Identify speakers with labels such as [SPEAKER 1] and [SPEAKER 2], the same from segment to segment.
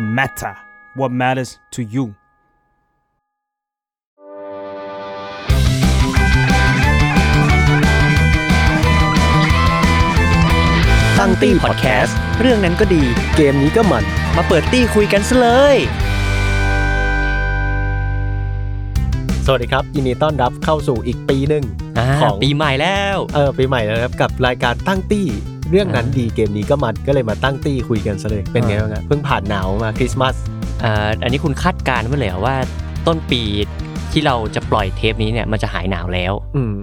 [SPEAKER 1] matter what matters to you
[SPEAKER 2] ตั้งตี้พอดแคสต์เรื่องนั้นก็ดี เกมนี้ก็มัน มาเปิดตี้คุยกันซะเลย สวัสดีครับ ยินดีต้อนรับเข้าสู่อีกปีหนึ่ง
[SPEAKER 3] อ่า
[SPEAKER 2] ของ
[SPEAKER 3] ปีใหม่แล้ว
[SPEAKER 2] เออปีใหม่แล้วนะครับ กับรายการตั้งตี้เรื่องนั้นดีเกมนี้ก็มันก็เลยมาตั้งตี้คุยกันซะเลยเป็นไงบ้างฮะเพิ่งผ่านหนาวมาคริสต์มาส
[SPEAKER 3] อ่า อันนี้คุณคาดการณ์ไว้เลยเหรอว่าต้นปีที่เราจะปล่อยเทปนี้เนี่ยมันจะหายหนาวแล้ว
[SPEAKER 2] อืม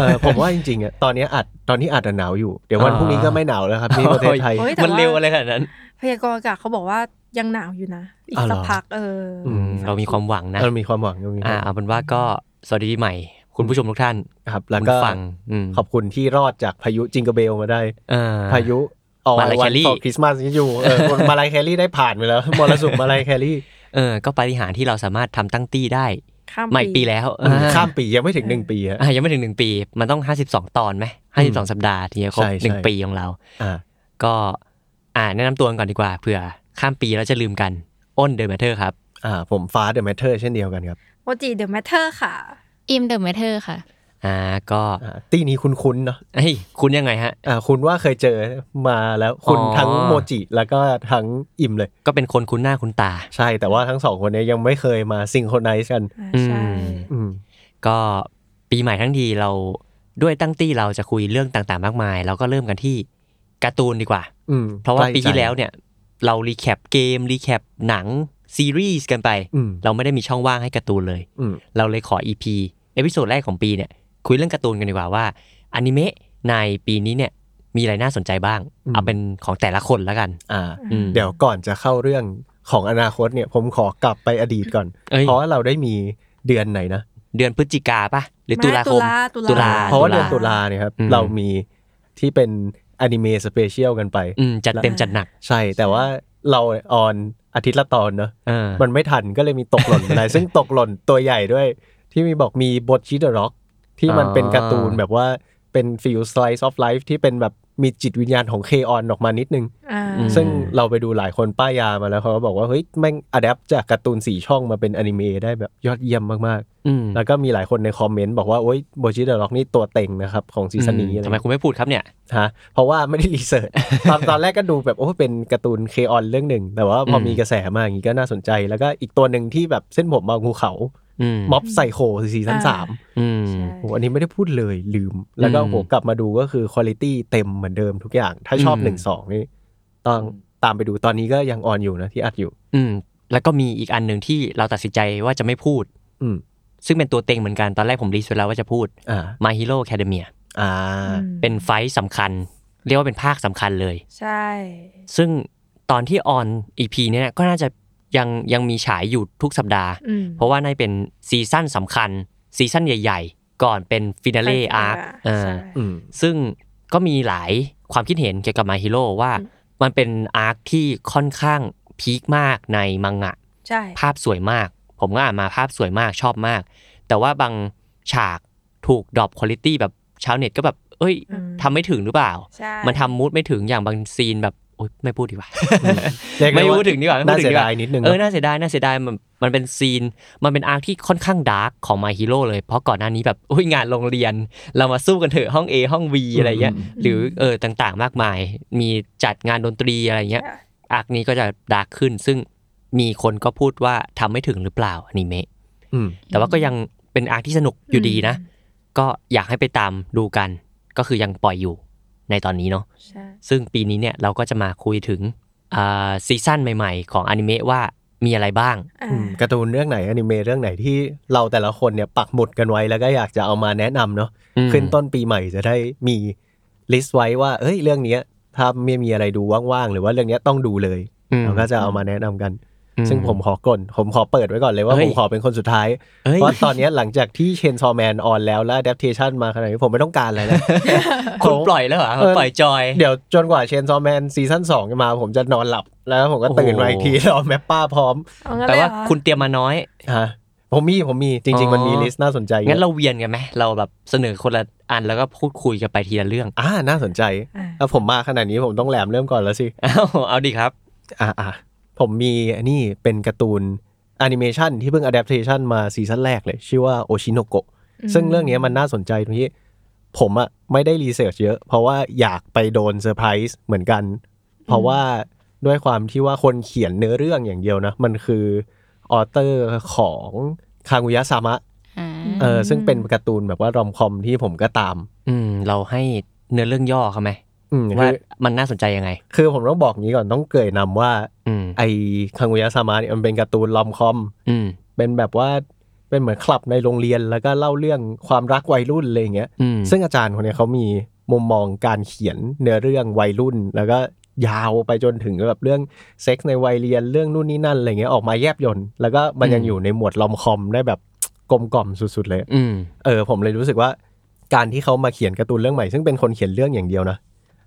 [SPEAKER 2] เออผมว่าจริงๆอ่ะตอนนี้อัดตอนนี้อัดอะหนาวอยู่เดี๋ยววัน
[SPEAKER 3] อ่า
[SPEAKER 2] พรุ่งนี้ก็ไม่หนาวแล้วครับที่ประเทศไทย
[SPEAKER 4] โอ้ย แต่ว่ามั
[SPEAKER 3] มันเร็วอะไรขนาดนั้น
[SPEAKER 4] พยากรณ์อากาศเขาบอกว่ายังหนาวอยู่นะ อีก
[SPEAKER 2] อ้าวเหร
[SPEAKER 4] สั
[SPEAKER 2] อ
[SPEAKER 4] กพักเอออ
[SPEAKER 3] อืมเรามีความหวังนะ
[SPEAKER 2] เรามีความหวังเรามีควา
[SPEAKER 3] อ่าม
[SPEAKER 2] หวัง
[SPEAKER 3] เอาเป็นว่าก็สวัสดีปีใหม่ คุณผู้ชมทุกท่าน
[SPEAKER 2] ครับแล้วก็
[SPEAKER 3] คุณฟังอืม
[SPEAKER 2] ขอบคุณที่รอดจากพายุจิงเกอร์เบลมาได้
[SPEAKER 3] เอ่อ
[SPEAKER 2] พายุออก
[SPEAKER 3] มาลาย
[SPEAKER 2] วั
[SPEAKER 3] แคลรี่
[SPEAKER 2] ต่อคริสต์มาสนี่อยู่เอ อคนมาลายแคลรี่ได้ผ่านไปแล้วมรสุมมาลายแคลรี่
[SPEAKER 3] เออ ก็ปาฏิหารย์ที่เราสามารถทำตั้งตี้ได้
[SPEAKER 4] ข้าม
[SPEAKER 3] ใหม่ปีแล้ว
[SPEAKER 2] อืม
[SPEAKER 3] อ่
[SPEAKER 2] ข้ามปียังไม่ถึงหนึ่งปีฮะ
[SPEAKER 3] อ่ะยังไม่ถึงหนึ่งปี มันต้อง 52 ตอนไหมห้าสิบสองสัปดาห์ทีจะครบ
[SPEAKER 2] ใช่ใช่
[SPEAKER 3] หนึ่งปีของเรา
[SPEAKER 2] อ่า
[SPEAKER 3] ก็อ่าแนะนำตัวกันก่อนดีกว่าเผื่อข้ามปีแล้วจะลืมกันอ้นเดอะแมทเทอร์ครับ
[SPEAKER 2] อ่าผมฟ้าเดอะแมทเทอร์เช่นเดียวกันครับ
[SPEAKER 4] โมจิเดอะแมทเทอร์ค่ะ
[SPEAKER 5] อิมเดอะเมเทอร์ค่ะ
[SPEAKER 3] อ่าก็
[SPEAKER 2] อ่าตีนี้คุ้นๆเนาะ
[SPEAKER 3] เฮ้ยคุณยังไงฮะ
[SPEAKER 2] อ่าคุณว่าเคยเจอมาแล้วคุณ
[SPEAKER 3] อ๋อ
[SPEAKER 2] ทั้งโมจิแล้วก็ทั้งอิมเลย
[SPEAKER 3] ก็เป็นคนคุ้นหน้าคุ้นตา
[SPEAKER 2] ใช่แต่ว่าทั้งสองคนเนี้ยังไม่เคยมาซิงโครไนซ์กัน
[SPEAKER 4] อ่า
[SPEAKER 3] อืม
[SPEAKER 4] ใช่
[SPEAKER 2] อืม
[SPEAKER 3] ก็ปีใหม่ทั้งทีเราด้วยตั้งตี้เราจะคุยเรื่องต่างๆ มากมาย เราก็เริ่มกันที่การ์ตูนดีกว่า
[SPEAKER 2] อืม
[SPEAKER 3] เพราะว่า
[SPEAKER 2] ใก
[SPEAKER 3] ปีที่แล้ว
[SPEAKER 2] ใจ
[SPEAKER 3] เนี่ย เรารีแคปเกมรีแคปหนังซีรีส์กันไป
[SPEAKER 2] อืม
[SPEAKER 3] เราไม่ได้มีช่องว่างให้การ์ตูนเลย
[SPEAKER 2] อืม
[SPEAKER 3] เราเลยขอ EP เอพิโซดแรกของปีเนี่ย คุยเรื่องการ์ตูนกันดีกว่าว่าอนิเมะในปีนี้เนี่ยมีอะไรน่าสนใจบ้าง เอาเป็นของแต่ละคนแล้วกัน
[SPEAKER 2] อ่า
[SPEAKER 3] อืม
[SPEAKER 2] เดี๋ยวก่อนจะเข้าเรื่องของอนาคตเนี่ย ผมขอกลับไปอดีตก่อน
[SPEAKER 3] เอ้ย
[SPEAKER 2] เพราะว่าเราได้มีเดือนไหนนะ
[SPEAKER 3] เดือนพฤศจิกาปะหรือตุลาคม
[SPEAKER 4] ตุ
[SPEAKER 3] ตุล
[SPEAKER 4] ลา
[SPEAKER 2] เพราะว่าเดือนตุลาเนี่ยครับ
[SPEAKER 3] อืม
[SPEAKER 2] เรามีที่เป็นอนิเมะสเปเชียลกันไป
[SPEAKER 3] อืมจัดเต็มจัดหนัก
[SPEAKER 2] ใช่แต่ว่าเราออนอาทิตย์ละตอนเนอะ
[SPEAKER 3] เออ
[SPEAKER 2] มันไม่ทันก็เลยมีตกหล่นไปหลายซึ่งตกหล่นตัวใหญ่ด้วย ที่มีบอกมีบทชิดร็อก ที่มันเป็นการ์ตูนแบบว่าเป็นฟิลสไลซ์ออฟไลฟ์ที่เป็นแบบมีจิตวิญญาณของเคออนออกมานิดนึง
[SPEAKER 4] อ่า
[SPEAKER 3] อืม
[SPEAKER 2] ซึ่งเราไปดูหลายคนป้ายยามาแล้วเขาก็บอกว่าเฮ้ยแม่งอะแดปจากการ์ตูนสีช่องมาเป็นอนิเมะได้แบบยอดเยี่ยมมาก
[SPEAKER 3] อืม
[SPEAKER 2] ๆ แล้วก็มีหลายคนในคอมเมนต์บอกว่าโอ๊ยโบชิดร็อกนี่ตัวเต็งนะครับของซีซั่นนี้อะไร
[SPEAKER 3] ทำ
[SPEAKER 2] เงี้ย
[SPEAKER 3] ไมคุณไม่พูดครับเนี่ย
[SPEAKER 2] ฮะเพราะว่าไม่ได้รีเสิร์ช ตอนตอนแรกก็ดูแบบโอ้เป็นการ์ตูนเคออนเรื่องหนึ่ง แต่ว่าพออ
[SPEAKER 3] ม
[SPEAKER 2] มีกระแสมาอย่างนี้ก็น่าสนใจ แล้วก็อีกตัวหนึ่งที่แบบเส้นผมมางูเขา
[SPEAKER 3] อืม
[SPEAKER 2] ม็อบไซโคซีซั่นสาม
[SPEAKER 3] อืม
[SPEAKER 4] ใช่
[SPEAKER 2] โหอันนี้ไม่ได้พูดเลยลืม แล้วก็
[SPEAKER 3] อืม
[SPEAKER 2] โหกลับมาดูก็คือคุณ i t y เต็มเหมือนเดิมทุกอย่าง ถ้าชอบ
[SPEAKER 3] อืม
[SPEAKER 2] หนึ่งสองนี่ต้องตามไปดูตอนนี้ก็ยังออนอยู่นะที่อัดอยู่
[SPEAKER 3] อืมแล้วก็มีอีกอันหนึ่งที่เราตัดสินใจว่าจะไม่พูด
[SPEAKER 2] อืม
[SPEAKER 3] ซึ่งเป็นตัวเต็งเหมือนกัน ตอนแรกผมรีสต์ไว้แล้วว่าจะพูด
[SPEAKER 2] อ่า
[SPEAKER 3] My Hero Academia
[SPEAKER 2] อ่า
[SPEAKER 3] เป็นไฟท์สำคัญ เรียกว่าเป็นภาคสำคัญเลย
[SPEAKER 4] ใช่
[SPEAKER 3] ซึ่งตอนที่ออน EP เนี่ยนะก็น่าจะยังยังมีฉายอยู่ทุกสัปดาห์
[SPEAKER 4] อืม
[SPEAKER 3] เพราะว่าน่าจะเป็นซีซั่นสำคัญ ซีซั่นใหญ่ ๆ ก่อนเป็นฟินาเล่
[SPEAKER 4] ไป
[SPEAKER 3] อาร์ค
[SPEAKER 4] finale ใช่
[SPEAKER 2] อืม
[SPEAKER 3] ซึ่งก็มีหลายความคิดเห็นเกี่ยวกับมาฮิโร่ว่า
[SPEAKER 4] อืม
[SPEAKER 3] มันเป็นอาร์คที่ค่อนข้างพีคมากในมังงะ
[SPEAKER 4] ใช่
[SPEAKER 3] ภาพสวยมาก ผมก็อ่านมาภาพสวยมากชอบมาก แต่ว่าบางฉากถูกดรอปคุณ i t y แบบชาวเน็ตก็แบบ เอ้ย
[SPEAKER 4] อืม
[SPEAKER 3] ทำไม่ถึงหรือเปล่า
[SPEAKER 4] ใช่
[SPEAKER 3] มันทำมูดไม่ถึงอย่างบางซีนแบบโอ๊ยไม่พูดดีกว่า
[SPEAKER 2] เรียก
[SPEAKER 3] ไม่
[SPEAKER 2] ด้
[SPEAKER 3] พูดถึงดีกว่าไม่พู
[SPEAKER 2] น่า
[SPEAKER 3] ดถึ
[SPEAKER 2] เสี
[SPEAKER 3] ง
[SPEAKER 2] ย
[SPEAKER 3] ดีก
[SPEAKER 2] ดาย
[SPEAKER 3] ว่า
[SPEAKER 2] นิดนึง
[SPEAKER 3] เออ
[SPEAKER 2] เนอะ
[SPEAKER 3] น่าเสียดาย น่าเสียดาย มัน มันเป็นซีน มันเป็นอาร์คที่ค่อนข้างดาร์กของมาฮีโร่เลย เพราะก่อนหน้านี้แบบอุ้ยงานโรงเรียน เรามาสู้กันเถอะห้อง A ห้อง V อะไรเงี้ย หรือเออต่างๆ มากมาย มีจัดงานดนตรีอะไรเงี้ย อาร์คนี้ก็จะดาร์กขึ้น ซึ่งมีคนก็พูดว่าทำไม่ถึงหรือเปล่าอนิเมะ
[SPEAKER 2] อืม
[SPEAKER 3] แต่ว่าก็ยังเป็นอาร์คที่สนุกอยู่ดีนะ ก็อยากให้ไปตามดูกัน ก็คือยังปล่อยอยู่ในตอนนี้เนาะ
[SPEAKER 4] ใช่
[SPEAKER 3] ซึ่งปีนี้เนี่ยเราก็จะมาคุยถึงอ่าซีซั่นใหม่ๆ ของอนิเมะว่ามีอะไรบ้าง
[SPEAKER 4] อ่า
[SPEAKER 2] อืมการ์ตูนเรื่องไหนอนิเมะเรื่องไหนที่เราแต่ละคนเนี่ยปักหมุดกันไว้แล้วก็อยากจะเอามาแนะนำเนาะ ขึ้นต้นปีใหม่จะได้มีลิสต์ไว้ว่า เอ้ย เรื่องเนี้ยถ้าไม่มีอะไรดูว่างๆ หรือว่าเรื่องเนี้ยต้องดูเลย
[SPEAKER 3] อืม
[SPEAKER 2] เราก็จะเอามาแนะนำกัน
[SPEAKER 3] อืม
[SPEAKER 2] ซึ่งผมขอกลนผมขอเปิดไว้ก่อนเลยว่าผ
[SPEAKER 3] เฮ้ย
[SPEAKER 2] มขอเป็นคนสุดท้าย
[SPEAKER 3] เอ้ย
[SPEAKER 2] เพราะตอนเนี้ยหลังจากที่เชนซอแมนออนแล้วและ adaptation มาขนาดนี้ผมไม่ต้องการอะไรแล้ว
[SPEAKER 3] คุณปล่อยแล้วเหรอ
[SPEAKER 2] เออ
[SPEAKER 3] ปล่อยจอย
[SPEAKER 2] เดี๋ยวจนกว่าเชนซอแมนซีซั่น2จะมา ผมจะนอนหลับแล้วผมก็
[SPEAKER 3] โอ้โห
[SPEAKER 2] ตื่นมาอีกทีรอแมปป้าพร้อม
[SPEAKER 4] เองั้น
[SPEAKER 3] แต่
[SPEAKER 4] เลย
[SPEAKER 3] ว่า
[SPEAKER 4] เหรอ
[SPEAKER 3] คุณเตรียมมาน้อย
[SPEAKER 2] ฮะผมมีผมมีจริง ๆ มันมีลิสต์น่าสนใจอยู่
[SPEAKER 3] งั้นเราเวียนกันไหมเราแบบเสนอคนละอันแล้วก็พูดคุยกันไปทีละเรื่อง
[SPEAKER 2] อ่าน่าสนใจ
[SPEAKER 4] อ่า
[SPEAKER 2] แล้วผมมาขนาดนี้ผมต้องแหลมเริ่มก่อนแล้วสิ
[SPEAKER 3] เอาเอาดีครับ
[SPEAKER 2] อ่าอ่า ผมมีอันนี้เป็นการ์ตูนแอนิเมชันที่เพิ่งอะดัปเทชันมาซีซั่นแรกเลย ชื่อว่าโอชิโนโกะซึ่งเรื่องเนี้ยมันน่าสนใจตรงที่ผมอะไม่ได้รีเสิร์ชเยอะ เพราะว่าอยากไปโดนเซอร์ไพรส์เหมือนกัน เพราะว่าด้วยความที่ว่าคนเขียนเนื้อเรื่องอย่างเดียวนะ มันคือออเตอร์ของคากุยะซามะ
[SPEAKER 5] อ่า
[SPEAKER 2] เออซึ่งเป็นการ์ตูนแบบว่ารอมคอมที่ผมก็ตาม
[SPEAKER 3] อืมเราให้เนื้อเรื่องย่อเขาไหม
[SPEAKER 2] อืมคื
[SPEAKER 3] ว่า
[SPEAKER 2] อ
[SPEAKER 3] มันน่าสนใจยังไง
[SPEAKER 2] คือผมต้องบอกงี้ก่อนต้องเกรินนำว่า
[SPEAKER 3] อืม
[SPEAKER 2] ไอคังุยะซามะเนี่ยมันเป็นการ์ตูนลอมคอม
[SPEAKER 3] อืม
[SPEAKER 2] เป็นแบบว่าเป็นเหมือนคลับในโรงเรียนแล้วก็เล่าเรื่องความรักวัยรุ่นอะไรอย่างเงี้ย
[SPEAKER 3] อืม
[SPEAKER 2] ซึ่งอาจารย์คนเนี้ยเขามีมุมมองการเขียนเนื้อเรื่องวัยรุ่น แล้วก็ยาวไปจนถึงแบบเรื่องเซ็กส์ในวัยเรียนเรื่องนู่นนี่นั่นอะไรเงี้ยออกมาแยบยนต์แล้วก็มันยังอยู่ในหมวดลอมคอมได้แบบกลมกล่อมสุดๆเลย
[SPEAKER 3] อืม
[SPEAKER 2] เออผมเลยรู้สึกว่าการที่เขามาเขียนการ์ตูนเรื่องใหม่ ซึ่งเป็นคนเขียนเรื่องอย่างเดียวนะ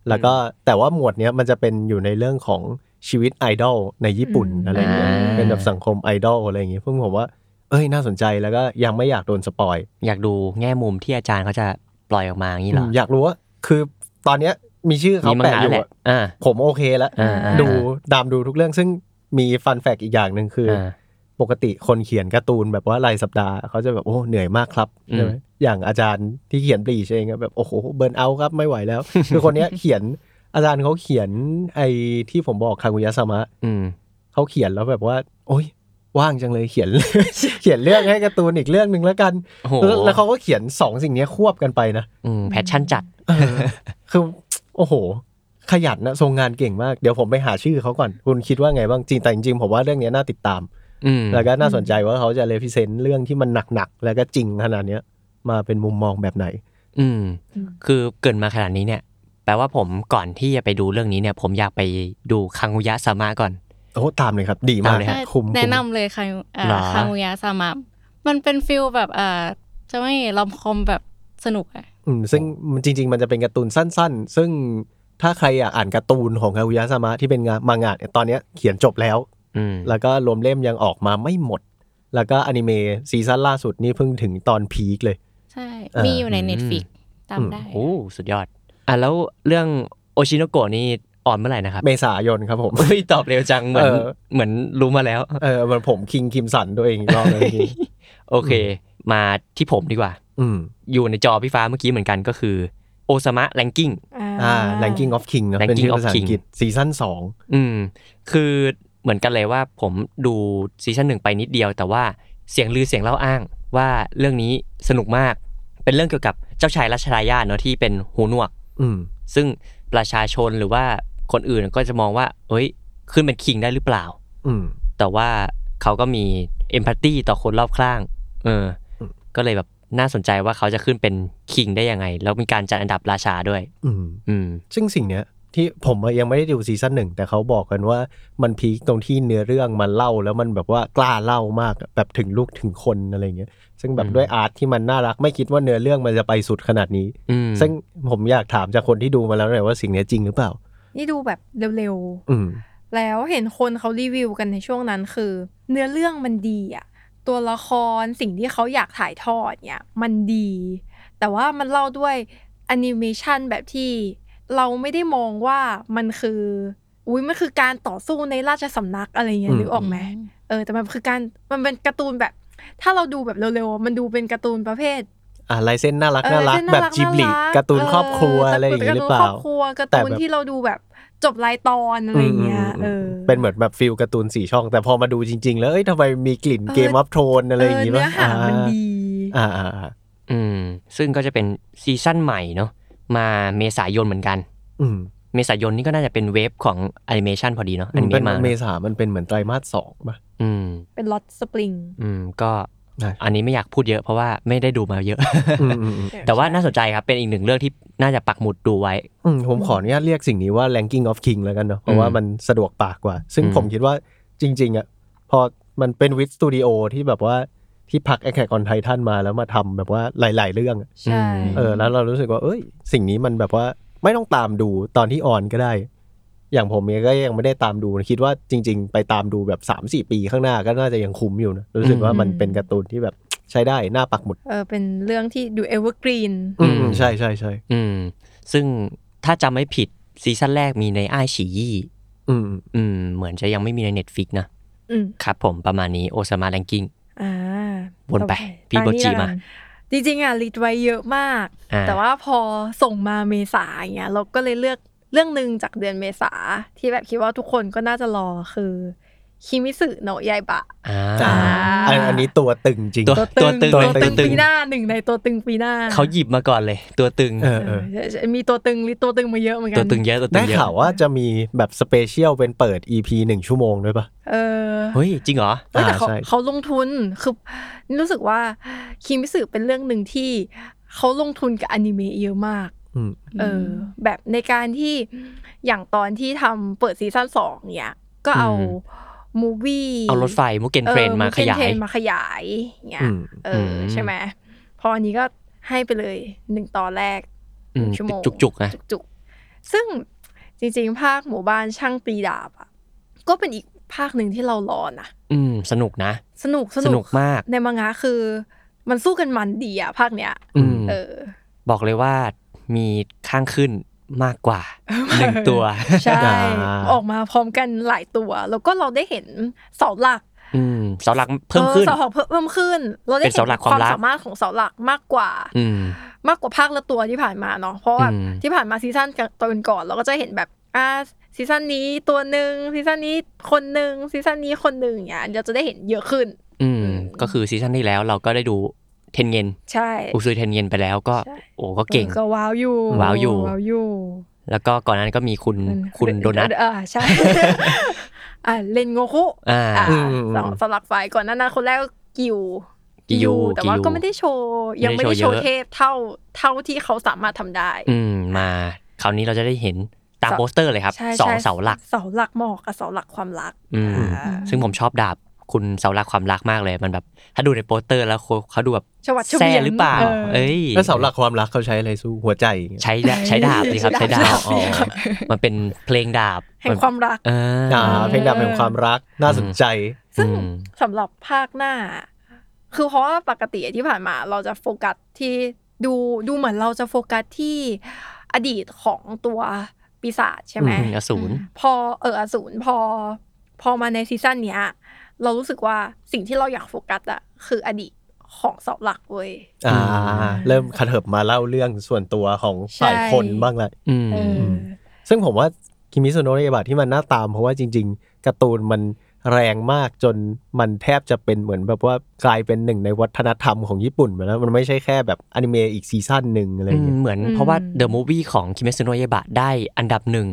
[SPEAKER 2] แล้วก็แต่ว่าหมวดเนี้ยมันจะเป็นอยู่ในเรื่องของชีวิตไอดอลในญี่ปุ่น
[SPEAKER 4] อืม
[SPEAKER 2] อะไรเงี้ย
[SPEAKER 3] อ่า
[SPEAKER 2] เป็นแบบสังคมไอดอลอะไรอย่างเงี้ยเพิ่งผมว่าเอ้ยน่าสนใจแล้วก็ยังไม่อยากโดนสปอย
[SPEAKER 3] อยากดูแง่มุมที่อาจารย์เขาจะปล่อยออกมาอย่างนี้เหรอ
[SPEAKER 2] อยากรู้ว่าคือตอนเนี้ยมีชื่อเขา
[SPEAKER 3] มีมัง
[SPEAKER 2] แปะ
[SPEAKER 3] งะ
[SPEAKER 2] อยู่
[SPEAKER 3] แหละ
[SPEAKER 2] อะ
[SPEAKER 3] อ่า
[SPEAKER 2] ผมโอเคแล้ว
[SPEAKER 3] อ่าอ่า
[SPEAKER 2] ดูตามดูทุกเรื่องซึ่งมีฟันแฟกอีกอย่างหนึ่งคืออ
[SPEAKER 3] อ่า
[SPEAKER 2] ปกติคนเขียนการ์ตูนแบบว่ารายสัปดาห์เขาจะแบบโอ้เหนื่อยมากครับ
[SPEAKER 3] อืม
[SPEAKER 2] ใช่ไหมอย่างอาจารย์ที่เขียนปรีชเองอะแบบโอ้โหเบิร์นเอาท์ครับไม่ไหวแล้ว คือคนเนี้ยเขียนอาจารย์เขาเขียนไอ้ที่ผมบอกคากุยะสามะ
[SPEAKER 3] อืม
[SPEAKER 2] เขาเขียนแล้วแบบว่า โอ้ยว่างจังเลยเขียน เขียนเรื่องให้การ์ตูนอีกเรื่องหนึ่งแล้วกัน
[SPEAKER 3] โอ้โห
[SPEAKER 2] แล้วแล้วเขาก็เขียนสองสิ่งเนี้ยควบกันไปนะ
[SPEAKER 3] อืมแพชชั่นจัด
[SPEAKER 2] เออคือโอ้โห ขยันนะทรงงานเก่งมากเดี๋ยวผมไปหาชื่อเขาก่อนคุณคิดว่าไงบ้างจริงแต่จริงๆผมว่าเรื่องเนี้ยน่าติดตาม
[SPEAKER 3] อืม
[SPEAKER 2] แล้วก็น่าสนใจว่าเขาจะเลพิเซนต์เรื่องที่มันหนักๆ แล้วก็จริงขนาดเนี้ยมาเป็นมุมมองแบบไหน
[SPEAKER 3] อืม
[SPEAKER 4] อืม
[SPEAKER 3] คือเกรินมาขนาดนี้เนี่ย แปลว่าผมก่อนที่จะไปดูเรื่องนี้เนี่ย ผมอยากไปดูคังคุยะสามะก่อน
[SPEAKER 2] โอ้ตามเลยครับ ดีมา
[SPEAKER 3] ตาม
[SPEAKER 2] ก
[SPEAKER 3] เลยฮะ
[SPEAKER 2] คุมๆ
[SPEAKER 5] แนะนำเลยค่ะอ่า
[SPEAKER 3] หรอ
[SPEAKER 5] คามุยะซามะมันเป็นฟิลแบบอ่าจะไม่ลอมคอมแบบสนุกอะ
[SPEAKER 2] อืมซึ่งจริง ๆ มันจะเป็นการ์ตูนสั้นๆ ซึ่งถ้าใครอยากอ่านการ์ตูนของคากุยะซามะที่เป็นงานมังงะเนี่ยตอนเนี้ยเขียนจบแล้ว
[SPEAKER 3] อืม
[SPEAKER 2] แล้วก็รวมเล่มยังออกมาไม่หมด แล้วก็อนิเมะซีซั่นล่าสุดนี่เพิ่งถึงตอนพีคเลย
[SPEAKER 5] ใช่
[SPEAKER 2] เอ่อ
[SPEAKER 5] มีอยู่ใน Netflix ตามได้
[SPEAKER 3] โอ้สุดยอด อ่ะแล้วเรื่องโอชิโนโกะนี่ออนเมื่อไหร่นะครับ
[SPEAKER 2] เมษายนครับผม
[SPEAKER 3] เฮ้ยตอบเร็วจังเหมือน
[SPEAKER 2] เออ
[SPEAKER 3] เหมือนรู้มาแล้ว
[SPEAKER 2] เออมันผมคิงคิมสันตัวเองอีกรอบเลยที
[SPEAKER 3] โอเค มาที่ผมดีกว่า
[SPEAKER 2] อืม
[SPEAKER 3] อยู่ในจอพี่ฟ้าเมื่อกี้เหมือนกันก็คือโอซามะแลงกิ้ง
[SPEAKER 2] อ่า ranking of king นะเป็น
[SPEAKER 3] Ranking
[SPEAKER 2] ชื่อ
[SPEAKER 3] of
[SPEAKER 2] ภาษาอังกฤษซีซั่นสอง
[SPEAKER 3] อืม คือเหมือนกันเลยว่าผมดูซีซั่นหนึ่งไปนิดเดียว แต่ว่าเสียงลือเสียงเล่าอ้างว่าเรื่องนี้สนุกมาก เป็นเรื่องเกี่ยวกับเจ้าชายรัชทายาทเนาะที่เป็นหูหนวก
[SPEAKER 2] อืม
[SPEAKER 3] ซึ่งประชาชนหรือว่าคนอื่นก็จะมองว่า เอ้ย ขึ้นเป็นคิงได้หรือเปล่า
[SPEAKER 2] อืม
[SPEAKER 3] แต่ว่าเขาก็มีเอมพัตตีต่อคนรอบข้าง เออ
[SPEAKER 2] อืม
[SPEAKER 3] ก็เลยแบบน่าสนใจว่าเขาจะขึ้นเป็นคิงได้ยังไง แล้วมีการจัดอันดับราชาด้วย
[SPEAKER 2] อืม
[SPEAKER 3] อืม
[SPEAKER 2] ซึ่งสิ่งเนี้ยที่ผมอะยังไม่ได้ดูซีซั่นหนึ่งแต่เขาบอกกันว่ามันพีคตรงที่เนื้อเรื่องมันเล่าแล้วมันแบบว่ากล้าเล่ามากอะแบบถึงลูกถึงคนอะไรเงี้ยซึ่งแบบ
[SPEAKER 3] อืม
[SPEAKER 2] ด้วยอาร์ตที่มันน่ารักไม่คิดว่าเนื้อเรื่องมันจะไปสุดขนาดนี้
[SPEAKER 3] อืม
[SPEAKER 2] ซึ่งผมอยากถามจากคนที่ดูมาแล้วหน่อยว่าสิ่งเนี้ยจริงหรือเปล่า
[SPEAKER 4] นี่ดูแบบเร็วๆ
[SPEAKER 2] อืม
[SPEAKER 4] แล้วเห็นคนเขารีวิวกันในช่วงนั้นคือ เนื้อเรื่องมันดีอะตัวละครสิ่งที่เขาอยากถ่ายทอดเนี่ย มันดี แต่ว่ามันเล่าด้วยแอนิเมชันแบบที่เราไม่ได้มองว่ามันคืออุ้ยมันคือการต่อสู้ในราชสำนักอะไรเงี้
[SPEAKER 2] อื
[SPEAKER 4] ย
[SPEAKER 2] ม
[SPEAKER 4] นึกออกไหมเออแต่มันคือการมันเป็นการ์ตูนแบบ ถ้าเราดูแบบเร็วๆอะมันดูเป็นการ์ตูนประเภท
[SPEAKER 2] อ่ะลายเส้นน่ารัก
[SPEAKER 4] เออ
[SPEAKER 2] น่ารัก
[SPEAKER 4] เส้น
[SPEAKER 2] แบบจิบลิ
[SPEAKER 4] น่รั
[SPEAKER 2] การ์ตูนครอบครัวอะไรอย่าง
[SPEAKER 4] นี้
[SPEAKER 2] งี้หรือเปล่า
[SPEAKER 4] การ์ตูนครอบครัวการ์ตูน
[SPEAKER 2] แต่แบบ
[SPEAKER 4] ที่เราดูแบบจบรายตอนอะไรอย่างเงี้ย
[SPEAKER 2] ม
[SPEAKER 4] เอ
[SPEAKER 2] อืม
[SPEAKER 4] อ
[SPEAKER 2] มเป็นเหมือนแบบฟิลการ์ตูนสี่ช่อง แต่พอมาดูจริง ๆ แล้วเอ้ยทำไมมีกลิ่นเกมอัพโทนอะไรอย่างงี้
[SPEAKER 4] เเนื้
[SPEAKER 2] วะ
[SPEAKER 4] อหามันดี
[SPEAKER 2] อ่าอ่าอ่า
[SPEAKER 3] อืม ซึ่งก็จะเป็นซีซั่นใหม่เนาะมาเมษายนเหมือนกัน
[SPEAKER 2] อืม
[SPEAKER 3] เมษายนนี่ก็น่าจะเป็นเวฟของแอนิเมชันพอดีเนาะแอนิเมะมา
[SPEAKER 2] เมษามันเป็นเหมือนไตรมาสสองป่ะ
[SPEAKER 3] อืม
[SPEAKER 4] เป็นล็อตสปริง
[SPEAKER 3] อืม ก็
[SPEAKER 2] ได้
[SPEAKER 3] อันนี้ไม่อยากพูดเยอะเพราะว่าไม่ได้ดูมาเยอะ แต่ว่าน่าสนใจครับ เป็นอีกหนึ่งเรื่องที่น่าจะปักหมุดดูไว้
[SPEAKER 2] อืมผมขออนุญาตเรียกสิ่งนี้ว่า ranking of king แล้วกันเนาะ เพราะว่ามันสะดวกปากกว่า ซึ่ง
[SPEAKER 3] อืม
[SPEAKER 2] ผมคิดว่าจริง ๆ อ่ะ พอมันเป็นวิดสตูดิโอที่แบบว่าที่พักแอคแคคอนไททันมาแล้วมาทำแบบว่าหลาย ๆ เรื่องอะ
[SPEAKER 4] ใช่
[SPEAKER 3] อืม
[SPEAKER 2] เออ แล้วเรารู้สึกว่า เอ้ย สิ่งนี้มันแบบว่าไม่ต้องตามดูตอนที่ออนก็ได้ อย่างผมเองก็ยังไม่ได้ตามดูนะคิดว่าจริง ๆ ไปตามดูแบบ3ามสี่ปีข้างหน้าก็น่าจะยังคุ้มอยู่นะ รู้สึกว่ามันเป็นการ์ตูนที่แบบใช้ได้หน้าปักหมุด
[SPEAKER 4] เออเป็นเรื่องที่ดูเอเวอร์กรีน
[SPEAKER 2] อืมใช่ใช่ใช่
[SPEAKER 3] อืม ซึ่งถ้าจำไม่ผิดซีซั่นแรกมีในไอายฉียี่
[SPEAKER 2] ๆ อืม
[SPEAKER 3] อืม เหมือนจะยังไม่มีใน Netflix นะ
[SPEAKER 4] อืม
[SPEAKER 3] ครับผมประมาณนี้โอซามาแลงกิ้ง
[SPEAKER 4] อ่า
[SPEAKER 3] วนไปพี่
[SPEAKER 4] ต
[SPEAKER 3] โบจิ
[SPEAKER 4] ละกัน
[SPEAKER 3] มา
[SPEAKER 4] จริงๆอ่ะลิดไว้เยอะมาก
[SPEAKER 3] อ่
[SPEAKER 4] แต่ว่าพอส่งมาเมษาอย่างเงี้ยเราก็เลยเลือกเรื่องหนึ่งจากเดือนเมษาที่แบบคิดว่าทุกคนก็น่าจะรอคือคิมิสึโนะยายบะ
[SPEAKER 3] อ่า
[SPEAKER 2] อ่า อันอันนี้ตัวตึงจริง
[SPEAKER 3] ตัว ตึง
[SPEAKER 4] ตัว
[SPEAKER 3] ตัวตึ
[SPEAKER 4] ตึ
[SPEAKER 3] ง
[SPEAKER 4] งปีหน้าหนึ่งในตัวตึงปีหน้า
[SPEAKER 3] เขาหยิบมาก่อนเลย ตัวตึง
[SPEAKER 2] เออ
[SPEAKER 4] เอ
[SPEAKER 2] เอ
[SPEAKER 4] อ
[SPEAKER 2] อ
[SPEAKER 4] ใช่ๆมีตัวตึงลิตัวตึงมาเยอะเหมือนกั
[SPEAKER 3] ตัวตึงเยอะตัวตึ
[SPEAKER 2] ได้
[SPEAKER 3] งเยอะ
[SPEAKER 2] ข่าวว่าจะมีแบบสเปเชียลเป็นเปิด EP หนึ่งชั่วโมงด้วยปะ
[SPEAKER 4] เออ
[SPEAKER 3] เฮ้ย จริงเหรอ
[SPEAKER 4] เอ้ยแต่เขา
[SPEAKER 2] อ่าใช่
[SPEAKER 4] เขาลงทุนคือรู้สึกว่าคิมิสึเป็นเรื่องหนึ่งที่เขาลงทุนกับอนิเมะเยอะมาก
[SPEAKER 2] อืม
[SPEAKER 4] เอออแบบในการที่อย่างตอนที่ทำเปิดซีซั่นสองเนี่ย ก็เอา
[SPEAKER 3] อืม
[SPEAKER 4] มูวี่
[SPEAKER 3] เอารถไฟมุกเกนเทรนมาขยาย
[SPEAKER 4] มาขยายเนี่ย
[SPEAKER 2] อืม
[SPEAKER 4] เอออ
[SPEAKER 3] ม
[SPEAKER 4] ใช่ไหมพออันนี้ก็ให้ไปเลยหนึ่งตอนแรก
[SPEAKER 3] อืม
[SPEAKER 4] ชั่วโมง
[SPEAKER 3] จุกๆนะ
[SPEAKER 4] จุกๆ ซึ่งจริงๆ ภาคหมู่บ้านช่างตีดาบอ่ะก็เป็นอีกภาคหนึ่งที่เรารอนะ
[SPEAKER 3] อืม สนุกนะ
[SPEAKER 4] สนุก
[SPEAKER 3] สนุกมาก
[SPEAKER 4] ในมังงะคือ มันสู้กันมันดีอ่ะ ภาคเนี้ย
[SPEAKER 3] อืม
[SPEAKER 4] เออ
[SPEAKER 3] บอกเลยว่ามีข้างขึ้นมากกว่าหนึ่งตัว
[SPEAKER 4] ใช่
[SPEAKER 2] อ่า
[SPEAKER 4] ออกมาพร้อมกันหลายตัว แล้วก็เราได้เห็นเสาหลัก
[SPEAKER 3] อืมเสาหลักเพิ่มขึ้น
[SPEAKER 4] ออเสาหลักเพิ่มเพิ่มขึ้น เราได้
[SPEAKER 3] เป็นเสาหลักความ
[SPEAKER 4] ความ
[SPEAKER 3] รัก
[SPEAKER 4] สามารถของเสาหลักมากกว่า
[SPEAKER 3] อืม
[SPEAKER 4] มากกว่าภาคละตัวที่ผ่านมาเนาะเพราะว่า
[SPEAKER 3] อืม
[SPEAKER 4] ที่ผ่านมาซีซั่นตอนก่อนเราก็จะเห็นแบบอ่าซีซั่นนี้ตัวหนึ่งซีซั่นนี้คนหนึ่งซีซั่นนี้คนหนึ่งอย่างเงี้ยเราจะได้เห็นเยอะขึ้น
[SPEAKER 3] อืม
[SPEAKER 4] อืม
[SPEAKER 3] ก็คือซีซั่นที่แล้วเราก็ได้ดูเทนเยน
[SPEAKER 4] ใช่
[SPEAKER 3] อุซุยเทนเยนไปแล้วก็
[SPEAKER 4] ใช่
[SPEAKER 3] โอ้ก็เก่ง
[SPEAKER 4] ออก็ว้าวอยู่
[SPEAKER 3] ว้าวอยู่
[SPEAKER 4] ว้าวอยู่
[SPEAKER 3] แล้วก็ก่อนนั้นก็มีคุณคุณโดนัท
[SPEAKER 4] เออใช่ อ่าเลนโงคุ
[SPEAKER 3] อ่า
[SPEAKER 4] อ่า
[SPEAKER 2] อืม
[SPEAKER 4] สองสลักไฟก่อนหนั้านนคนแรกก็กิว
[SPEAKER 3] กิว
[SPEAKER 4] แต่ว่า
[SPEAKER 3] กิว
[SPEAKER 4] ก็ไม่ได้โชว์ยัง
[SPEAKER 3] ไม่ได้
[SPEAKER 4] ไม่ได้
[SPEAKER 3] โช
[SPEAKER 4] โช
[SPEAKER 3] ว์
[SPEAKER 4] ว์
[SPEAKER 3] เยอะ
[SPEAKER 4] เทพเท่าเท่าที่เขาสามารถทำได้
[SPEAKER 3] อืม มา คราวนี้เราจะได้เห็นตาม
[SPEAKER 4] เสา
[SPEAKER 3] โปสเตอร์เลยครับ
[SPEAKER 4] ใช่
[SPEAKER 3] สอง
[SPEAKER 4] ใช่
[SPEAKER 3] เสาหลัก
[SPEAKER 4] เสาหลักหมอกกับเสาหลักความรัก
[SPEAKER 3] อืม
[SPEAKER 4] อ่า
[SPEAKER 3] ซึ่งผมชอบดาบคุณเสาหลักความรักมากเลยมันแบบ ถ้าดูในโปสเตอร์แล้วเขาเขาดูแบบ
[SPEAKER 4] ชวัดเฉวียน
[SPEAKER 3] แซ่หรือเปล่า
[SPEAKER 4] เออ
[SPEAKER 3] เอ้ย
[SPEAKER 2] แล้วสำหรับความรักเขาใช้อะไรสู้หัวใจอย่างเงี้ย
[SPEAKER 3] ใช้ดาใช้ดาบสิครับ ใช้ดาบอ๋อมันเป็นเพลงดาบ
[SPEAKER 4] แห่งความรัก
[SPEAKER 3] เออ
[SPEAKER 2] อ่า
[SPEAKER 3] อ่า
[SPEAKER 2] เพลงดับแห่งความรักน่าสนใจ
[SPEAKER 4] ซึ่ง
[SPEAKER 3] อืม
[SPEAKER 4] สำหรับภาคหน้า คือเพราะว่าปกติที่ผ่านมาเราจะโฟกัสที่ดูดูเหมือนเราจะโฟกัสที่อดีตของตัวปีศาจใช่ไหม
[SPEAKER 3] อืมอสูร
[SPEAKER 4] พอเอออสูรพอ พอมาในซีซั่นเนี้ย เรารู้สึกว่าสิ่งที่เราอยากโฟกัสอะคืออดีตของเสาหลักเว้ย
[SPEAKER 2] อ่า
[SPEAKER 3] อืม
[SPEAKER 2] เริ่มขะเถิบมาเล่าเรื่องส่วนตัวของฝ่าย
[SPEAKER 4] ใช่
[SPEAKER 2] คนบ้างเลย
[SPEAKER 3] อืม
[SPEAKER 4] เอออ
[SPEAKER 2] ซึ่งผมว่าคิมิซุโนะเรบะที่มันน่าตามเพราะว่าจริง ๆการ์ตูนมันแรงมากจนมันแทบจะเป็นเหมือนแบบว่ากลายเป็นหนึ่งในวัฒนธรรมของญี่ปุ่นไปแล้ว มันไม่ใช่แค่แบบอนิเมะอีกซีซั่นหนึ่งอะไรอย่างเงี้ย
[SPEAKER 3] เหมือน
[SPEAKER 4] อืม
[SPEAKER 3] เพราะว่า The Movie ของคิเมซุโนะยบะได้อันดับหนึ่ง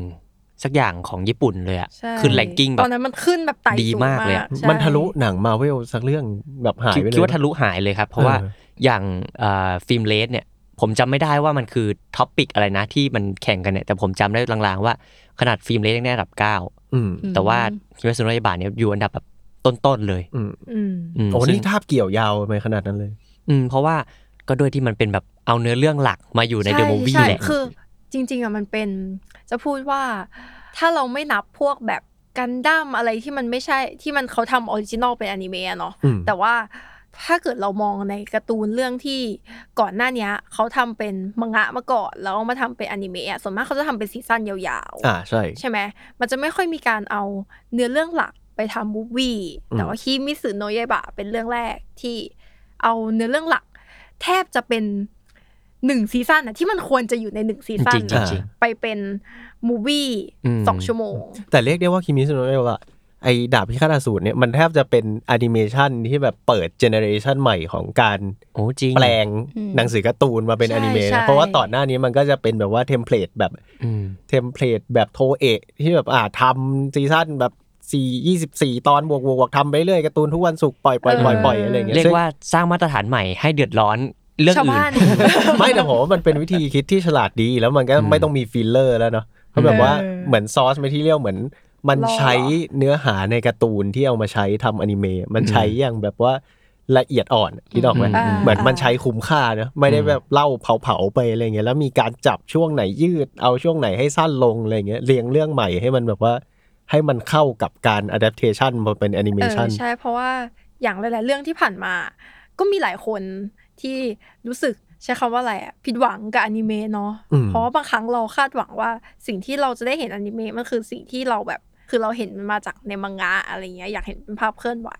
[SPEAKER 3] สักอย่างของญี่ปุ่นเลยอะ
[SPEAKER 4] ใช่
[SPEAKER 3] ขึ้นแรงกิ้งแบ
[SPEAKER 4] ต
[SPEAKER 3] บ
[SPEAKER 4] อนนั้นมันขึ้นแบบไต่สูง
[SPEAKER 3] ดีมากเลยอะ
[SPEAKER 4] ใช่
[SPEAKER 2] มันทะลุหนังมาเวลสักเรื่องแบบหาย
[SPEAKER 3] คิด
[SPEAKER 2] ไปเลย
[SPEAKER 3] คิดว่าทะลุหายเลยครับ เพราะว่า
[SPEAKER 2] เออ
[SPEAKER 3] อย่างเอ่อฟิล์มเลสเนี่ย ผมจำไม่ได้ว่ามันคือท็อปปิกอะไรนะ ที่มันแข่งกันเนี่ย แต่ผมจำได้ลางๆว่าขนาดฟิล์มเลสยังได้อันดับ
[SPEAKER 2] อืม
[SPEAKER 3] 9 แต่ว่าคิเมซุโนะยบะเนี่ยอยู่อันดับแบบต้นๆเลย
[SPEAKER 2] อืม
[SPEAKER 4] อืม
[SPEAKER 3] อืม
[SPEAKER 2] โอ้
[SPEAKER 3] ซึ่ง
[SPEAKER 2] นี่ทาบเกี่ยวยาวไปขนาดนั้นเลย
[SPEAKER 3] อืมเพราะว่าก็ด้วยที่มันเป็นแบบเอาเนื้อเรื่องหลักมาอยู่ใน The
[SPEAKER 4] ช่
[SPEAKER 3] Movie
[SPEAKER 4] ใช่
[SPEAKER 3] แหละ
[SPEAKER 4] คือจริง ๆอ่ะมันเป็นจะพูดว่า ถ้าเราไม่นับพวกแบบกันดั้มอะไรที่มันไม่ใช่ที่มันเขาทำออริจินอลเป็นอนิเมะอะเนาะ
[SPEAKER 2] อืม
[SPEAKER 4] แต่ว่าถ้าเกิดเรามองในการ์ตูนเรื่องที่ก่อนหน้าเนี้ยเขาทำเป็นมังงะมาก่อนแล้วเอามาทำเป็นอนิเมะอะส่วนมากเขาจะทำเป็นซีซั่นยาว
[SPEAKER 2] อ่าใช่
[SPEAKER 4] ๆ ใช่ไหมมันจะไม่ค่อยมีการเอาเนื้อเรื่องหลักไปทำมูฟวี่
[SPEAKER 2] อืม
[SPEAKER 4] แต่ว่าคิมิสึโนะยายบะเป็นเรื่องแรกที่เอาเนื้อเรื่องหลัก แทบจะเป็นหนึ่งซีซั่นนะที่มันควรจะอยู่ในหนึ่งซีซั่น
[SPEAKER 3] จริงๆ
[SPEAKER 4] น่ะ
[SPEAKER 3] จริง
[SPEAKER 4] ไปเป็นมูวี่
[SPEAKER 3] อืม
[SPEAKER 4] สองชั่วโมง
[SPEAKER 2] แต่เรียกได้ว่าคิมิซุโนะเรียกว่าไอ้ดาบพิฆาตอสูรเนี่ยมันแทบจะเป็นแอนิเมชันที่แบบเปิดเจเนอเรชันใหม่ของการ
[SPEAKER 3] โอ้จริง
[SPEAKER 2] แปลง
[SPEAKER 5] อืม
[SPEAKER 2] หนังสือการ์ตูนมาเป็น
[SPEAKER 4] ใช่
[SPEAKER 2] แอนิเมะ
[SPEAKER 4] ใช่
[SPEAKER 2] นะเพราะว่าต่อนหน้านี้มันก็จะเป็นแบบว่าเทมเพลตแบบ
[SPEAKER 3] อืม
[SPEAKER 2] เทมเพลตแบบโทเอะที่แบบอ่าทำซีซั่นแบบสี่ยี่สิบสี่ตอนบวกบวกบวกทำไปเรื่อยการ์ตูนทุกวันศุกร์ปล่อยปล่อยปล่อยปล่อยอะไรอย่างเงี้ย
[SPEAKER 3] เรียก
[SPEAKER 2] ซึ่ง
[SPEAKER 3] ว่าสร้างมาตรฐานใหม่ให้เดือดร้อนเรื่อง
[SPEAKER 4] ชาว
[SPEAKER 3] อื่น
[SPEAKER 4] บ้าน
[SPEAKER 2] ไม่แต่ผมว่ามันเป็นวิธีคิดที่ฉลาดดีแล้วมันก็
[SPEAKER 3] อืม
[SPEAKER 2] ไม่ต้องมีฟิลเลอร์แล้วเนาะเพราะแบบว่า
[SPEAKER 4] เออ
[SPEAKER 2] เหมือนซอสไม่ที่เรียกเหมือน มัน
[SPEAKER 4] รอ
[SPEAKER 2] ใช้เนื้อหาในการ์ตูนที่เอามาใช้ทำอนิเมะมันใช้อย่างแบบว่าละเอียดอ่อนพี่ดออกไหม
[SPEAKER 3] อ่า
[SPEAKER 2] เหมือนมันใช้คุ้มค่าเนอะไม่ได้แบบเล่าเผาๆไปอะไรเงี้ยแล้วมีการจับช่วงไหนยืดเอาช่วงไหนให้สั้นลงอะไรเงี้ยเรียงเรื่องใหม่ให้มันแบบว่าให้มันเข้ากับการอะดัปเทชันมาเป็นแอนิเม
[SPEAKER 4] เออ
[SPEAKER 2] ชัน
[SPEAKER 4] ใช่เพราะว่าอย่างหลาย ๆ เรื่องที่ผ่านมา ก็มีหลายคนที่รู้สึกใช้คำว่าอะไรอะผิดหวังกับอนิเมะเนาะ
[SPEAKER 2] อืม
[SPEAKER 4] เพราะว่าบางครั้งเราคาดหวังว่าสิ่งที่เราจะได้เห็นอนิเมะมันคือสิ่งที่เราแบบ คือเราเห็นมันมาจากในมังงะอะไรเงี้ยอยากเห็นเป็นภาพเคลื่อนไหว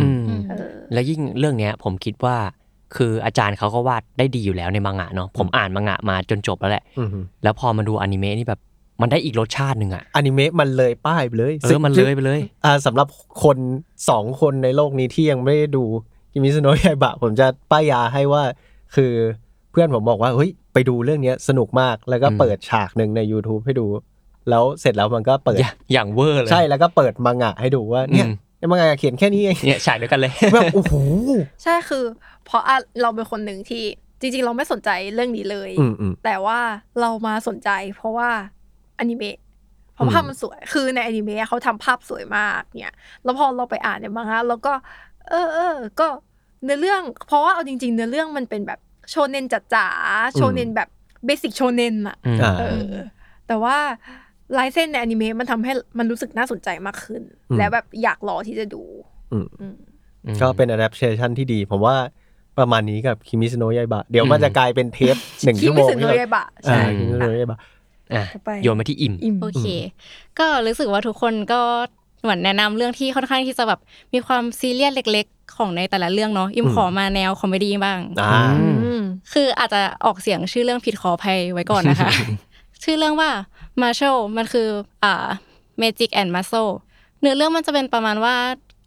[SPEAKER 3] อืม
[SPEAKER 5] อืม
[SPEAKER 4] เออ
[SPEAKER 3] แล้วยิ่งเรื่องเนี้ยผมคิดว่า คืออาจารย์เขาก็วาดได้ดีอยู่แล้วในมังงะเนาะผมอ่านมังงะมาจนจบแล้วแหละ
[SPEAKER 2] อือหือ
[SPEAKER 3] แล้วพอมาดูอนิเมะนี่แบบมันได้อีกรสชาติหนึ่งอะ
[SPEAKER 2] อนิเมะมันเลยป้ายไปเลย
[SPEAKER 3] เออมันเลยไปเลย
[SPEAKER 2] อ่าสำหรับคนสองคนในโลกนี้ที่ยังไม่ได้ดูกิมิสโนะยาบะ ผมจะป้ายยาให้ว่าคือเพื่อนผมบอกว่าเฮ้ยไปดูเรื่องเนี้ยสนุกมากแล้วก็
[SPEAKER 3] อืม
[SPEAKER 2] เปิดฉากหนึ่งใน YouTube ให้ดู แล้วเสร็จแล้วมันก็เปิด
[SPEAKER 3] อย่าอย่างเวอร์เลย
[SPEAKER 2] ใช่แล้วก็เปิดมังงะให้ดูว่าเนี่ย
[SPEAKER 3] อืม
[SPEAKER 2] ในมังงะเขียนแค่นี้เอง
[SPEAKER 3] เนี่ยฉากเดียวกันเลย
[SPEAKER 2] แบบโอ้โห
[SPEAKER 4] ใช่คือ เพราะอ่ะเราเป็นคนหนึ่งที่จริง ๆ เราไม่สนใจเรื่องนี้เลย
[SPEAKER 2] อืมอืม
[SPEAKER 4] แต่ว่าเรามาสนใจ เพราะว่าอนิเมะเพราะภาพมันสวย คือในอนิเมะเขาทำภาพสวยมากเนี่ยแล้วพอเราไปอ่านในมังงะแล้วก็ เออเออก็เนื้อเรื่อง เพราะว่าเอาจริง ๆ เนื้อเรื่องมันเป็นแบบโชเนนจ๋าๆโชเนนแบบเบสิกโชเนนอะ
[SPEAKER 3] อืม
[SPEAKER 2] อ่า
[SPEAKER 4] เออ แต่ว่าลายเส้นในอนิเมะมันทำให้มันรู้สึกน่าสนใจมากขึ้น
[SPEAKER 2] อืม
[SPEAKER 4] และแบบอยากรอที่จะดู
[SPEAKER 2] อืม
[SPEAKER 4] อืม
[SPEAKER 2] ก็เป็น adaptation ที่ดี ผมว่าประมาณนี้กับคิมิสโนะยาบะ เดี๋ยวมันจะกลายเป็นเทปหนึ่ง
[SPEAKER 4] คิ
[SPEAKER 2] ชั่ว
[SPEAKER 4] ด
[SPEAKER 2] โม
[SPEAKER 4] ไม่
[SPEAKER 2] ง
[SPEAKER 4] ถึงเลยบะ
[SPEAKER 2] ใช่
[SPEAKER 4] ใช่
[SPEAKER 2] คิมิสโนะยาบะ
[SPEAKER 3] อ่ะ
[SPEAKER 4] ต่อไป
[SPEAKER 3] โยนมาที่อิ่ม
[SPEAKER 4] อิ่ม
[SPEAKER 5] โอเค ก็รู้สึกว่าทุกคนก็เหมือนแนะนำเรื่องที่ค่อนข้างที่จะแบบมีความซีเรียสเล็ก ๆ ของในแต่ละเรื่องเนาะ อิม
[SPEAKER 2] อืม
[SPEAKER 5] ขอมาแนวคอมเมดี้บ้าง
[SPEAKER 2] อ่า
[SPEAKER 3] อืม
[SPEAKER 5] คืออาจจะออกเสียงชื่อเรื่องผิดขออภัยไว้ก่อนนะคะ ชื่อเรื่องว่า Marshall มันคืออ่า Magic and Muscle เนื้อเรื่องมันจะเป็นประมาณว่า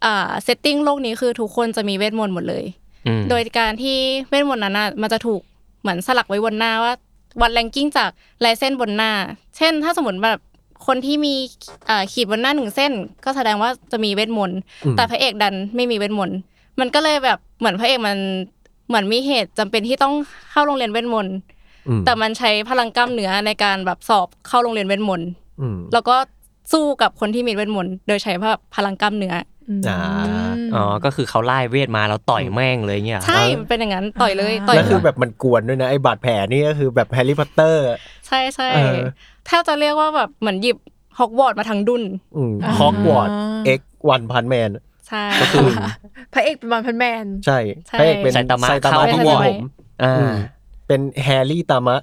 [SPEAKER 5] อ่าเซตติ้งโลกนี้คือทุกคนจะมีเวทมนต์หมดเลย
[SPEAKER 3] อืม
[SPEAKER 5] โดยการที่เวทมนต์นั้นน่ะมันจะถูกเหมือนสลักไว้บนหน้าว่า วัดแรงกิ้งจากลายเส้นบนหน้า เช่น ถ้าสมมติแบบคนที่มีเอ่อขีดบนหน้าหนึ่งเส้น ก็แสดงว่าจะมีเวทมนต์
[SPEAKER 2] อืม
[SPEAKER 5] แต่พระเอกดันไม่มีเวทมนต์มันก็เลยแบบเหมือนพระเอกมันเหมือนมีเหตุจำเป็นที่ต้องเข้าโรงเรียนเวทมนต์
[SPEAKER 2] อืม
[SPEAKER 5] แต่มันใช้พลังกล้ามเนื้อในการแบบสอบเข้าโรงเรียนเวทมนต์
[SPEAKER 2] อืม
[SPEAKER 5] แล้วก็สู้กับคนที่มีเวทมนต์โดยใช้แบบพลังกล้ามเนื้อ
[SPEAKER 2] อ่า
[SPEAKER 3] อ๋อก็คือเขาไล่เวทมาแล้วต่อยแม่งเลยเงี้ยเหรอ
[SPEAKER 5] ใช่มันเป็นอย่างนั้นต่อยเลย
[SPEAKER 4] อ่า
[SPEAKER 5] ต่อย
[SPEAKER 2] แล้ว
[SPEAKER 5] เล
[SPEAKER 2] คื
[SPEAKER 5] ย
[SPEAKER 2] อแบบมันกวนด้วยนะ ไอ้บาดแผลนี่ก็คือแบบแฮร์รี่พอตเตอร์
[SPEAKER 5] ใช่ใช่
[SPEAKER 2] เออ
[SPEAKER 5] ถ้าจะเรียกว่าแบบเหมือนหยิบฮอกวอตส์มาทั้งดุน
[SPEAKER 4] อ่า
[SPEAKER 2] ฮอกวอตเอ็กวันพันแมน
[SPEAKER 5] ใช่
[SPEAKER 4] พระเอกเป็นวันพันแมน
[SPEAKER 2] ใช่
[SPEAKER 5] ใช่
[SPEAKER 2] พระเอกเป็น
[SPEAKER 3] ไซตามะ
[SPEAKER 2] ไซ
[SPEAKER 3] เข้า
[SPEAKER 2] ตาะ
[SPEAKER 3] มฮอ
[SPEAKER 2] ที่
[SPEAKER 3] กวอต
[SPEAKER 2] ผ
[SPEAKER 3] ส์
[SPEAKER 2] ม
[SPEAKER 3] อ่า
[SPEAKER 2] อืมเป็นแฮร์รี่ตามะ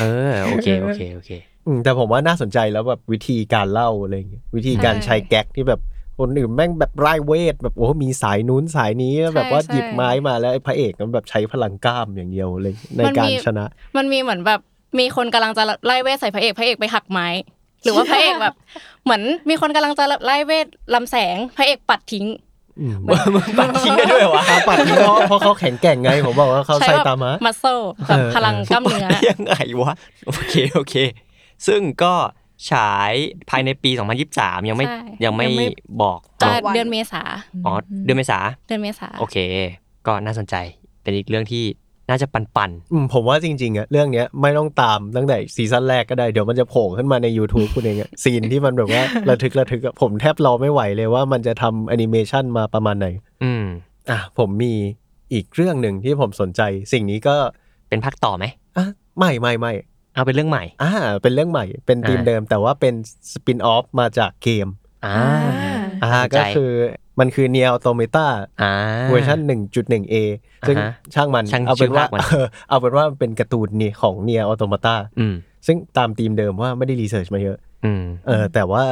[SPEAKER 3] เออโอเคโอเคโอเค
[SPEAKER 2] อืมแต่ผมว่าน่าสนใจแล้วแบบวิธีการเล่าอะไรอย่างเงี้ยวิธีการ
[SPEAKER 5] ใช่
[SPEAKER 2] ใช้แก๊กที่แบบคนอื่นแม่งแบบไร้เวท แบบโอ้โหมีสายนู้นสายนี้แล้วแบบว่า
[SPEAKER 5] ใช่
[SPEAKER 2] หยิบไม้มาแล้วไอ้พระเอกมันแบบใช้พลังกล้ามอย่างเดียวเลยใน
[SPEAKER 5] มันมี
[SPEAKER 2] การชนะ
[SPEAKER 5] มันมีเหมือนแบบมีคนกำลังจะไล่เวทใส่พระเอกพระเอกไปหักไม้ หรือว่าพระเอกแบบ เหมือนมีคนกำลังจะไล่เวทลำแสงพระเอกปัดทิ้ง
[SPEAKER 2] อืม
[SPEAKER 3] ปัดทิ้งได้ด้วยวะ
[SPEAKER 2] ตาปัดนี่เพราะเพราะเขาแข็งแกร่งไง ผมบอกว่าเขา
[SPEAKER 5] ใช้
[SPEAKER 2] ไซ
[SPEAKER 5] แบบ
[SPEAKER 2] ตามะ
[SPEAKER 5] มัสเซลแบบ
[SPEAKER 2] เออ
[SPEAKER 5] พลังกล้ามเนื้อ
[SPEAKER 3] ปัดได้ยังไงวะ โอเคโอเค ซึ่งก็ฉายภายในปี 2023 ยังไม่
[SPEAKER 5] ใช่
[SPEAKER 3] ยังไม่
[SPEAKER 5] ยังไม่
[SPEAKER 3] บอก
[SPEAKER 5] เอ่อ
[SPEAKER 4] ต่อวัน
[SPEAKER 5] เดือนเมษา
[SPEAKER 3] อ๋อเดือนเมษา
[SPEAKER 5] เดือนเมษา
[SPEAKER 3] โอเค ก็น่าสนใจเป็นอีกเรื่องที่น่าจะปันปัน
[SPEAKER 2] อืมผมว่าจริงๆอะเรื่องเนี้ยไม่ต้องตามตั้งแต่ซีซั่นแรกก็ได้ เดี๋ยวมันจะโผล่ขึ้นมาใน YouTube คุณเองอะซีนที่มันแบบว่า ระทึกระทึกอะผมแทบรอไม่ไหวเลยว่ามันจะทำแอนิเมชันมาประมาณไหน
[SPEAKER 3] ๆอืม
[SPEAKER 2] อ่ะผมมีอีกเรื่องหนึ่งที่ผมสนใจ สิ่งนี้ก็
[SPEAKER 3] เป็นภาคต่อไหม
[SPEAKER 2] อ่ะไม่ไม่ไม่
[SPEAKER 3] เอาเป็นเรื่องใหม่
[SPEAKER 2] อ่าเป็นเรื่องใหม่ เป็นทีม
[SPEAKER 3] อ่า
[SPEAKER 2] เดิม แต่ว่าเป็นสปินออฟมาจากเกม
[SPEAKER 3] อ่า
[SPEAKER 2] อ่า
[SPEAKER 3] น่าสนใจ
[SPEAKER 2] ก็คือมันคือเนียลโตเมตา
[SPEAKER 3] อ่า
[SPEAKER 2] เวอร์ชัน1.1A ซึ่ง
[SPEAKER 3] อ่าฮะ
[SPEAKER 2] ช่างมัน
[SPEAKER 3] ช่าง
[SPEAKER 2] เอาเป็นว่า
[SPEAKER 3] ชื่อภาคมัน
[SPEAKER 2] เออ เอาเป็นว่ามันเป็นการ์ตูนนี่ของเนียออโตมาตา
[SPEAKER 3] อืม
[SPEAKER 2] ซึ่งตามธีมเดิมว่าไม่ได้รีเสิร์ชมาเยอะ
[SPEAKER 3] อืม
[SPEAKER 2] เออแต่ว่า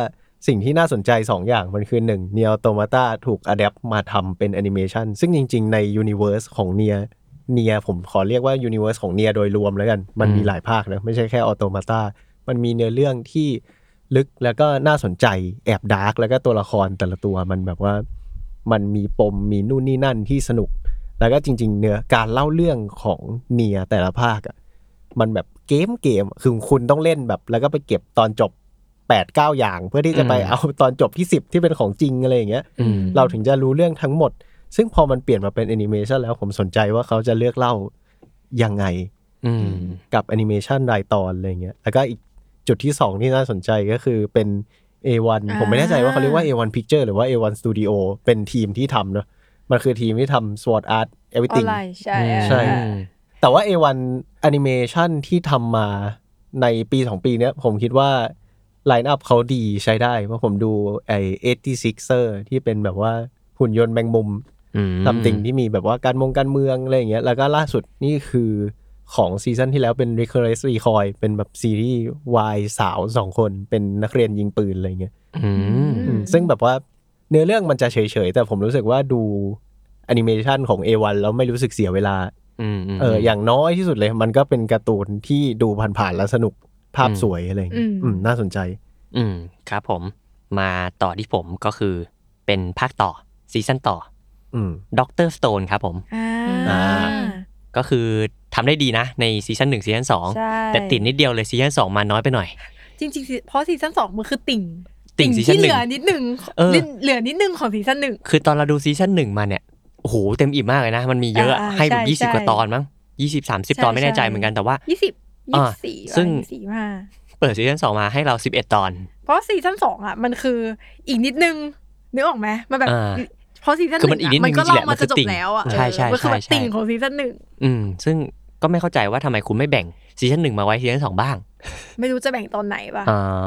[SPEAKER 2] สิ่งที่น่าสนใจ 2 อย่างมันคือ1เนียออโตมาตาถูกอัดแอปมาทำเป็นแอนิเมชันซึ่งจริง ๆ ในยูนิเวอร์สของเนียเนียผมขอเรียกว่ายูนิเวอร์สของเนียโดยรวมแล้วกัน มันมีหลายภาคนะไม่ใช่แค่ออโตมาตามันมีเนื้อเรื่องที่ลึกแล้วก็น่าสนใจแอบดาร์กแล้วก็ตัวละครแต่ละตัวมันแบบว่า มันมีปมมีนู่นนี่นั่นที่สนุก แล้วก็จริง ๆ เนื้อการเล่าเรื่องของเนียแต่ละภาคอะมันแบบเกมเกมๆคือคุณต้องเล่นแบบ แล้วก็ไปเก็บตอนจบ 8 9 อย่าง เพื่อที่จะไปเอาตอนจบที่ 10 ที่เป็นของจริงอะไรอย่างเงี้ย
[SPEAKER 3] อืม
[SPEAKER 2] เราถึงจะรู้เรื่องทั้งหมด ซึ่งพอมันเปลี่ยนมาเป็นแอนิเมชันแล้วผมสนใจว่าเขาจะเลือกเล่ายังไง
[SPEAKER 3] อืม
[SPEAKER 2] กับแอนิเมชันรายตอนอะไรเงี้ย แล้วก็อีกจุดที่ 2 ที่น่าสนใจก็คือเป็น A1
[SPEAKER 4] อ่า
[SPEAKER 2] ผมไม่แน่ใจว่าเขาเรียกว่า A1 Picture หรือว่า A1 Studio เป็นทีมที่ทำเนอะมันคือทีมที่ทำ Sword Art
[SPEAKER 4] ออน
[SPEAKER 2] Everything
[SPEAKER 4] ไลน์ใช่
[SPEAKER 2] ใช่
[SPEAKER 4] อ่า
[SPEAKER 2] แต่ว่า A1 Animation ที่ทำมาในปี 2 ปีเนี้ย ผมคิดว่า Line Up เขาดีใช้ได้ เพราะผมดูไอ 86er ที่เป็นแบบว่าหุ่นยนต์แมงมุม
[SPEAKER 3] อืม
[SPEAKER 2] ซัมติงที่มีแบบว่าการมงการเมืองอะไรอย่างเงี้ย แล้วก็ล่าสุดนี่คือ ของซีซั่นที่แล้วเป็น r e c u r r e n c e Recoil เป็นแบบซีรีส์วายสาวสองคนเป็นนักเรียนยิงปืนอะไรเงี้ย
[SPEAKER 3] อืม
[SPEAKER 2] อืมซึ่งแบบว่าเนื้อเรื่องมันจะเฉยๆ แต่ผมรู้สึกว่าดูแอนิเมชันของ A1 แล้วไม่รู้สึกเสียเวลา
[SPEAKER 3] อืมม
[SPEAKER 2] เอออย่างน้อยที่สุดเลย มันก็เป็นการ์ตูนที่ดูผ่านๆแล้วสนุกภาพ
[SPEAKER 3] อืม
[SPEAKER 2] สวยอะไรอย่างเงี้ย
[SPEAKER 4] อืม
[SPEAKER 2] อืมน่าสนใจ
[SPEAKER 3] อืมครับผมมาต่อที่ผมก็คือเป็นภาคต่อซีซั่นต่อ
[SPEAKER 2] อืม
[SPEAKER 3] ด็อกเตอร์สโตนครับผม
[SPEAKER 4] อ่า
[SPEAKER 2] อ่า
[SPEAKER 3] ก็คือทำได้ดีนะในซีซั่นหนึ่งซีซั่นสอง
[SPEAKER 4] ใช่
[SPEAKER 3] แต่ติดนิดเดียวเลยซีซั่นสองมาน้อยไปหน่อย
[SPEAKER 4] จริงๆสิเพราะซีซั่นสองมันคือติ่ง
[SPEAKER 3] ติ่งซีซั่นห
[SPEAKER 4] ที่
[SPEAKER 3] นึ่ง
[SPEAKER 4] เหลือนิดหนึ่ง
[SPEAKER 3] เออ
[SPEAKER 4] นิดเหลือนิดหนึ่งของซีซั่นหนึ่ง
[SPEAKER 3] คือตอนเราดูซีซั่นหนึ่งมาเนี่ยโอ้โหเต็มอิ่มมากเลยนะ มันมีเยอะ
[SPEAKER 4] อ่าๆ
[SPEAKER 3] ให้แบบ
[SPEAKER 4] ใช่
[SPEAKER 3] ยี่สิบ
[SPEAKER 4] ใช่
[SPEAKER 3] กว่าตอนมั้งยี่สิบสามสิบ
[SPEAKER 4] ใช่
[SPEAKER 3] ตอนไม่แน่ใจ
[SPEAKER 4] ใช่
[SPEAKER 3] เหมือนกันแต่ว่า
[SPEAKER 4] ยี่สิบ
[SPEAKER 3] อ่า
[SPEAKER 4] ยี่สิบสี่
[SPEAKER 3] ซึ่ง
[SPEAKER 4] สี่ห้า
[SPEAKER 3] เปิดซีซั่นสองมาให้เราสิบเอ็ดตอน
[SPEAKER 4] เพราะซีซั่นสองอ่ะมันคืออีกนิดนึงนึกออกไหมมันแบบ
[SPEAKER 3] อ่า
[SPEAKER 4] เพราะซีซั่นห
[SPEAKER 3] คือมั
[SPEAKER 4] นึ่
[SPEAKER 3] น
[SPEAKER 4] ง
[SPEAKER 3] อีก
[SPEAKER 4] อะ
[SPEAKER 3] นิดนึง
[SPEAKER 4] มันก็
[SPEAKER 3] จริงๆแห
[SPEAKER 4] เล่า
[SPEAKER 3] ละ
[SPEAKER 4] มาจะ
[SPEAKER 3] มัน
[SPEAKER 4] จ
[SPEAKER 3] คือติ่
[SPEAKER 4] บ
[SPEAKER 3] ง
[SPEAKER 4] แล้วอ่ะ
[SPEAKER 3] ใช่ใช่
[SPEAKER 4] เออมันคือแบบ
[SPEAKER 3] ใช่
[SPEAKER 4] ติ่งของซีซั่นหนึ่ง
[SPEAKER 3] อืมซึ่งก็ไม่เข้าใจว่าทำไมคุณไม่แบ่งซีซั่นหนึ่งมาไว้ซีซั่นสองบ้าง
[SPEAKER 4] ไม่รู้จะแบ่งตอนไหนป่ะ
[SPEAKER 3] อ่า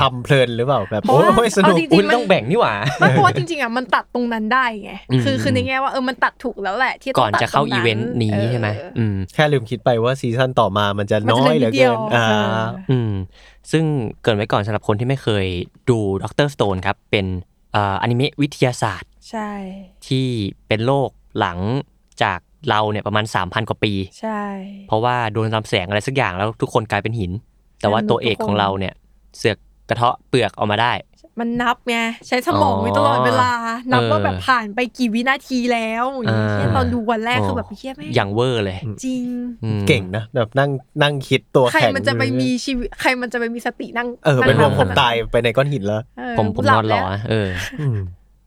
[SPEAKER 2] ทำเพลินหรือเปล่าแบบ
[SPEAKER 4] เพราะ
[SPEAKER 2] โอ้
[SPEAKER 4] ว่าย
[SPEAKER 2] สนุก
[SPEAKER 4] เอาจริ
[SPEAKER 3] อุ้ย
[SPEAKER 4] มัน
[SPEAKER 3] ต้องแบ่งนี่หว่า
[SPEAKER 4] ไม่เพราะว่าจริงๆอ่ะมันตัดตรงนั้นได้ไง
[SPEAKER 3] อืม
[SPEAKER 4] คือคือในแง่ว่าเออมันตัดถูกแล้วแหละที่ต้ง
[SPEAKER 3] ก่อนจะเข้า
[SPEAKER 4] ตัดต
[SPEAKER 3] อี
[SPEAKER 4] รง
[SPEAKER 3] เวนต์นี้ใช่ไหม
[SPEAKER 4] เออ
[SPEAKER 3] อืม
[SPEAKER 2] แค่ลืมคิดไปว่าซีซั่นต่อมามันจะ
[SPEAKER 4] มัน
[SPEAKER 2] น้อยเห
[SPEAKER 4] จะเห
[SPEAKER 2] ลื
[SPEAKER 4] ลือ
[SPEAKER 2] อ
[SPEAKER 4] นิดเดี
[SPEAKER 2] เกิ
[SPEAKER 4] ยวน
[SPEAKER 2] อ่า
[SPEAKER 4] เออ
[SPEAKER 3] อืมซึ่งเกรินไว้ก่อนสำหรับคนที่ไม่เคยดูดรสโตนครับ เป็นเอ่ออนิเมะวิทยาศาสตร์
[SPEAKER 4] ใช่
[SPEAKER 3] ที่เป็นโลกหลังจากเราเนี่ยประมาณ 3,000 กว่าปี
[SPEAKER 4] ใช่
[SPEAKER 3] เพราะว่าโดนลำแสงอะไรสักอย่างแล้วทุกคนกลายเป็นหิน แต่ว่าตัวเอกของเราเนี่ยเสือกกระเทาะเปลือกออกมาได้
[SPEAKER 4] มันนับไงใช้สมองไว้ตลอดเวลา นับว่าแบบผ่านไปกี่วินาทีแล้วอย่างเงี้ย
[SPEAKER 3] เออ
[SPEAKER 4] เช่นตอนดูวันแรกคือแบบ
[SPEAKER 3] โอ้
[SPEAKER 4] เฮียแม่ง
[SPEAKER 3] อย่างเวอร์เลย
[SPEAKER 4] จริง
[SPEAKER 3] อืม
[SPEAKER 2] เก่งนะแบบนั่งนั่งคิดตัว
[SPEAKER 4] ใคร
[SPEAKER 2] แข็ง
[SPEAKER 4] มันจะไปมีชีวิตใครมันจะไปมีสตินั่ง
[SPEAKER 2] เออเป็น
[SPEAKER 4] ง
[SPEAKER 2] ร
[SPEAKER 4] นั
[SPEAKER 2] ว
[SPEAKER 4] บ
[SPEAKER 2] ม
[SPEAKER 3] เออ
[SPEAKER 2] ผมตายไปในก้อนหินแล้ว
[SPEAKER 4] เ
[SPEAKER 3] ผมผมนอนรอ
[SPEAKER 4] หลับแล้ว
[SPEAKER 3] เออ
[SPEAKER 2] อืม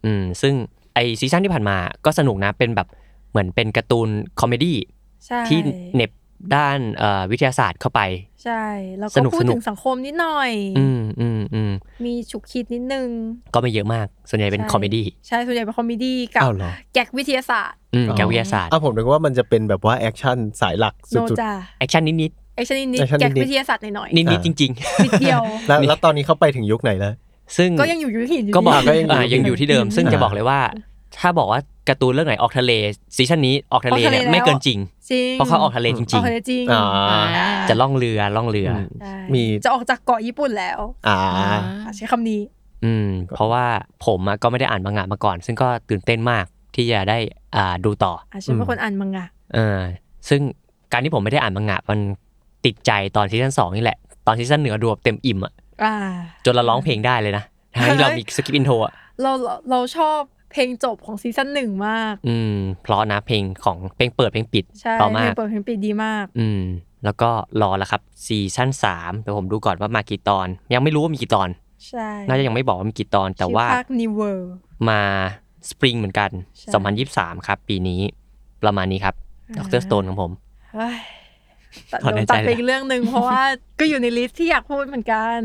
[SPEAKER 3] อืมซึ่งไอซีซั่นที่ผ่านมาก็สนุกนะเป็นแบบเหมือนเป็นการ์ตูนคอมเมดี้
[SPEAKER 4] ใช่
[SPEAKER 3] ที่เหน็บด้านเอ่อวิทยาศาสตร์เข้าไป
[SPEAKER 4] ใช่ แล้ว
[SPEAKER 3] ส
[SPEAKER 4] ก็
[SPEAKER 3] นุก
[SPEAKER 4] พูด
[SPEAKER 3] สนุก
[SPEAKER 4] ถึงสังคมนิดหน่อย
[SPEAKER 3] อืมอืมอืม
[SPEAKER 4] มีฉุกคิดนิดนึง
[SPEAKER 3] ก็ไม่เยอะมาก ส่วนใหญ่เป็น
[SPEAKER 4] ใช่
[SPEAKER 3] คอมเมดี้
[SPEAKER 4] ใช่ส่วนใหญ่เป็นคอมเมดี้กับ
[SPEAKER 2] อ้าวเหรอ
[SPEAKER 4] แก๊กวิทยาศาสตร์
[SPEAKER 3] อืมแกววิทยาศาสตร์
[SPEAKER 2] อ้าวผมนึกว่ามันจะเป็นแบบว่าแอคชั่นสายหลัก
[SPEAKER 4] โน
[SPEAKER 2] สุด
[SPEAKER 4] จา
[SPEAKER 3] แอคชั่นนิด
[SPEAKER 4] ไอชนิดนี้
[SPEAKER 2] ไอ้ชนิดนี้
[SPEAKER 4] แก๊กวิทยาศาสตร์หน่อย
[SPEAKER 3] ๆ นิดๆจริง
[SPEAKER 4] ๆนิดเดียว
[SPEAKER 2] ๆ แล้วแล้วตอนนี้เขาไปถึงยุคไหนแล้ว
[SPEAKER 3] ๆ ซึ่ง
[SPEAKER 4] ก็ยังอยู่ยุคหินอยู่
[SPEAKER 3] ก็บอก
[SPEAKER 4] ดี
[SPEAKER 2] ก็ยังอยู่
[SPEAKER 3] อ่ายังอยู่ที่เดิม ซึ่งจะบอกเลยว่า ถ้าบอกว่าการ์ตูนเรื่องไหนออกทะเลซีซั่นนี้ออกทะเล
[SPEAKER 4] ออกทะเล
[SPEAKER 3] เนี่ย
[SPEAKER 4] แล้ว
[SPEAKER 3] ไม่เกินจริง
[SPEAKER 4] จริง
[SPEAKER 3] เพราะเขาออกทะเลจ
[SPEAKER 4] อ
[SPEAKER 3] ริ
[SPEAKER 4] อก
[SPEAKER 3] ง
[SPEAKER 4] ทะเลจริง
[SPEAKER 2] อ่า
[SPEAKER 3] ๆ จะล่องเรือล่องเรืออ
[SPEAKER 2] ม
[SPEAKER 4] ใช่
[SPEAKER 2] มี
[SPEAKER 4] จะออกจากเกาะญี่ปุ่นแล้ว
[SPEAKER 2] อ่า
[SPEAKER 4] อ่ะใช้คำนี้
[SPEAKER 3] อืมเพราะว่าผมอะก็ไม่ได้อ่านบางงะมาก่อน ซึ่งก็ตื่นเต้นมากที่จะได้อ่าดูต่อ
[SPEAKER 4] อาฉันเป็นคนอ่านมังงะ
[SPEAKER 3] เออซึ่งการที่ผมไม่ได้อ่านบางงะมันติดใจตอนซีซั่นสองนี่แหละ ตอนซีซั่นหนึ่งอะดูแบบเต็มอิ่มอะ
[SPEAKER 4] อ่า
[SPEAKER 3] จนเราร้องเพลงได้เลยนะทั้งที่เรามีสกิปอินโทรอะ
[SPEAKER 4] เราเราชอบเพลงจบของซีซั่นหนึ่งมาก
[SPEAKER 3] อืมเพราะนะเพลงของเพลงเปิดเพลงปิด
[SPEAKER 4] ใช่
[SPEAKER 3] เพราะ
[SPEAKER 4] เพล
[SPEAKER 3] มาง ก
[SPEAKER 4] เปิดเพลงปิดดีมาก
[SPEAKER 3] อืม แล้วก็รอแล้วครับซีซั่นสามเดี๋ยวผมดูก่อนว่ามากี่ตอน ยังไม่รู้ว่ามีกี่ตอน
[SPEAKER 4] ใช่
[SPEAKER 3] น่าจะยังไม่บอกว่ามีกี่ตอน แต่ว่า
[SPEAKER 4] ชื่อภาค New World
[SPEAKER 3] มาสปริงเหมือนกัน
[SPEAKER 4] ใช่
[SPEAKER 3] 2023 ครับ ปีนี้ประมาณนี้ครับดรสโตนของผม
[SPEAKER 4] เฮ้ยตัด
[SPEAKER 3] ถอน
[SPEAKER 4] โด
[SPEAKER 3] หาย
[SPEAKER 4] น
[SPEAKER 3] ใจ
[SPEAKER 4] ตัดไป
[SPEAKER 3] แล้ว
[SPEAKER 4] อีกเรื่องหนึ่งเพราะว่า ก็อยู่ในลิสต์ที่อยากพูดเหมือนกัน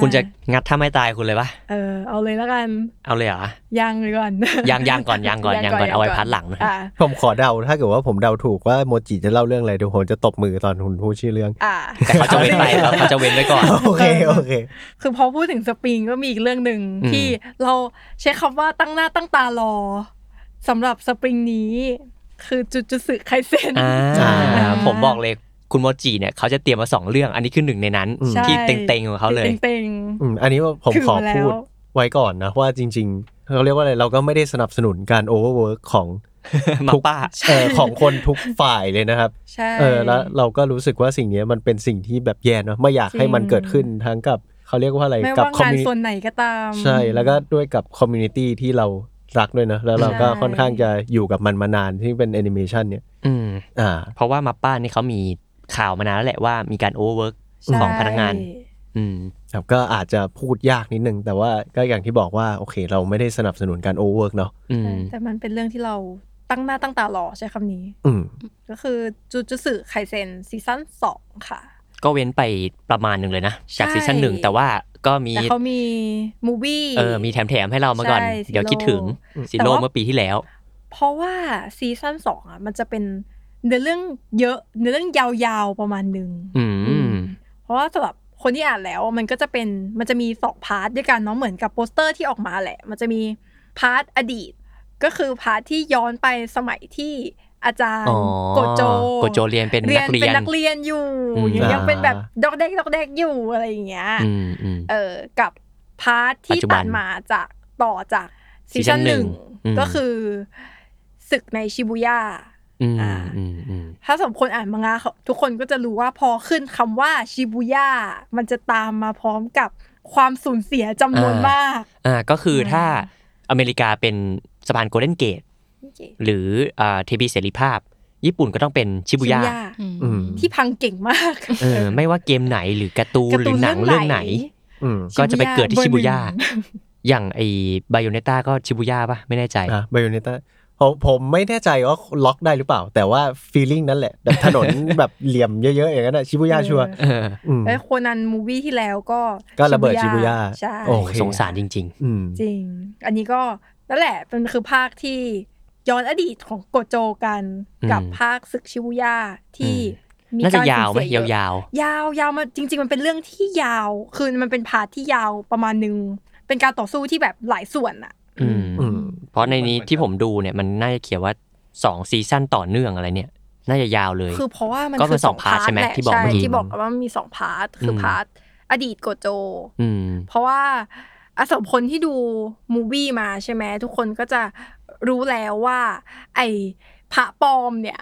[SPEAKER 3] คุณจะ
[SPEAKER 4] อ่
[SPEAKER 3] งัดถ้าไม่ตายคุณเลยปะ
[SPEAKER 4] เออเอาเลยแล้วกัน
[SPEAKER 3] เอาเลยเหรอ
[SPEAKER 4] ยังเลยก่อน
[SPEAKER 3] ยังยังก่อนยังก่อนยังก่อนเอาไว้พาร์ทหลังนะ
[SPEAKER 4] อ่า
[SPEAKER 2] ผมขอเดาถ้าเกิดว่าผมเดาถูกว่าโมจิจะเล่าเรื่องอะไรเดี๋ยวผมจะตบมือตอนคุณพูดชื่อเรื่อง
[SPEAKER 4] อ่า
[SPEAKER 3] แต่เขาจะเว้น ไปแล้วเขาจะเว้นไว้ก่อน
[SPEAKER 2] โอเคโอเค
[SPEAKER 4] คือพอพูดถึงสปริงก็มีอีกเรื่องหนึ่ง
[SPEAKER 3] อืม
[SPEAKER 4] ที่เราใช้คำว่าตั้งหน้าตั้งตารอสำหรับสปริงนี้ คือจุดจุสึไคเซน
[SPEAKER 3] อ่า
[SPEAKER 2] อ่า
[SPEAKER 3] ผมบอกเลยคุณโมจิเนี่ยเขาจะเตรียมมาสองเรื่อง อันนี้คือหนึ่งในนั้น
[SPEAKER 4] ใช่
[SPEAKER 3] ที่เต็งๆของเขาเลย
[SPEAKER 4] เต็ง
[SPEAKER 2] อืมอันนี้ผม
[SPEAKER 4] คือ
[SPEAKER 2] ขอ
[SPEAKER 4] มาแล้ว
[SPEAKER 2] พูดไว้ก่อนนะว่าจริงๆเขาเรียกว่าอะไรเราก็ไม่ได้สนับสนุนการโอเวอร์เวิร์กของ
[SPEAKER 3] มา
[SPEAKER 2] ทุก
[SPEAKER 3] ป้า
[SPEAKER 2] เอ่อของคนทุกฝ่ายเลยนะครับ
[SPEAKER 4] ๆใช่
[SPEAKER 2] เออแล้วเราก็รู้สึกว่าสิ่งเนี้ยมันเป็นสิ่งที่แบบแย่เนอะไม่อยากให้มันเกิดขึ้นทั้งกับเขาเรียกว่าอะไร
[SPEAKER 4] ไม่
[SPEAKER 2] กั
[SPEAKER 4] ว่าง
[SPEAKER 2] คอม
[SPEAKER 4] งาน
[SPEAKER 2] มิวนิ
[SPEAKER 4] ส่วนไหนก็ตาม
[SPEAKER 2] ใช่ แล้วก็ด้วยกับคอมมูนิตี้ที่เรารักด้วยนะแล้วเราก็
[SPEAKER 4] ใช่
[SPEAKER 2] ค่อนข้างจะอยู่กับมันมานานที่เป็นแอนิเมชันเนี่ย
[SPEAKER 3] อืม
[SPEAKER 2] อ่า
[SPEAKER 3] เพราะว่ามาป้านี่เขามีข่าวมานานแล้วแหละว่ามีการโอเวอร์เวิร์ก
[SPEAKER 4] ใช่
[SPEAKER 3] ของพนักงาน อืม
[SPEAKER 2] ครับก็อาจจะพูดยากนิดนึง แต่ว่าก็อย่างที่บอกว่าโอเค เราไม่ได้สนับสนุนการโอเวอร์เนาะ
[SPEAKER 3] อืม
[SPEAKER 4] ใช่แต่มันเป็นเรื่องที่เราตั้งหน้าตั้งตารอใช้คำนี้
[SPEAKER 2] อืม
[SPEAKER 4] ก็คือจุดจุสึไคเซนซีซั่นสองค่ะ
[SPEAKER 3] ก็เว้นไปประมาณหนึ่งเลยนะ จาก
[SPEAKER 4] ใช่
[SPEAKER 3] ซีซั่นหนึ่งแต่ว่าก็มี
[SPEAKER 4] แต่เขามีมูวี่
[SPEAKER 3] เออ มีแถมๆให้เรามาก่อน
[SPEAKER 4] ใช่
[SPEAKER 3] เดี๋ยวคิดถึง
[SPEAKER 2] ซี
[SPEAKER 3] ซิ
[SPEAKER 2] โร่
[SPEAKER 3] โร่
[SPEAKER 4] แต่ว่า
[SPEAKER 3] เมื่อปีที่แล้ว
[SPEAKER 4] เพราะว่าซีซั่นสองอ่ะมันจะเป็นเนื้อเรื่องเยอะเนื้อเรื่องยาวๆประมาณหนึ่ง
[SPEAKER 3] อืม
[SPEAKER 4] เพราะว่าสำหรับคนที่อ่านแล้วมันก็จะเป็นมันจะมีสองพาร์ทด้วยกันเนาะเหมือนกับโปสเตอร์ที่ออกมาแหละ มันจะมีพาร์ทอดีต ก็คือพาร์ทที่ย้อนไปสมัยที่อ อาจาร
[SPEAKER 3] อ๋
[SPEAKER 4] ย์
[SPEAKER 3] อ
[SPEAKER 4] โกโจ
[SPEAKER 3] โกโจเรียนเป็นนักเรียน
[SPEAKER 4] เป็นนักเรียนอยู่
[SPEAKER 3] อืม
[SPEAKER 4] ยังเป็นแบบ
[SPEAKER 2] อ่า
[SPEAKER 4] ดอกเด็กดอกเด็กอยู่อะไรอย่างเงี้ย
[SPEAKER 3] อืมอืม
[SPEAKER 4] เออกับพาร์ท
[SPEAKER 3] ปั
[SPEAKER 4] ที่
[SPEAKER 3] จจุบั
[SPEAKER 4] ตั
[SPEAKER 3] น
[SPEAKER 4] ดมาจากต่อจากซี
[SPEAKER 3] ซีซั่
[SPEAKER 4] ซั่
[SPEAKER 3] น
[SPEAKER 4] น
[SPEAKER 3] ห
[SPEAKER 4] ห
[SPEAKER 3] นึ่
[SPEAKER 4] นึ่
[SPEAKER 3] ง
[SPEAKER 4] ง
[SPEAKER 3] อืม
[SPEAKER 4] ก็คือ ศึกในชิบูย่า
[SPEAKER 3] อืม
[SPEAKER 4] อ่า
[SPEAKER 3] อืมอืม
[SPEAKER 4] ถ้าสมคนอ่านมังงะเขาทุกคนก็จะรู้ว่าพอขึ้นคำว่าชิบูย่ามันจะตามมาพร้อมกับความสูญเสียจำนวน
[SPEAKER 3] อ่าม
[SPEAKER 4] มาก
[SPEAKER 3] อ่าก็คือถ้าอเมริกาเป็นสะพานโกลเด้นเกต หรืออ่าเทพีเสรีภาพ ญี่ปุ่นก็ต้องเป็นชิบุย่า
[SPEAKER 2] อืม
[SPEAKER 4] ที่พังเก่งมาก
[SPEAKER 3] เออไม่ว่าเกมไหนหรือการ์ตูน
[SPEAKER 4] การ์
[SPEAKER 3] ห
[SPEAKER 4] ตู
[SPEAKER 3] รื
[SPEAKER 4] น
[SPEAKER 3] อหนัง
[SPEAKER 4] เรื่
[SPEAKER 3] เรื่อ
[SPEAKER 4] อง ง
[SPEAKER 3] ไห
[SPEAKER 4] ไห
[SPEAKER 3] น
[SPEAKER 4] น
[SPEAKER 2] อืม
[SPEAKER 3] ก็จะไปเกิดที่ชิบุย่า
[SPEAKER 4] เบอร์หนึ่ง
[SPEAKER 3] อย่างไอ้ไบโอเนต้าก็ชิบุย่าปะไม่แน่ใจ
[SPEAKER 2] อ่ะไบโอเนต้าผมผมไม่แน่ใจว่าล็อกได้หรือเปล่า แต่ว่าฟีลลิ่งนั่นแหละแบบถนน แบบเหลี่ยมเยอะๆอย่างนั้นอะชิบุย่าชัวร์
[SPEAKER 3] เออ
[SPEAKER 2] อืม
[SPEAKER 4] ไอ้โคนันมูวี่ที่แล้วก็
[SPEAKER 2] ก็ระเบิดชิบูย่า
[SPEAKER 4] ใช่
[SPEAKER 2] โอ้
[SPEAKER 3] โอ้
[SPEAKER 2] เค
[SPEAKER 3] สงสารจริง
[SPEAKER 2] อืม
[SPEAKER 4] จริง อันนี้ก็นั่นแหละมันคือภาคที่ย้อนอดีตของโกโจกันกับ
[SPEAKER 3] อืม
[SPEAKER 4] ภาคศึกชิบูย่าที่
[SPEAKER 3] อื
[SPEAKER 4] มี
[SPEAKER 3] ๆ น่าจะ
[SPEAKER 4] กร
[SPEAKER 3] ยาว
[SPEAKER 4] สูญ
[SPEAKER 3] ไหม
[SPEAKER 4] เสีเอะ
[SPEAKER 3] ยาว
[SPEAKER 4] ๆยาวยาวมาจริง ๆ มันเป็นเรื่องที่ยาว คือมันเป็นพาร์ทที่ยาวประมาณหนึ่งเป็นการต่อสู้ที่แบบหลายส่วนอะ
[SPEAKER 3] ๆอืม
[SPEAKER 2] อืม
[SPEAKER 3] เพราะในนี้ที่ผมดูเนี่ยมันน่าจะเขียนว่าสองซีซั่นต่อเนื่องอะไรเนี่ย น่าจะยาวเลย
[SPEAKER 4] คือเพราะว่ามัน
[SPEAKER 3] ก็เป็น
[SPEAKER 4] คือ
[SPEAKER 3] สองพาร์ทใช่ไหม
[SPEAKER 4] แหละ
[SPEAKER 3] ที่บอกเมื่อกี้
[SPEAKER 4] ที่บอกว่ามันมีสองพาร์ทคืออ
[SPEAKER 3] ม
[SPEAKER 4] พาร์ทอดีตโกโจ
[SPEAKER 3] อืม
[SPEAKER 4] เพราะว่าอาสมคนที่ดูมูวี่มาใช่ไหมทุกคนก็จะรู้แล้วว่า ไอ้พระปลอมเนี่ย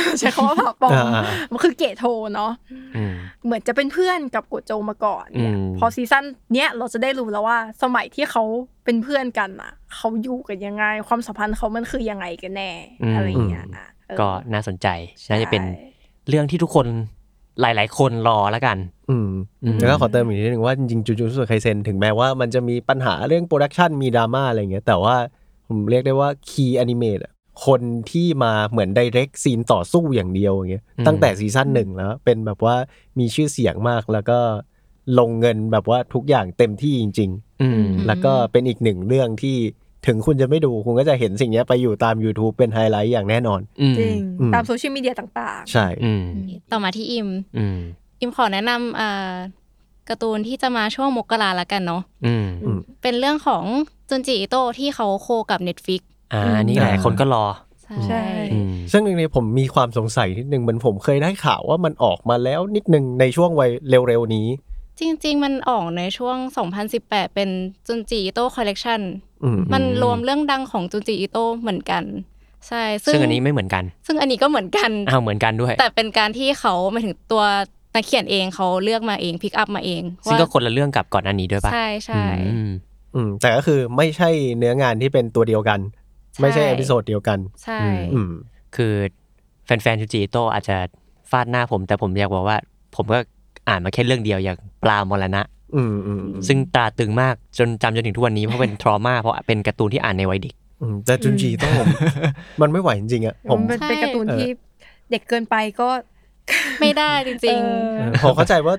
[SPEAKER 4] ใช้คำว่าพระปลอม
[SPEAKER 2] อ่า
[SPEAKER 4] มันคือเกตโทเนาะ
[SPEAKER 3] อืม
[SPEAKER 4] เหมือนจะเป็นเพื่อนกับโกโจมาก่อนเนี่ย
[SPEAKER 3] อืม
[SPEAKER 4] พอซีซั่นเนี้ยเราจะได้รู้แล้วว่า สมัยที่เขาเป็นเพื่อนกันอ่ะเขาอยู่กันยังไง ความสัมพันธ์เขามันคือยังไงกันแน่อะไรอย่างเงี้ยอ่ะเออ
[SPEAKER 3] ก็น่าสนใจน่าจะเป็น
[SPEAKER 4] ใช่
[SPEAKER 3] เรื่องที่ทุกคนหลาย ๆ คนรอแล้วกัน
[SPEAKER 2] อืม
[SPEAKER 3] อืม
[SPEAKER 2] แล้วก็ขอเติมอีกนิดนึงว่าจริงๆจูจูสุไคเซนถึงแม้ว่ามันจะมีปัญหาเรื่องโปรดักชันมีดราม่าอะไรอย่างเงี้ยแต่ว่าผมเรียกได้ว่าคีย์อนิเมตคนที่มาเหมือนไดเรกซีนต่อสู้อย่างเดียวอย่างเงี้ย
[SPEAKER 3] อืม
[SPEAKER 2] ตั้งแต่ซีซั่นหนึ่งแล้ว เป็นแบบว่ามีชื่อเสียงมากแล้วก็ลงเงินแบบว่าทุกอย่างเต็มที่จริง
[SPEAKER 3] อืม
[SPEAKER 5] อืม
[SPEAKER 2] ๆ แล้วก็เป็นอีกหนึ่งเรื่องที่ถึงคุณจะไม่ดูคุณก็จะเห็นสิ่งเนี้ยไปอยู่ตาม YouTube เป็นไฮไลท์อย่างแน่นอน
[SPEAKER 3] อืม
[SPEAKER 4] จริง
[SPEAKER 2] อืม
[SPEAKER 4] ตามโซเชียลมีเดียต่าง
[SPEAKER 2] ใช่
[SPEAKER 3] อืม
[SPEAKER 5] ต่อมาที่อิม
[SPEAKER 3] อืม
[SPEAKER 5] อิมขอแนะนำอ่าการ์ตูนที่จะมาช่วงมกราละกันเนาะ
[SPEAKER 3] อืม
[SPEAKER 5] เป็นเรื่องของจุนจิอิโต้ที่เขาโคกับ Netflix
[SPEAKER 3] อ่านี่หลายคนก็รอ
[SPEAKER 5] ใช่
[SPEAKER 3] อืม
[SPEAKER 2] ซึ่งหนึ่งในผมมีความสงสัยนิดนึงเหมือนผมเคยได้ข่าวว่ามันออกมาแล้วนิดนึงในช่วงวัยเร็วๆนี้
[SPEAKER 5] จริง ๆ มันออกในช่วง 2018 เป็นจุนจิอิโต้คอลเลกชัน
[SPEAKER 2] อืม
[SPEAKER 5] มันรวมเรื่องดังของจุนจิอิโต้เหมือนกัน ใช่
[SPEAKER 3] ซึ่งอันนี้ไม่เหมือนกัน
[SPEAKER 5] ซึ่งอันนี้ก็เหมือนกัน
[SPEAKER 3] อ้าวเหมือนกันด้วย
[SPEAKER 5] แต่เป็นการที่เขาหมายถึงตัวนักเขียนเองเขาเลือกมาเองพิกอัพมาเอง
[SPEAKER 3] ซึ่งก็คนละเรื่องกับก่อนอันนี้ด้วยปะ
[SPEAKER 5] ใช่ใช่
[SPEAKER 3] อืม
[SPEAKER 2] อืมแต่ก็คือไม่ใช่เนื้องานที่เป็นตัวเดียวกัน
[SPEAKER 5] ใช่
[SPEAKER 2] ไม่ใช่เอพิโซดเดียวกัน
[SPEAKER 5] ใช่
[SPEAKER 3] อืม
[SPEAKER 2] อืม
[SPEAKER 3] คือแฟนๆจูจิโตอาจจะฟาดหน้าผม แต่ผมอยากบอกว่า ผมก็อ่านมาแค่เรื่องเดียวอย่างปลามรณะ
[SPEAKER 2] อืมอืม
[SPEAKER 3] ซึ่งตราตึงมากจนจำจนถึงทุกวันนี้เพราะเป็นทรมาเพราะเป็นการ์ตูนที่อ่านในวัยเด็ก
[SPEAKER 2] อืมแต่จุนจีต้อง ผม มันไม่ไหวจริงๆอะ
[SPEAKER 4] ๆ
[SPEAKER 2] ผม
[SPEAKER 4] มันเป็น
[SPEAKER 5] ใช่
[SPEAKER 4] การ์ตูน
[SPEAKER 2] เออ
[SPEAKER 4] ที่เด็กเกินไปก็
[SPEAKER 5] ไม่ได้จริง
[SPEAKER 4] เอ
[SPEAKER 5] ๆ
[SPEAKER 4] อ
[SPEAKER 2] ผมเข้าใจว่า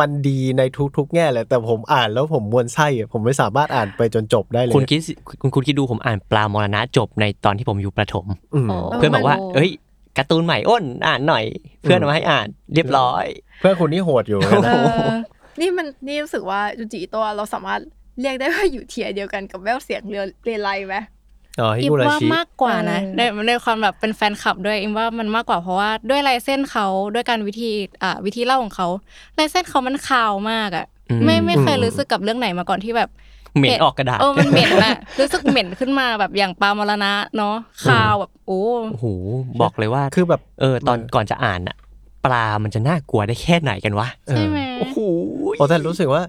[SPEAKER 2] มันดีในทุกๆ แง่แหละแต่ผมอ่านแล้วผมมวนไส้อะผมไม่สามารถอ่านไปจนจบได้เลย
[SPEAKER 3] คุณคิดสิคุณคุณคิดดูผมอ่านปลามรณะจบในตอนที่ผมอยู่ประถม
[SPEAKER 2] อืม
[SPEAKER 5] โอ้
[SPEAKER 3] เพื่อนบอกว่า
[SPEAKER 5] มัน
[SPEAKER 3] เอ้ยการ์ตูนใหม่อ้นอ่านหน่อย เพื่อนเอามาให้อ่านเรียบร้อย
[SPEAKER 2] เพื่อนคุณนี่โหดอยู่นะ
[SPEAKER 4] เออนี่มันนี่รู้สึกว่าจูจิตัวเราสามารถเรียกได้ว่าอยู่เทียร์เดียวกันกับแววเสียงเรือเรไลไหม
[SPEAKER 2] อ๋อฮิ
[SPEAKER 5] อิม
[SPEAKER 2] บุรา
[SPEAKER 5] ว่า
[SPEAKER 2] ชิ
[SPEAKER 5] มากกว่านะ
[SPEAKER 4] เออ
[SPEAKER 5] ในในความแบบเป็นแฟนคลับด้วยอิมว่ามันมากกว่าเพราะว่าด้วยลายเส้นเขาด้วยการวิธีอ่าวิธีเล่าของเขาลายเส้นเขามันคาวมากอ่ะ
[SPEAKER 3] อืม
[SPEAKER 5] ไม่ไม่เคยรู้สึกกับเรื่องไหนมาก่อนที่แบบ
[SPEAKER 3] เหม็นออกกระดาษ
[SPEAKER 5] เออมันเหม็นอะรู้สึกเหม็นขึ้นมาแบบอย่างปลามรณะเนาะคาวแบบโอ้
[SPEAKER 3] โอ้โหบอกเลยว่า
[SPEAKER 2] คือแบบ
[SPEAKER 3] เออตอนก่อนจะอ่านอะปลามันจะน่ากลัวได้แค่ไหนกันวะ
[SPEAKER 5] ใช่ไหม
[SPEAKER 3] โอ้โห
[SPEAKER 2] โอ้แต่รู้สึกว่า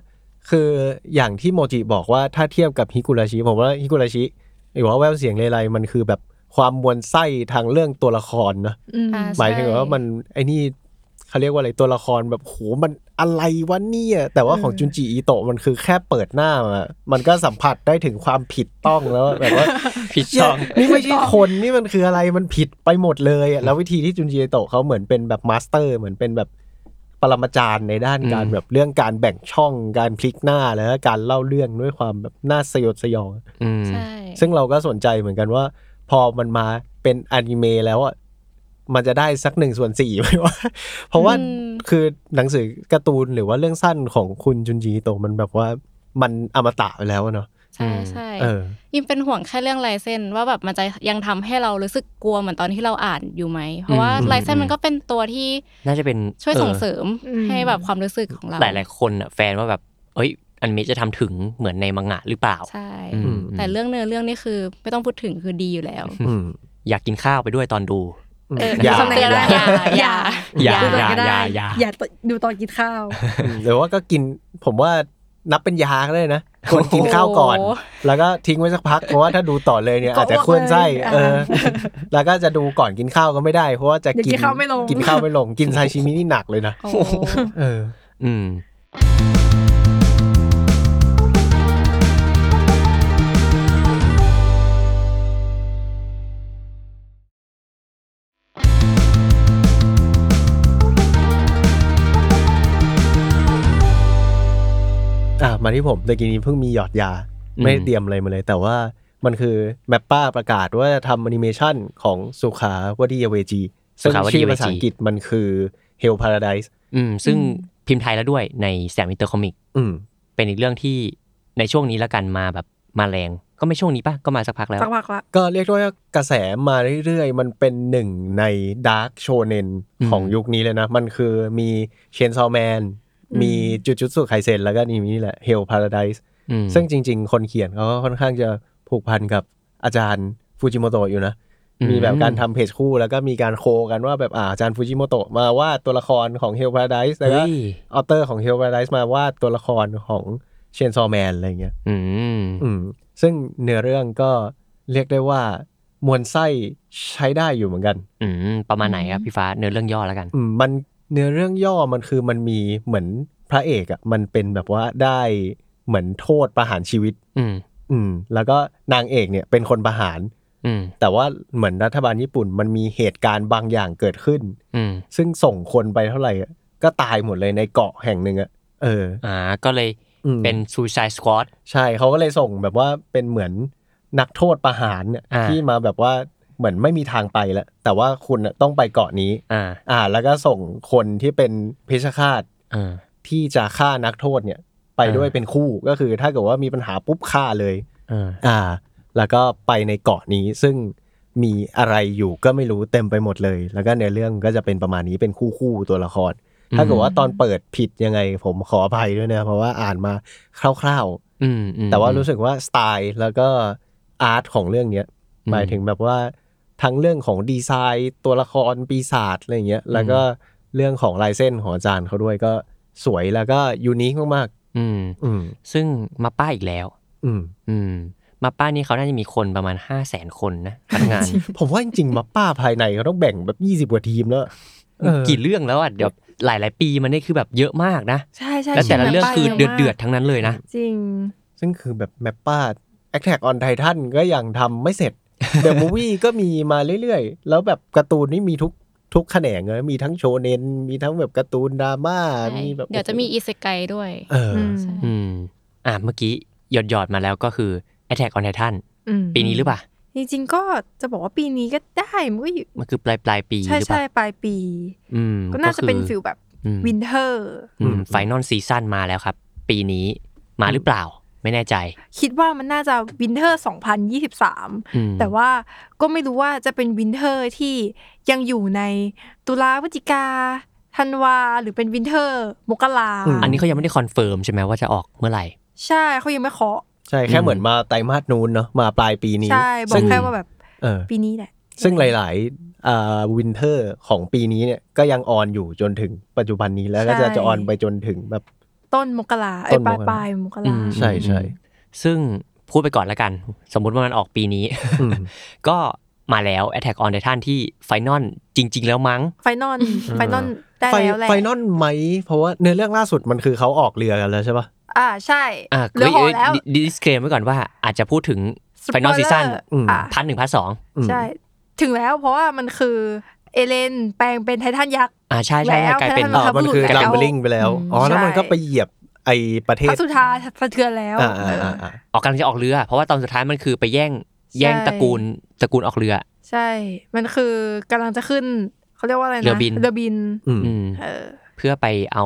[SPEAKER 2] คืออย่างที่โมจิบอกว่าถ้าเทียบกับฮิกุราชิผมว่าฮิกุราชิหรือว่าแววเสียงเลไลมันคือแบบความมวลไส้ทางเรื่องตัวละครเนอะ
[SPEAKER 4] อืม
[SPEAKER 5] อ่า ใช่
[SPEAKER 2] หมายถึงว่ามันไอ้นี่เขาเรียกว่าอะไรตัวละครแบบโหมันอะไรวะเนี่ย แต่ว่าของจุนจิอิโตะมันคือแค่เปิดหน้ามามันก็สัมผัสได้ถึงความผิดต้องแล้วแบบว่า
[SPEAKER 3] ผิดช่อง
[SPEAKER 2] นี่ไม่ใช่คน นี่มันคืออะไรมันผิดไปหมดเลยอะแล้ววิธีที่จุนจีโตะเขาเหมือนเป็นแบบมาสเตอร์เหมือนเป็นแบบปรมาจารย์ในด้านการ
[SPEAKER 3] อืม
[SPEAKER 2] แบบเรื่องการแบ่งช่องการพลิกหน้าแล้วก็การเล่าเรื่องด้วยความแบบน่าสยดสยอง
[SPEAKER 3] อืม
[SPEAKER 5] ใช่
[SPEAKER 2] ซึ่งเราก็สนใจเหมือนกันว่า พอมันมาเป็นอนิเมะแล้วอ่ะมันจะได้สักหนึ่งส่วนสี่ไหมวะ เพราะว่าคือหนังสือการ์ตูนหรือว่าเรื่องสั้นของคุณจุนจีโตะมันแบบว่ามันอมตะไปแล้วอะเนาะ
[SPEAKER 3] อื
[SPEAKER 5] ใช่
[SPEAKER 3] ม
[SPEAKER 5] ใช่
[SPEAKER 2] เออ
[SPEAKER 5] ยิมเป็นห่วงแค่เรื่องลายเส้นว่าแบบมันจะยังทำให้เรารู้สึกกลัวเหมือนตอนที่เราอ่านอยู่ไหม เพราะว่า
[SPEAKER 3] อืม
[SPEAKER 5] ลายเส้นมันก็เป็นตัวที่
[SPEAKER 3] น่าจะเป็น
[SPEAKER 5] ช่วยส่งเสริม
[SPEAKER 4] เออ
[SPEAKER 5] ให้แบบความรู้สึกของเรา
[SPEAKER 3] หลายหลายๆคนอะแฟนว่าแบบ เอ้ย อันเมะจะทำถึงเหมือนในมังงะหรือเปล่า
[SPEAKER 5] ใช่
[SPEAKER 3] อืม
[SPEAKER 5] แต่เรื่องเนื้อเรื่องนี่คือไม่ต้องพูดถึงคือดีอยู่แล้ว
[SPEAKER 2] อืม
[SPEAKER 3] อยากกินข้าวไปด้วยตอนดู
[SPEAKER 5] เอออย่
[SPEAKER 2] อา
[SPEAKER 5] คำเตือน
[SPEAKER 4] อย่า
[SPEAKER 5] อย่าอ
[SPEAKER 3] อ
[SPEAKER 5] ย่า
[SPEAKER 3] ย่า
[SPEAKER 4] ดูต
[SPEAKER 3] อ
[SPEAKER 4] อน
[SPEAKER 3] ย่า
[SPEAKER 4] ก็ได้
[SPEAKER 3] อย่าอย่า
[SPEAKER 4] อย่าดูตอนกินข้าว
[SPEAKER 2] หรือว่าก็กินผมว่านับเป็นยาก็ได้นะควรกินข้าวก่อน
[SPEAKER 5] โอ้
[SPEAKER 2] แล้วก็ทิ้งไว้สักพักเพราะว่าถ้าดูต่อเลยเนี่ย
[SPEAKER 4] ก็
[SPEAKER 2] อาจจะเคลื่อนไส้
[SPEAKER 4] อ้วนเลย
[SPEAKER 2] เออ แล้วก็จะดูก่อนกินข้าวก็ไม่ได้ เพราะว่าจะ
[SPEAKER 4] เดี๋ยวกินข้าวไม่ลง
[SPEAKER 2] กินข้าวไม่ลงกินซาชิมินี่หนักเลยนะ
[SPEAKER 5] โอ้โห
[SPEAKER 2] เออ
[SPEAKER 3] อืม
[SPEAKER 2] อ่ะมาที่ผมแต่กี้นี้เพิ่งมีหยอดยา
[SPEAKER 3] อืม
[SPEAKER 2] ไม่ได้เตรียมอะไรมาเลย แต่ว่ามันคือแมปป้าประกาศว่าจะทำแอนิเมชันของสุขาวดีเวจีซึ่งชื่อภาษาอังกฤษมันคือ Hell Paradise
[SPEAKER 3] อืม ซึ่งพิมพ์ไทยแล้วด้วยในแสมอินเตอร์คอมิก
[SPEAKER 2] อืม
[SPEAKER 3] เป็นอีกเรื่องที่ในช่วงนี้ละกันมาแบบมาแรง ก็ไม่ช่วงนี้ป่ะ ก็มาสักพักแล้ว
[SPEAKER 4] สักพักละ
[SPEAKER 2] ก็เรียกได้ว่ากระแสมาเรื่อยๆ มันเป็นหนึ่งในดาร์กโชเนน
[SPEAKER 3] อืม
[SPEAKER 2] ของยุคนี้เลยนะ มันคือมีเชนซอแมน
[SPEAKER 4] อืม
[SPEAKER 2] มีจุดจุดสุไคเซนแล้วก็นี่นี่แหละ Hell Paradise
[SPEAKER 3] อืม
[SPEAKER 2] ซึ่งจริง ๆ คนเขียนเขาก็ค่อนข้างจะผูกพันกับอาจารย์ฟูจิโมโตะอยู่นะ
[SPEAKER 3] อื
[SPEAKER 2] มีแบบการทำเพจคู่แล้วก็มีการโคกันว่าแบบอาอาจารย์ฟูจิโมโตะมาวาดตัวละครของ Hell Paradise แล้วก็
[SPEAKER 3] เฮ้ย
[SPEAKER 2] ออเตอร์ของ Hell Paradise มาวาดตัวละครของเชนซอแมนอะไรเงี้ย
[SPEAKER 3] อืม
[SPEAKER 2] อืม ซึ่งเนื้อเรื่องก็เรียกได้ว่า มวลไส้ใช้ได้อยู่เหมือนกัน
[SPEAKER 3] อืม ประมาณไหนครับพี่ฟ้าเนื้อเรื่องย่อแล้วกัน
[SPEAKER 2] อืม มันเนื้อเรื่องย่อมันคือมันมีเหมือนพระเอกอะ่ะมันเป็นแบบว่าได้เหมือนโทษประหารชีวิต
[SPEAKER 3] อืม
[SPEAKER 2] อืม แล้วก็นางเอกเนี่ยเป็นคนประหาร
[SPEAKER 3] อืม
[SPEAKER 2] แต่ว่าเหมือนรัฐบาลญี่ปุ่นมันมีเหตุการณ์บางอย่างเกิดขึ้น
[SPEAKER 3] อืม
[SPEAKER 2] ซึ่งส่งคนไปเท่าไหร่อะก็ตายหมดเลยในเกาะแห่งหนึ่งอะ่ะ เออ
[SPEAKER 3] อ่า ก็เลย
[SPEAKER 2] อืม
[SPEAKER 3] เป็น Suicide Squad
[SPEAKER 2] ใช่เขาก็เลยส่งแบบว่าเป็นเหมือนนักโทษประหารเนี่ย
[SPEAKER 3] อ่า
[SPEAKER 2] ที่มาแบบว่าเหมือนไม่มีทางไปแล้ว แต่ว่าคุณอะต้องไปเกาะนี้
[SPEAKER 3] อ่า
[SPEAKER 2] อ่า แล้วก็ส่งคนที่เป็นเพชฌฆาต
[SPEAKER 3] อ่า
[SPEAKER 2] ที่จะฆ่านักโทษเนี่ย ไปด้วย
[SPEAKER 3] อ่า
[SPEAKER 2] เป็นคู่ก็คือถ้าเกิดว่ามีปัญหาปุ๊บฆ่าเลย
[SPEAKER 3] อ่า
[SPEAKER 2] อ่า แล้วก็ไปในเกาะนี้ซึ่งมีอะไรอยู่ก็ไม่รู้เต็มไปหมดเลย แล้วก็ในเรื่องก็จะเป็นประมาณนี้เป็นคู่คู่ๆตัวละคร
[SPEAKER 3] อืม
[SPEAKER 2] ถ้าเกิดว่าตอนเปิดผิดยังไงผมขออภัยด้วยนะ เพราะว่าอ่านมาคร่าว
[SPEAKER 3] อืมอืม
[SPEAKER 2] ๆ แต่ว่ารู้สึกว่าสไตล์แล้วก็อาร์ตของเรื่องเนี้ย
[SPEAKER 3] อืม
[SPEAKER 2] หมายถึงแบบว่าทั้งเรื่องของดีไซน์ตัวละครปีศาจอะไรอย่างเงี้ยแล้วก็
[SPEAKER 3] อื
[SPEAKER 2] เรื่องของลายเส้นของอาจารย์เขาด้วยก็สวยแล้วก็ยูนิคมาก
[SPEAKER 3] อืม
[SPEAKER 2] ๆอืม
[SPEAKER 3] ซึ่งมาป้าอีกแล้ว
[SPEAKER 2] อืม
[SPEAKER 3] อืม มาป้านี่เขาน่าจะมีคนประมาณห้าแสนคนนะพนักงาน
[SPEAKER 2] ผมว่าจริงๆมาป้าภายในเขาต้องแบ่งแบบ 20 กว่าทีมแล้ว เออ
[SPEAKER 3] กี่เรื่องแล้วอ่ะเดี๋ยวหลายหลายๆปีมันนี่คือแบบเยอะมากนะ
[SPEAKER 4] ใช่ใช่
[SPEAKER 3] และแต่ละเรื่องคือเดือด
[SPEAKER 4] ใช่
[SPEAKER 3] เดือดๆทั้งนั้นเลยนะ
[SPEAKER 4] จริง
[SPEAKER 2] ซึ่งคือแบบแมปป้า Attack on Titan ก็ยังทำไม่เสร็จ The Movie ก็มีมาเรื่อยๆ แล้วแบบการ์ตูนนี่มีทุกทุกแขนงเลยมีทั้งโชเนน มีทั้งแบบการ์ตูนดราม่า มีแบบ
[SPEAKER 5] เดี๋ยวจะมีอีเซไกด้วย
[SPEAKER 2] เอออ
[SPEAKER 4] ม
[SPEAKER 5] ใช่
[SPEAKER 3] อืม อ่ะเมื่อกี้หยอดหยอดๆมาแล้วก็คือ Attack on Titan
[SPEAKER 4] อืม
[SPEAKER 3] ปีนี้หรือเปล่า
[SPEAKER 4] จริงๆก็จะบอกว่าปีนี้ก็ได้มันก็อยู่
[SPEAKER 3] มันคือปลายปลายๆปีห
[SPEAKER 4] ใช่
[SPEAKER 3] รือเป
[SPEAKER 4] ใช่
[SPEAKER 3] ล่า
[SPEAKER 4] ปลายปี
[SPEAKER 3] อืม
[SPEAKER 4] ก็น่าจะเป็น
[SPEAKER 3] คือ
[SPEAKER 4] ฟิลแบบ
[SPEAKER 3] อืม
[SPEAKER 4] วินเทอร์
[SPEAKER 3] อืมไฟนอลซีซั่นมาแล้วครับ ปีนี้มาหรือเปล่า ไม่แน่ใจ
[SPEAKER 4] คิดว่ามันน่าจะวินเทอร์ 2023
[SPEAKER 3] อืม
[SPEAKER 4] แต่ว่าก็ไม่รู้ว่าจะเป็นวินเทอร์ที่ยังอยู่ในตุลาพฤศจิกาธันวา หรือเป็นวินเทอร์ มกรา
[SPEAKER 2] อืม
[SPEAKER 3] อันนี้เขายังไม่ได้คอนเฟิร์มใช่ไหมว่าจะออกเมื่อไหร่
[SPEAKER 4] ใช่เขายังไม่เคาะ
[SPEAKER 2] ใช่แค่เหมือนมาไตรมาสนู้นเนาะมาปลายปีนี้
[SPEAKER 4] ใช่บอ
[SPEAKER 2] ซึ่
[SPEAKER 4] ก
[SPEAKER 2] ง
[SPEAKER 4] แค่ว่าแบบ
[SPEAKER 2] เออ
[SPEAKER 4] ปีนี้แหละ
[SPEAKER 2] ซึ่งหลายๆอ่าวินเทอร์ของปีนี้เนี่ยก็ยังออนอยู่จนถึงปัจจุบันนี้แล้วก็จะ
[SPEAKER 4] ใช่
[SPEAKER 2] จะออนไปจนถึงแบบ
[SPEAKER 4] ต้นมกราเอ้
[SPEAKER 2] ต้
[SPEAKER 4] ย
[SPEAKER 2] นม
[SPEAKER 4] ปลาย
[SPEAKER 2] กรา
[SPEAKER 4] ปลายมก
[SPEAKER 3] อื
[SPEAKER 4] ราม
[SPEAKER 2] ใช่ใช่
[SPEAKER 3] ซึ่งพูดไปก่อนละกัน สมมุติว่ามันออกปีนี้
[SPEAKER 2] อืม
[SPEAKER 3] ก็มาแล้ว Attack on Titan ที่ไฟนอลจริง ๆ แล้วมั้ง
[SPEAKER 4] ไฟนอลไฟนอลได้
[SPEAKER 2] ไฟ
[SPEAKER 4] แล้วแหละ
[SPEAKER 2] ไฟนอลไหม เพราะว่าเนื้อเรื่องล่าสุดมันคือเขาออกเรือกันแล้วใช่ปะ
[SPEAKER 4] อ่าใช่
[SPEAKER 3] อ่ะ
[SPEAKER 4] เหลือหอ
[SPEAKER 3] เอ้ย
[SPEAKER 4] แล้ว
[SPEAKER 3] ดิสเคลมไว้ก่อนว่าอาจจะพูดถึง
[SPEAKER 4] Spoiler
[SPEAKER 3] ไฟนอลซีซั่น
[SPEAKER 2] อืม
[SPEAKER 4] อ่ะ
[SPEAKER 3] พาร์ทหนึ่งพาร์ทสอง
[SPEAKER 2] อืม
[SPEAKER 4] ใช่ ถึงแล้วเพราะว่ามันคือเอเลนแปลงเป็นไททันยักษ์
[SPEAKER 3] อ่าใช่ใช่ใช่
[SPEAKER 4] แล้ว
[SPEAKER 3] กลายเป็น
[SPEAKER 2] อ๋
[SPEAKER 4] แล้
[SPEAKER 2] อ
[SPEAKER 4] ว
[SPEAKER 2] มันคือ
[SPEAKER 3] แล้ว
[SPEAKER 2] ดัมเบลิงไปแล้ว
[SPEAKER 5] อืม
[SPEAKER 2] อ๋อ แล้วมัน
[SPEAKER 4] ใช่
[SPEAKER 2] ก็ไปเหยียบไอประเท
[SPEAKER 4] พ
[SPEAKER 2] ศ
[SPEAKER 4] ระสุธาสะเทือนแล้ว
[SPEAKER 2] อ่าอ่าอ่าอ่า
[SPEAKER 3] ออกกำลังจะออกเรือ เพราะว่าตอนสุดท้ายมันคือไปแย่งแย่ง
[SPEAKER 4] ใช่
[SPEAKER 3] ตระกูลตระกูลออกเรือ
[SPEAKER 4] ใช่ มันคือกำลังจะขึ้น เขาเรียกว่าอะไรนะ
[SPEAKER 3] เรือบิน
[SPEAKER 4] เรือบิน
[SPEAKER 2] อืม
[SPEAKER 3] อืม
[SPEAKER 4] เออ
[SPEAKER 3] เพื่อไปเอา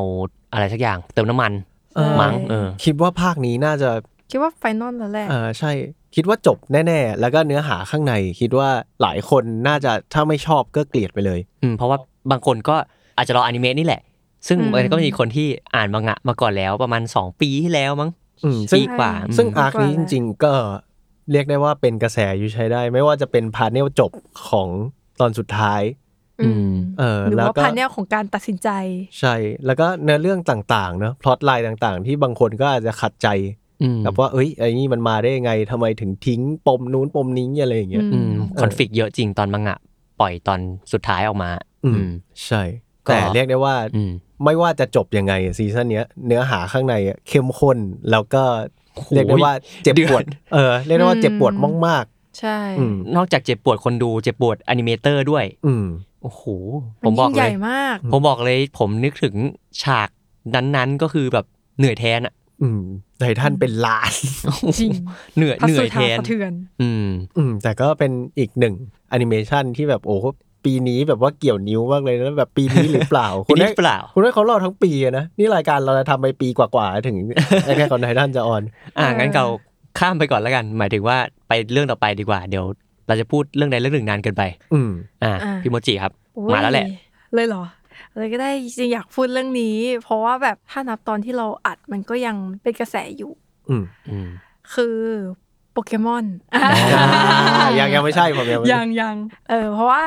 [SPEAKER 3] อะไรสักอย่างเติมน้ำมัน
[SPEAKER 4] ใช่
[SPEAKER 3] มั้งเออ
[SPEAKER 2] คิดว่าภาคนี้น่าจะ
[SPEAKER 4] คิดว่าไฟนอลแล้วแหละ
[SPEAKER 2] อ่าใช่คิดว่าจบแน่ ๆ แล้วก็เนื้อหาข้างในคิดว่าหลายคนน่าจะถ้าไม่ชอบก็เกลียดไปเลย
[SPEAKER 3] อืมเพราะว่าบางคนก็อาจจะรออนิเมะนี่แหละ ซึ่งมันก็มีคนที่อ่านมังงะมาก่อนแล้วประมาณ 2 ปีที่แล้วมั้ง
[SPEAKER 2] อืม
[SPEAKER 3] ซึ่
[SPEAKER 2] ซึ่
[SPEAKER 3] ง
[SPEAKER 2] ง
[SPEAKER 3] กว่า
[SPEAKER 2] ซึ่งอาร์คนี้จริง ๆ ก็เรียกได้ว่าเป็นกระแสอยู่ใช้ได้ ไม่ว่าจะเป็นพาร์ทเนลจบของตอนสุดท้าย
[SPEAKER 4] อืม
[SPEAKER 2] เออ
[SPEAKER 4] หรือ
[SPEAKER 2] แล้ว
[SPEAKER 4] ว่า
[SPEAKER 2] ก็
[SPEAKER 4] พาร์เนลของการตัดสินใจ
[SPEAKER 2] ใช่ แล้วก็เนื้อเรื่องต่างๆเนอะพล็อตไลน์ต่างๆ ที่บางคนก็อาจจะขัดใจ
[SPEAKER 3] อืม
[SPEAKER 2] กับว่าเอ้ยไอ้นี่มันมาได้ยังไงทำไมถึงทิ้งปมนู้นปมนี้อะไรอย่างเงี้ย
[SPEAKER 3] อืมคอนฟ lict เยอะจริงตอนมังงะ ปล่อยตอนสุดท้ายออกมา
[SPEAKER 2] อืม ใช่ แต่เรียกได้ว่า
[SPEAKER 3] อืม
[SPEAKER 2] ไม่ว่าจะจบยังไงซีซั่นเนี้ยเนื้อหาข้างในอะเข้มข้นแล้วก็
[SPEAKER 3] โอ้โห
[SPEAKER 2] เรียกได้ว่าเจ็บ
[SPEAKER 3] เดือด
[SPEAKER 2] ปวดเออเรียกได้ว่าเจ็บปวด
[SPEAKER 4] อืม
[SPEAKER 2] มาก
[SPEAKER 4] ใช่
[SPEAKER 2] ๆอืม
[SPEAKER 3] นอกจากเจ็บปวดคนดูเจ็บปวดอนิเมเตอร์ด้วย
[SPEAKER 2] อืม
[SPEAKER 3] โอ้โห ผ
[SPEAKER 4] มั
[SPEAKER 3] ม
[SPEAKER 4] น
[SPEAKER 3] บอ
[SPEAKER 4] ยิ่
[SPEAKER 3] กเล
[SPEAKER 4] งใหญ่
[SPEAKER 3] ย
[SPEAKER 4] มาก
[SPEAKER 3] ผมบอกเลยผมนึกถึงฉากนั้นๆก็คือแบบเหนื่อยแทนอะ
[SPEAKER 2] อืมไททันเป็นล้าน
[SPEAKER 4] จริง
[SPEAKER 3] เหนื่อย
[SPEAKER 4] พั
[SPEAKER 3] เหนื่
[SPEAKER 4] สุ
[SPEAKER 3] อย
[SPEAKER 4] ธา
[SPEAKER 3] แทน
[SPEAKER 4] สะเทือน
[SPEAKER 3] อืม
[SPEAKER 2] อืมแต่ก็เป็นอีกหนึ่งแอนิเมชันที่แบบโอ้โหปีนี้แบบว่าเกี่ยวนิ้วมากเลยนะแบบปีนี้หรือเปล่า
[SPEAKER 3] ปี
[SPEAKER 2] คุณ
[SPEAKER 3] นี้
[SPEAKER 2] ได้
[SPEAKER 3] เปล่า
[SPEAKER 2] คุณได้เขารอทั้งปีอะนะนี่รายการเราทำไปปีกว่าๆถึง ไอ้แค่ก่อนไททันจะออน
[SPEAKER 3] อ่า
[SPEAKER 4] เออ
[SPEAKER 3] งั้นเราข้ามไปก่อนแล้วกัน หมายถึงว่าไปเรื่องต่อไปดีกว่า เดี๋ยว เราจะพูดเรื่องใดเรื่องหนึ่งนานเกินไป
[SPEAKER 2] อืม
[SPEAKER 3] อ่า
[SPEAKER 4] อ่า
[SPEAKER 3] พี่โมจิครับ
[SPEAKER 4] โอ้ย
[SPEAKER 3] มาแล้วแหละ
[SPEAKER 4] เลยเหรอ เลยก็ได้จริงๆอยากพูดเรื่องนี้ เพราะว่าแบบถ้านับตอนที่เราอัดมันก็ยังเป็นกระแสอยู่
[SPEAKER 2] อืม
[SPEAKER 3] อืม
[SPEAKER 4] คือโปเกมอน
[SPEAKER 2] อ่ะยังยังไม่ใช่ผมยังไม่
[SPEAKER 4] ยังยังเออเพราะว่า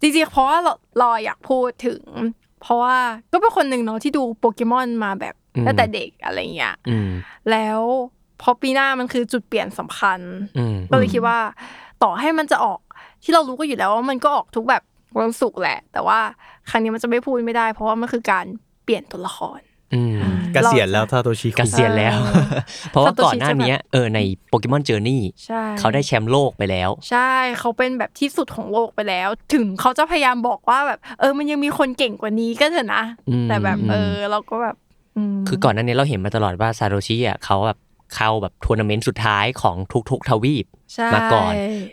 [SPEAKER 4] จริงๆเพราะว่าเราเราอยากพูดถึง เพราะว่าก็เป็นคนหนึ่งเนาะที่ดูโปเกมอนมาแบบ
[SPEAKER 3] อืม
[SPEAKER 4] ตั้งแต่เด็กอะไรอย่างเงี้ย
[SPEAKER 3] อืม
[SPEAKER 4] แล้วพอปีหน้ามันคือจุดเปลี่ยนสำคัญ
[SPEAKER 3] อืม
[SPEAKER 4] ก็เลยคิดว่าต่อให้มันจะออกที่เรารู้ก็อยู่แล้วว่ามันก็ออกทุกแบบวันศุกร์แหละ แต่ว่าครั้งนี้มันจะไม่พูดไม่ได้ เพราะว่ามันคือการเปลี่ยนตัวละคร
[SPEAKER 3] อืม
[SPEAKER 2] เกษียณแล้วซาโตชิ
[SPEAKER 3] เก
[SPEAKER 2] คุ
[SPEAKER 3] ษียณแล้ว
[SPEAKER 4] เออ
[SPEAKER 3] เพราะว่าก่อนหน้าเนี้ยเออในโปเกมอนเจอร์นี่
[SPEAKER 4] ใช่
[SPEAKER 3] เขาได้แชมป์โลกไปแล้ว
[SPEAKER 4] ใช่เขาเป็นแบบที่สุดของโลกไปแล้ว ถึงเขาจะพยายามบอกว่าแบบ เออมันยังมีคนเก่งกว่านี้ก็เถอะนะ
[SPEAKER 3] อืม
[SPEAKER 4] แต่แบบ
[SPEAKER 3] อืม
[SPEAKER 4] เออเราก็แบบม
[SPEAKER 3] คือก่อนหน้านี้เราเห็นมาตลอดว่าซาโตชิอ่ะเขาแบบเข้าแบบทัวร์นาเมนต์สุดท้ายของทุกๆทวีป
[SPEAKER 4] ใช่
[SPEAKER 3] มาก่อน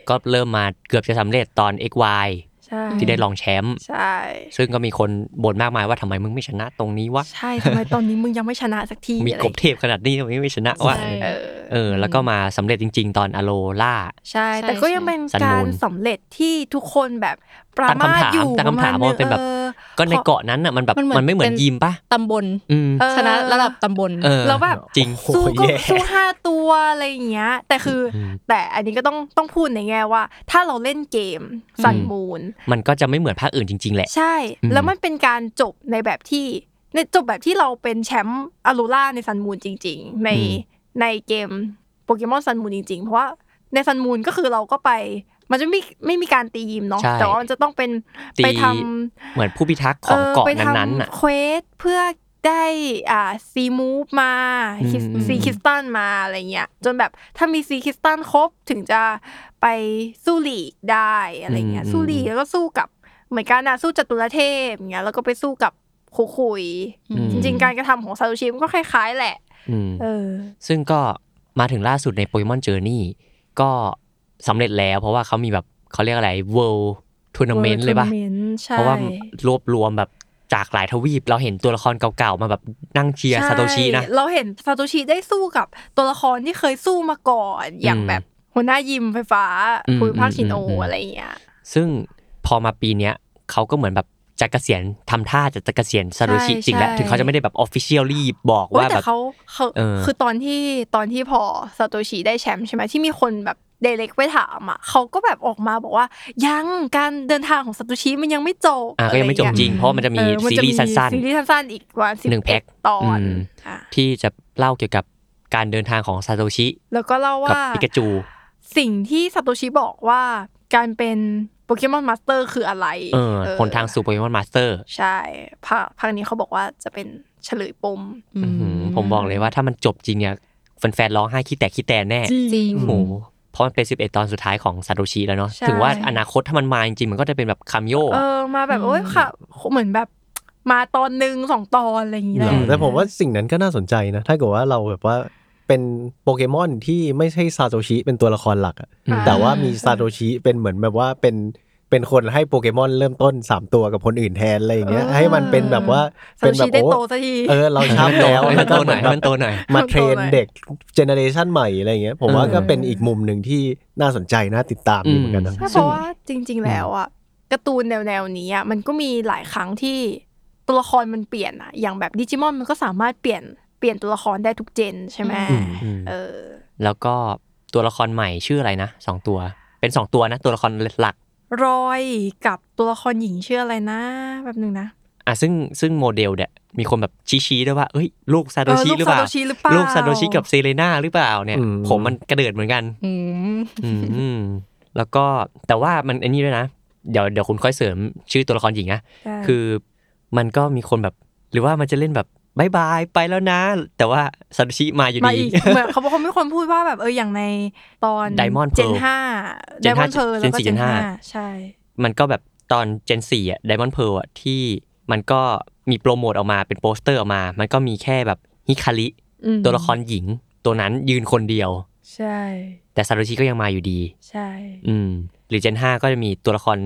[SPEAKER 3] ก็เริ่มมาเกือบจะสำเร็จตอน XY
[SPEAKER 4] ใช่
[SPEAKER 3] ที่ได้รองแชมป์
[SPEAKER 4] ใช่
[SPEAKER 3] ซึ่งก็มีคนบ่นมากมายว่าทำไมมึงไม่ชนะตรงนี้วะ
[SPEAKER 4] ใช่ทำไมตอนนี้มึงยังไม่ชนะสักที
[SPEAKER 3] มี
[SPEAKER 4] อะไร
[SPEAKER 3] กบเทพขนาดนี้ทำไมไม่ชนะวะ
[SPEAKER 5] ใช่
[SPEAKER 4] เออ
[SPEAKER 3] เออ แล้วก็มาสำเร็จจริง ๆ ตอนอโลล่า
[SPEAKER 4] ใช่
[SPEAKER 5] ใช่
[SPEAKER 4] แต่ก็ยัง
[SPEAKER 5] ใช่
[SPEAKER 4] เป็น
[SPEAKER 3] สนุน
[SPEAKER 4] การสำเร็จที่ทุกคนแบบปรามาสอยู่
[SPEAKER 3] ตั้งคำถามตั้งคำถา
[SPEAKER 4] ประณ
[SPEAKER 3] มว่าเป็นแบบ
[SPEAKER 4] ออ
[SPEAKER 3] ก็ในเกาะนั้นอ่ะมันแบบ
[SPEAKER 5] มันเหมื
[SPEAKER 3] มั
[SPEAKER 5] อน
[SPEAKER 3] นไม่เหมือน
[SPEAKER 5] เป็น
[SPEAKER 3] ยิมปะ
[SPEAKER 5] ตำบล
[SPEAKER 3] อืม
[SPEAKER 4] เออ
[SPEAKER 5] ชนะระดับตำบล
[SPEAKER 3] เออ
[SPEAKER 4] แล้วแบบ
[SPEAKER 3] จริง
[SPEAKER 2] โอ้โห
[SPEAKER 4] สู้ก็
[SPEAKER 2] แย่
[SPEAKER 4] สู้ห้าตัวอะไรอย่างเงี้ย แต่คืออ
[SPEAKER 3] ม
[SPEAKER 4] แต่อันนี้ก็ต้องต้องพูดในแง่ว่า ถ้าเราเล่นเกมซัน
[SPEAKER 3] อืม
[SPEAKER 4] มูน
[SPEAKER 3] มันก็จะไม่เหมือนภาคอื่นจริง ๆ แหละ
[SPEAKER 4] ใช่
[SPEAKER 3] อืม
[SPEAKER 4] แล้วมันเป็นการจบในแบบที่ในจบแบบที่เราเป็นแชมป์อารูล่าในซันมูนจริง ๆ ในในเกมโปเกมอนซันมูนจริง ๆ เพราะว่าในซันมูนก็คือเราก็ไป มันจะไม่ไม่มีการตียิมเนาะ
[SPEAKER 3] ใช่
[SPEAKER 4] แต่ว่ามันจะต้องเป็น
[SPEAKER 3] ตี
[SPEAKER 4] ไปท
[SPEAKER 3] เหมือนผู้พิทักษ์
[SPEAKER 4] ำ
[SPEAKER 3] ของเกาะ
[SPEAKER 4] ไปท
[SPEAKER 3] นั้นๆน่ะ
[SPEAKER 4] ำเควสเพื่อได้อ่าซีมูฟมา
[SPEAKER 3] อืม
[SPEAKER 4] ซีคริสตันมาอะไรเงี้ยจนแบบถ้ามีซีคริสตันครบถึงจะไปสู้ลีกได้อะไรเงี้ยสู้ลีกแล้วก็สู้กับเหมือนกันนะสู้จตุรเทพอย่างเงี้ยแล้วก็ไปสู้กับคุคุย
[SPEAKER 5] อืม
[SPEAKER 4] จริงๆ การกระทำของซาโตชิมันก็คล้ายๆ แหละ
[SPEAKER 3] อืม
[SPEAKER 4] เออ
[SPEAKER 3] ซึ่งก็มาถึงล่าสุดในโปเกมอนเจอร์นี่ก็สำเร็จแล้วเพราะว่าเขามีแบบเขาเรียกอะไร world tournament เลยปะ
[SPEAKER 4] Tournament ใช่
[SPEAKER 3] เพราะว่ารวบรวมแบบจากหลายทวีป เราเห็นตัวละครเก่าๆ มาแบบนั่งเชียร์
[SPEAKER 4] ใ
[SPEAKER 3] ซาโตชินะ
[SPEAKER 4] เราเห็นซาโตชิได้สู้กับตัวละครที่เคยสู้มาก่อน อย่างแบบหัวหน้ายิมไฟฟ้า
[SPEAKER 3] อืม
[SPEAKER 4] ภูมิภาคชินโอ
[SPEAKER 3] อืม
[SPEAKER 4] อะไรอย่างเงี้ย
[SPEAKER 3] ซึ่งพอมาปีเนี้ยเขาก็เหมือนแบบจะเกษียณทำท่าจะจะเกษียณซาโตชิ
[SPEAKER 4] ใช่
[SPEAKER 3] จริงแหละ
[SPEAKER 4] ใช่
[SPEAKER 3] ถึงเขาจะไม่ได้แบบออฟฟิเชียลรีบบอก
[SPEAKER 4] โอ้ย
[SPEAKER 3] ว่า
[SPEAKER 4] แต่
[SPEAKER 3] แบบ
[SPEAKER 4] เขาเขา
[SPEAKER 3] เออ
[SPEAKER 4] คือตอนที่ตอนที่พอซาโตชิได้แชมป์ใช่ไหมที่มีคนแบบเดเล็กไปถามอ่ะเขาก็แบบออกมาบอกว่า ยังการเดินทางของซาโตชิมันยังไม่จบ
[SPEAKER 3] อ่ะก็ยังไม่จบ
[SPEAKER 4] อะ
[SPEAKER 3] จ
[SPEAKER 4] เงี้
[SPEAKER 3] ริง เพราะมันจะมี
[SPEAKER 4] เออน
[SPEAKER 3] ซี
[SPEAKER 4] จะ
[SPEAKER 3] รีส์สั้น
[SPEAKER 4] ซีรีส์สั้นๆอีกวันสิบ
[SPEAKER 3] หนึ่งแพ็ค
[SPEAKER 4] ตอน
[SPEAKER 3] อืม
[SPEAKER 4] อ่ะ
[SPEAKER 3] ๆ ที่จะเล่าเกี่ยวกับการเดินทางของซาโตชิ
[SPEAKER 4] แล้วก็เล่า
[SPEAKER 3] กับ
[SPEAKER 4] ว่า
[SPEAKER 3] ปิกาจู
[SPEAKER 4] สิ่งที่ซาโตชิบอกว่าการเป็นโปเกมอนมาสเตอร์คืออะไร
[SPEAKER 3] เออ
[SPEAKER 4] เออ
[SPEAKER 3] ผลทางสู่โปเกมอนมาสเตอร์
[SPEAKER 4] ใช่ภาคภาคนี้เขาบอกว่าจะเป็นเฉลยปม
[SPEAKER 5] อืม
[SPEAKER 3] ผมบอกเลยว่าถ้ามันจบจริงเนี่ยแฟนๆร้องไห้ขี้แตกขี้แตนแน่
[SPEAKER 5] จริง
[SPEAKER 3] โอ้โหเพราะมันเป็น 11 ตอนสุดท้ายของซาโตชิแล้วเนาะ
[SPEAKER 4] ใช่
[SPEAKER 3] ถึงว่าอนาคตถ้ามันมาจริงๆ มันก็จะเป็นแบบคาเมโย
[SPEAKER 4] เอ
[SPEAKER 3] อะ
[SPEAKER 4] อมาแบบโอ้ยค่ะ เหมือนแบบมาตอนหนึ่งสองตอนอะไรอย่างงี้
[SPEAKER 2] เหร
[SPEAKER 4] แห
[SPEAKER 2] อ
[SPEAKER 4] ละ
[SPEAKER 2] แต่ผมว่าสิ่งนั้นก็น่าสนใจนะ ถ้าเกิดว่าเราแบบว่าเป็นโปเกมอนที่ไม่ใช่ซาโตชิเป็นตัวละครหลักอะ
[SPEAKER 3] อืม
[SPEAKER 2] แต่ว่ามีซาโตชิเป็นเหมือนแบบว่าเป็น เป็น เป็นคนให้โปเกมอนเริ่มต้น 3 ตัวกับคนอื่นแทนอะไรอย่างเงี้ย
[SPEAKER 4] เออ
[SPEAKER 2] ให้มันเป็นแบบว่า
[SPEAKER 4] ซา
[SPEAKER 2] เป็นแบ
[SPEAKER 4] โตชิ
[SPEAKER 2] บ
[SPEAKER 4] ได้โต
[SPEAKER 2] โอ้
[SPEAKER 4] สักที
[SPEAKER 2] เออเราชอบ แล้ว
[SPEAKER 3] ให้มันโตหน่อย
[SPEAKER 2] แล้วก็
[SPEAKER 3] ให้มัน
[SPEAKER 2] เห
[SPEAKER 3] โตหน่อย
[SPEAKER 2] มาเทรน
[SPEAKER 4] ให้มันโตหน่อย
[SPEAKER 2] เด็กเจเนอเรชันใหม่อะไรอย่างเงี้ยผมว่า
[SPEAKER 3] เออ
[SPEAKER 2] ก็เป็นอีกมุมหนึ่งที่น่าสนใจน่าติดตามอยู่เหมือนกันนะ
[SPEAKER 3] อื
[SPEAKER 4] ใช่เพราะว่าจริง ๆ แล้วอ่ะการ์ตูนแนวๆนี้อ่ะมันก็มีหลายครั้งที่ตัวละครมันเปลี่ยนอ่ะอย่างแบบดิจิมอนมันก็สามารถเปลี่ยนเปลี่ยนตัวละครได้ทุกเจนใช่ไหม
[SPEAKER 5] อืม
[SPEAKER 3] อืม
[SPEAKER 4] เออ
[SPEAKER 3] แล้วก็ตัวละครใหม่ชื่ออะไรนะสองตัว เป็นสองตัวนะตัวละครหลัก
[SPEAKER 4] รอยกับตัวละครหญิงชื่ออะไรนะแบบหนึ่งนะ
[SPEAKER 3] อ่ะซึ่งซึ่งโมเดลเนี่ยมีคนแบบชี้ๆด้วยว่าเอ้ยลูกซาโด
[SPEAKER 4] เออ
[SPEAKER 3] ชิ
[SPEAKER 4] ลูก
[SPEAKER 3] หรือเป
[SPEAKER 4] ซา
[SPEAKER 3] ล่า
[SPEAKER 4] โดชิหรือเปล่า
[SPEAKER 3] ลูกซาโดชิกับเซเลน่าหรือเปล่าเนี่ย
[SPEAKER 2] อืม
[SPEAKER 3] ผมมันกระเดิดเหมือนกัน
[SPEAKER 5] อืม
[SPEAKER 3] อืมแล้วก็แต่ว่ามันไอันนี้ด้วยนะ เดี๋ยวเดี๋ยวคุณค่อยเสริมชื่อตัวละครหญิงนะ
[SPEAKER 4] ใช่
[SPEAKER 3] คือมันก็มีคนแบบ หรือว่ามันจะเล่นแบบบายบายไปแล้วนะ แต่ว่าซาโตชิมาอยู่
[SPEAKER 4] มา
[SPEAKER 3] ดี
[SPEAKER 4] อีก เหมือนเขาบอกเขาไม่คนพูดว่าแบบเอออย่างในตอน
[SPEAKER 3] Diamond
[SPEAKER 4] เจน
[SPEAKER 3] Pearl
[SPEAKER 4] ห้า
[SPEAKER 3] Gen ห้า
[SPEAKER 4] Diamond Pearl แล้วก็
[SPEAKER 3] Gen สี่
[SPEAKER 4] Gen
[SPEAKER 3] Gen ห้า
[SPEAKER 4] ห้าใช่
[SPEAKER 3] มันก็แบบตอน Gen 4อ่ะ Diamond Pearl อ่ะ ที่มันก็มีโปรโมทออกมาเป็นโปสเตอร์ออกมา มันก็มีแค่แบบฮิคาริ
[SPEAKER 4] อืม
[SPEAKER 3] ตัวละครหญิง ตัวนั้นยืนคนเดียว
[SPEAKER 4] ใช่
[SPEAKER 3] แต่ซาโตชิก็ยังมาอยู่ดี
[SPEAKER 4] ใช่
[SPEAKER 3] อืมหรือ Gen 5 ก็จะมีตัวละคร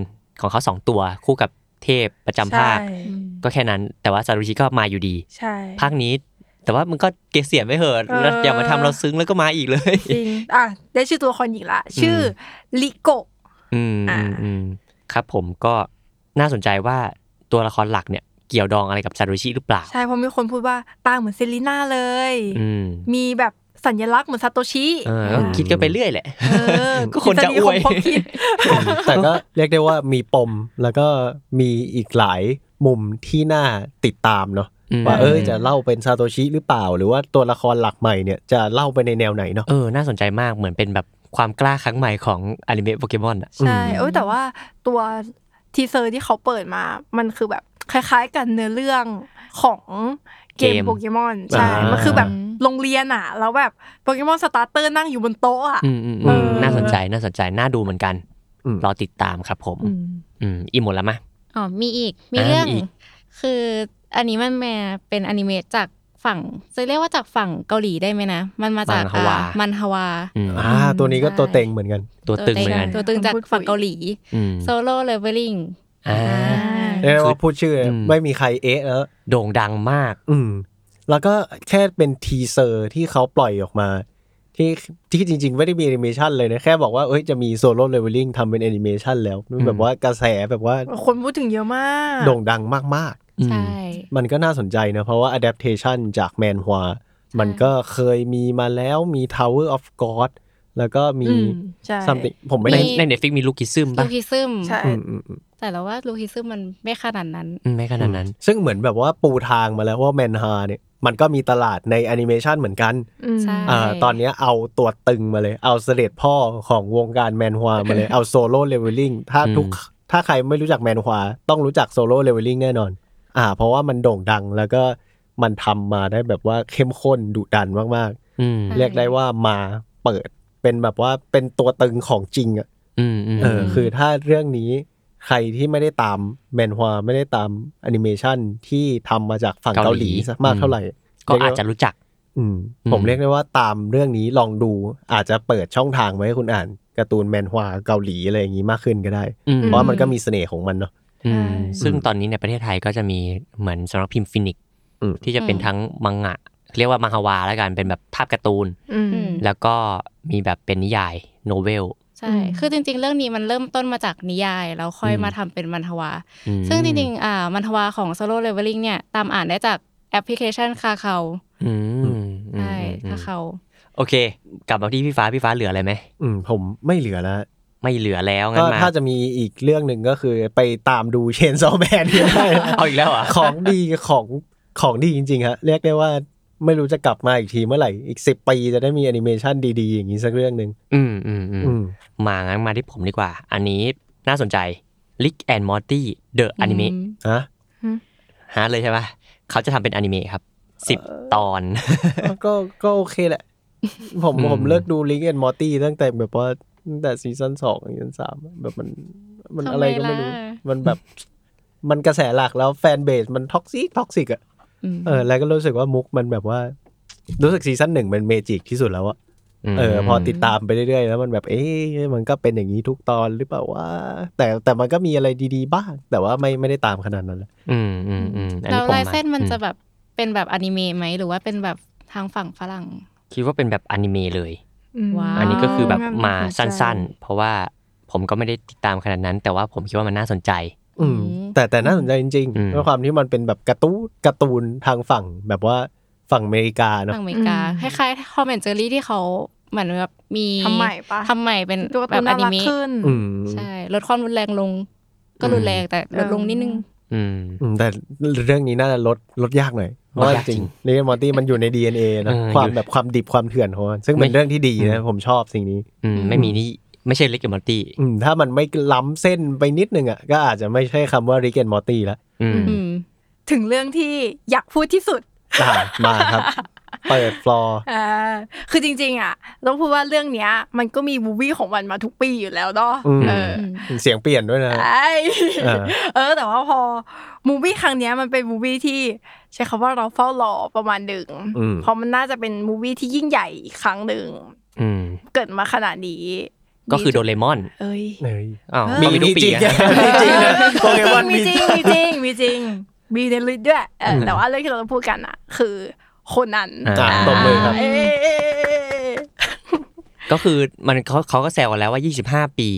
[SPEAKER 3] ของเขาสองตัวคู่กับเทพประจำภาค
[SPEAKER 4] ใช่
[SPEAKER 5] อืม
[SPEAKER 3] ก็แค่นั้นแต่ว่าซาโตชิก็มาอยู่ดี
[SPEAKER 4] ใช่
[SPEAKER 3] ภาคนี้ แต่ว่ามันก็เกษียณไปเหอะแล้ว
[SPEAKER 4] เอออ
[SPEAKER 3] อย่ามาทำเราซึ้งแล้วก็มาอีกเลย
[SPEAKER 4] จริง อ่ะ ได้ชื่อตัวละครหญิงละ ชื่อลิโกะ
[SPEAKER 3] อืม
[SPEAKER 4] อ่า
[SPEAKER 3] อืมอืมครับผมก็น่าสนใจว่าตัวละครหลักเนี่ย เกี่ยวดองอะไรกับซาโตชิหรือเปล่า
[SPEAKER 4] ใช่เพราะมีคนพูดว่าตาเหมือนเซรีน่าเลย
[SPEAKER 3] อืม
[SPEAKER 4] มีแบบสัญลักษณ์เหมือนซาโตชิ
[SPEAKER 3] เออก็คิดกันไปเรื่อยแหละ
[SPEAKER 4] เออ
[SPEAKER 3] ก็คนจะ
[SPEAKER 4] ทฤษฎี
[SPEAKER 3] อวย
[SPEAKER 4] ของความคิด
[SPEAKER 2] แต่ก็เรียกได้ว่ามีปมแล้วก็มีอีกหลายมุมที่น่าติดตามเนาะ
[SPEAKER 3] ม
[SPEAKER 2] ว่าเอ้ยจะเล่าเป็นซาโตชิหรือเปล่า หรือว่าตัวละครหลักใหม่เนี่ยจะเล่าไปในแนวไหนเนาะ
[SPEAKER 3] เออ น่าสนใจมากเหมือนเป็นแบบความกล้าครั้งใหม่ของอนิเมะโปเกมอนอ่ะ
[SPEAKER 4] ใช่เอ้ยแต่ว่าตัวทีเซอร์ที่เขาเปิดมา มันคือแบบคล้ายๆกันเนื้อเรื่องของเกม
[SPEAKER 3] เกม
[SPEAKER 4] โปเกมอนใช่
[SPEAKER 2] อ่ามั
[SPEAKER 4] มันคือแบบโรงเรียนอ่ะ แล้วแบบโปเกมอนสตาร์เตอร์นั่งอยู่บนโต๊ะอ่ะ
[SPEAKER 3] ืมอืม
[SPEAKER 4] เอ
[SPEAKER 3] อืม
[SPEAKER 4] อ
[SPEAKER 3] น่าสนใจน่าสนใจน่าดูเหมือนกัน
[SPEAKER 2] อืม
[SPEAKER 3] รอติดตามครับผม
[SPEAKER 4] อืม
[SPEAKER 3] อืมอิ่มหมดแล้วมะ
[SPEAKER 5] อ๋อมีอีก มี
[SPEAKER 3] อ่า
[SPEAKER 5] เรื่อง
[SPEAKER 3] มีอีก
[SPEAKER 5] คืออันนี้มันมาเป็นอนิเมะจากฝั่ง จะเรียกว่าจากฝั่งเกาหลีได้ไหมนะ มันมาจากอ่มันฮวา
[SPEAKER 3] อืม
[SPEAKER 2] อ่าตัวนี้ก็ตัวเต็งเหมือนกัน
[SPEAKER 3] ตัวตึงเหมือนกัน
[SPEAKER 5] ตัวตึงจากฝั่งเกาหลี
[SPEAKER 3] อืม
[SPEAKER 5] โซโล่เลเวลลิ่ง
[SPEAKER 3] อ่า
[SPEAKER 2] เรียกได้ว่าพูดชื่อ
[SPEAKER 3] ม
[SPEAKER 2] ไม่มีใครเอ๊ะแล้ว
[SPEAKER 3] โด่งดังมาก
[SPEAKER 2] อืม แล้วก็แค่เป็นทีเซอร์ที่เขาปล่อยออกมา ที่ที่จริง ๆ ไม่ได้มีแอนิเมชันเลยนะ แค่บอกว่าเอ้ยจะมีโซโล่เลเวลลิ่งทำเป็นแอนิเมชันแล้ว แบบว่ากระแสแบบว่า
[SPEAKER 4] คนพูดถึงเยอะมาก
[SPEAKER 2] โด่งดังมากๆ
[SPEAKER 5] ใช่
[SPEAKER 2] มันก็น่าสนใจนะ เพราะว่า adaptation จากแมนฮวา มันก็เคยมีมาแล้วมี Tower of God แล้วก็มี
[SPEAKER 4] อืมใช่
[SPEAKER 2] something ผมไม่
[SPEAKER 3] ใน
[SPEAKER 2] ได้
[SPEAKER 3] ในเน็ตฟิกมีลูกิซึม
[SPEAKER 5] ลู
[SPEAKER 3] ป่ะ
[SPEAKER 5] คิซึม
[SPEAKER 4] ใช่
[SPEAKER 2] อืมอืมอืม
[SPEAKER 5] แต่เราว่าลูคิซึมมันไม่ขนาดนั้น
[SPEAKER 3] อืมไม่ขนาดนั้น
[SPEAKER 2] ซึ่งเหมือนแบบว่าปูทางมาแล้วว่าแมนฮาเนี่ยมันก็มีตลาดในแอนิเมชันเหมือนกัน
[SPEAKER 4] อืม
[SPEAKER 5] ใช่
[SPEAKER 2] อ่าตอนเนี้ยเอาตัวตึงมาเลย เอาเสด็จพ่อของวงการแมนฮวามา เลย เอาโซโล่เลเวลลิ่งถ้า
[SPEAKER 3] อืม
[SPEAKER 2] ทุกถ้าใครไม่รู้จักแมนฮวาต้องรู้จักโซโล่เลเวลลิ่งแน่นอน อ่า เพราะว่ามันโด่งดังแล้วก็มันทำมาได้แบบว่าเข้มข้นดุดันมากๆ
[SPEAKER 3] อืม
[SPEAKER 5] ใช่
[SPEAKER 2] เรียกได้ว่ามาเปิดเป็นแบบว่าเป็นตัวตึงของจริงอ่ะ
[SPEAKER 3] อืมอืม
[SPEAKER 2] เออคือถ้าเรื่องนี้ใครที่ไม่ได้ตามแมนฮวาไม่ได้ตามแอนิเมชันที่ทำมาจากฝั่งเกาหลีสักมากเท่าไหร่
[SPEAKER 3] ก็อาจจะรู้จัก
[SPEAKER 2] อืม
[SPEAKER 3] อืม
[SPEAKER 2] ผมเรียกได้ว่าตามเรื่องนี้ลองดูอาจจะเปิดช่องทางไว้ให้คุณอ่านการ์ตูนแมนฮวาเกาหลีอะไรอย่างนี้มากขึ้นก็ได้
[SPEAKER 3] อืม
[SPEAKER 2] เพราะว่ามันก็มีเสน่ห์ของมันเนาะ
[SPEAKER 3] อืม
[SPEAKER 4] ใช่
[SPEAKER 3] ซึ่งตอนนี้ในประเทศไทยก็จะมีเหมือนสำนักพิมพ์ฟินิกซ์
[SPEAKER 2] อืม
[SPEAKER 3] ที่จะเป็นทั้งมังงะ เรียกว่ามังฮวาแล้วกันเป็นแบบภาพการ์ตูน
[SPEAKER 4] อืม
[SPEAKER 5] อืม
[SPEAKER 3] แล้วก็มีแบบเป็นนิยายโนเวล
[SPEAKER 5] ใช่
[SPEAKER 4] อืม
[SPEAKER 5] คือจริง ๆ เรื่องนี้มันเริ่มต้นมาจากนิยาย แล้วค่อย
[SPEAKER 3] อืม
[SPEAKER 5] มาทำเป็นมันทวา
[SPEAKER 3] อืม
[SPEAKER 5] ซึ่งจริงๆอ่ามันทวาของ Solo Leveling เนี่ย ตามอ่านได้จากแอปพลิเคชันคาเขา
[SPEAKER 3] อืม
[SPEAKER 5] ใช่
[SPEAKER 3] อืม
[SPEAKER 5] คาเขา
[SPEAKER 3] โอเค กลับมาที่พี่ฟ้าพี่ฟ้าเหลืออะไรไหม
[SPEAKER 2] อืมผมไม่เหลือแล้ว
[SPEAKER 3] ไม่เหลือแล้วงั้
[SPEAKER 2] ก็
[SPEAKER 3] นมา
[SPEAKER 2] ถ้าจะมีอีกเรื่องหนึ่งก็คือไปตามดูเชน ซอแมนก็ได้นะ
[SPEAKER 3] เอาอีกแล้วเหรอ่ะ
[SPEAKER 2] ของดีของของดีจริงๆฮะเรียกได้ว่าไม่รู้จะกลับมาอีกทีเมื่อไหร่ อีกสิบปีจะได้มีแอนิเมชันดีๆ อย่างนี้สักเรื่องหนึ่ง
[SPEAKER 3] อืมอืมอืม
[SPEAKER 2] อืม
[SPEAKER 3] มางั้นมาที่ผมดีกว่า อันนี้น่าสนใจ Lick and Morty The Anime
[SPEAKER 5] ม
[SPEAKER 2] ฮะ
[SPEAKER 3] ฮาร์ดเลยใช่ปะเขาจะทำเป็นอนิเมะครับสิบตอน
[SPEAKER 2] ก็ก็โอเคแหละ ผม
[SPEAKER 3] อืม
[SPEAKER 2] ผมเลิกดูลิง k ์แอนมอร์ตี้ตั้งแต่แบบว่าตั้งแต่ซีซั่นสองซีซั่นสามแบบมันมันอะไรก็ไม่รู้
[SPEAKER 5] ทำล่ะ
[SPEAKER 2] มันแบบ มันกระแสหลักแล้วแฟนเบสมันท็อกซิกท็อกซิกอ่ะ
[SPEAKER 5] อืม
[SPEAKER 2] เออแล้วก็รู้สึกว่ามุกมันแบบว่า รู้สึกซีซั่นหนึ่งเป็นเมจิกที่สุดแล้วอะ
[SPEAKER 3] ม
[SPEAKER 2] เออพอติดตามไปเรื่อยๆ แล้วมันแบบเอ๊ะมันก็เป็นอย่างนี้ทุกตอนหรือเปล่าวะแต่แต่มันก็มีอะไรดีๆบ้าง แต่ว่าไม่ไม่ได้ตามขนาดนั้นแหละ
[SPEAKER 3] อืมอืมอืมอัน
[SPEAKER 5] แล้
[SPEAKER 3] นี้
[SPEAKER 5] ว
[SPEAKER 3] ผม
[SPEAKER 5] ลายเส้นมันจะ
[SPEAKER 3] อื
[SPEAKER 5] แบบเป็นแบบอนิเมะไหมหรือว่าเป็นแบบทางฝั่งฝรั่ง
[SPEAKER 3] คิดว่าเป็นแบบอนิเมะเลย
[SPEAKER 4] ม
[SPEAKER 5] ว้าว
[SPEAKER 3] อันนี้ก็คือแบบ
[SPEAKER 4] น่
[SPEAKER 3] มา
[SPEAKER 4] ส
[SPEAKER 3] สั
[SPEAKER 4] ใจ
[SPEAKER 3] ้นๆ เพราะว่าผมก็ไม่ได้ติดตามขนาดนั้น แต่ว่าผมคิดว่ามันน่าสนใจ
[SPEAKER 2] อืม
[SPEAKER 5] อืม
[SPEAKER 2] แต่แต่น่าสนใจจริง
[SPEAKER 3] อืม
[SPEAKER 2] ๆด้วยความที่มันเป็นแบบการ์ตูนการ์ตูนทางฝั่งแบบว่าฝั่งอเมริกาเนาะ
[SPEAKER 5] ฝั่งอเมริกา
[SPEAKER 4] อืม
[SPEAKER 5] คล้ายๆคอมเมนเจอรี่ที่เขาเหมือนแบบมี
[SPEAKER 4] ทำใหม่ปะ
[SPEAKER 5] ทำใหม่เป็น
[SPEAKER 4] ตัว
[SPEAKER 5] แบ
[SPEAKER 4] การ์ตูน
[SPEAKER 5] บอ
[SPEAKER 4] น่า
[SPEAKER 5] นิ
[SPEAKER 4] รัก
[SPEAKER 5] เมะ
[SPEAKER 4] ขึ้น
[SPEAKER 2] อืม
[SPEAKER 5] ใช่ลดความรุนแรงลง ก็รุนแรงแต่ลดลงนิดนึง
[SPEAKER 3] อืม
[SPEAKER 2] อืมแต่เรื่องนี้น่าจะลดลดยากหน่อยเพราะว่า
[SPEAKER 3] ลดยาก
[SPEAKER 2] จ
[SPEAKER 3] จริ
[SPEAKER 2] ริ
[SPEAKER 3] ง
[SPEAKER 2] งนี่มอตี้มันอยู่ใน DNA เนอะ
[SPEAKER 3] เออ
[SPEAKER 2] ความ
[SPEAKER 3] อยู่
[SPEAKER 2] แบบความดิบความเถื่อนของมันซึ่งเป็น
[SPEAKER 3] ไม่
[SPEAKER 2] เรื่องที่ดีนะผมชอบสิ่งนี้
[SPEAKER 3] อืมไม่มีนี่ไม่ใช่เล็กกับมอตตี้
[SPEAKER 2] อืมถ้ามันไม่ล้ำเส้นไปนิดนึงอ่ะก็อาจจะไม่ใช่คำว่าริกแอนมอตี้ละ
[SPEAKER 3] อืม
[SPEAKER 5] อืม
[SPEAKER 4] ถึงเรื่องที่อยากพูดที่สุด
[SPEAKER 2] อ่ามา ครับ เปิดฟลอร์
[SPEAKER 4] อ่าคือจริงๆอ่ะต้องพูดว่าเรื่องเนี้ย มันก็มีบูวี่ของมันมาทุกปีอยู่แล้วเนาะ
[SPEAKER 2] อืม
[SPEAKER 4] เออ
[SPEAKER 2] เสียงเปลี่ยนด้วยนะ
[SPEAKER 4] ไอ้
[SPEAKER 2] เออ
[SPEAKER 4] เออ แต่ว่าพอมูวี่ครั้งเนี้ยมันเป็นมูวี่ที่ใช้คำว่าเราเฝ้ารอประมาณหนึ่ง
[SPEAKER 2] อืม
[SPEAKER 4] เพราะมันน่าจะเป็นมูวี่ที่ยิ่งใหญ่อีกครั้งหนึ่ง
[SPEAKER 3] อืม
[SPEAKER 4] เกิดมาขนาดนี้
[SPEAKER 3] ก็คือโดเรมอน
[SPEAKER 4] เอ้ย
[SPEAKER 2] เนย
[SPEAKER 3] อ้าว
[SPEAKER 4] มี
[SPEAKER 3] ก็ทุกปี
[SPEAKER 2] จริง
[SPEAKER 3] นะ
[SPEAKER 2] มีจริงนะโปเกมอน
[SPEAKER 4] มี
[SPEAKER 2] มี
[SPEAKER 4] จริงมีจริงมีจริงมีในลิสต์ด้วยเออแต่ว่าเรื่องที่เราจะพูดกันอ่ะ คือคนนั้น
[SPEAKER 2] อ่า
[SPEAKER 3] า
[SPEAKER 2] ตบมือครับ
[SPEAKER 4] เอ้ย
[SPEAKER 3] ก็คือมันเขาเขาก็แซวกันแล้วว่า 25 ปี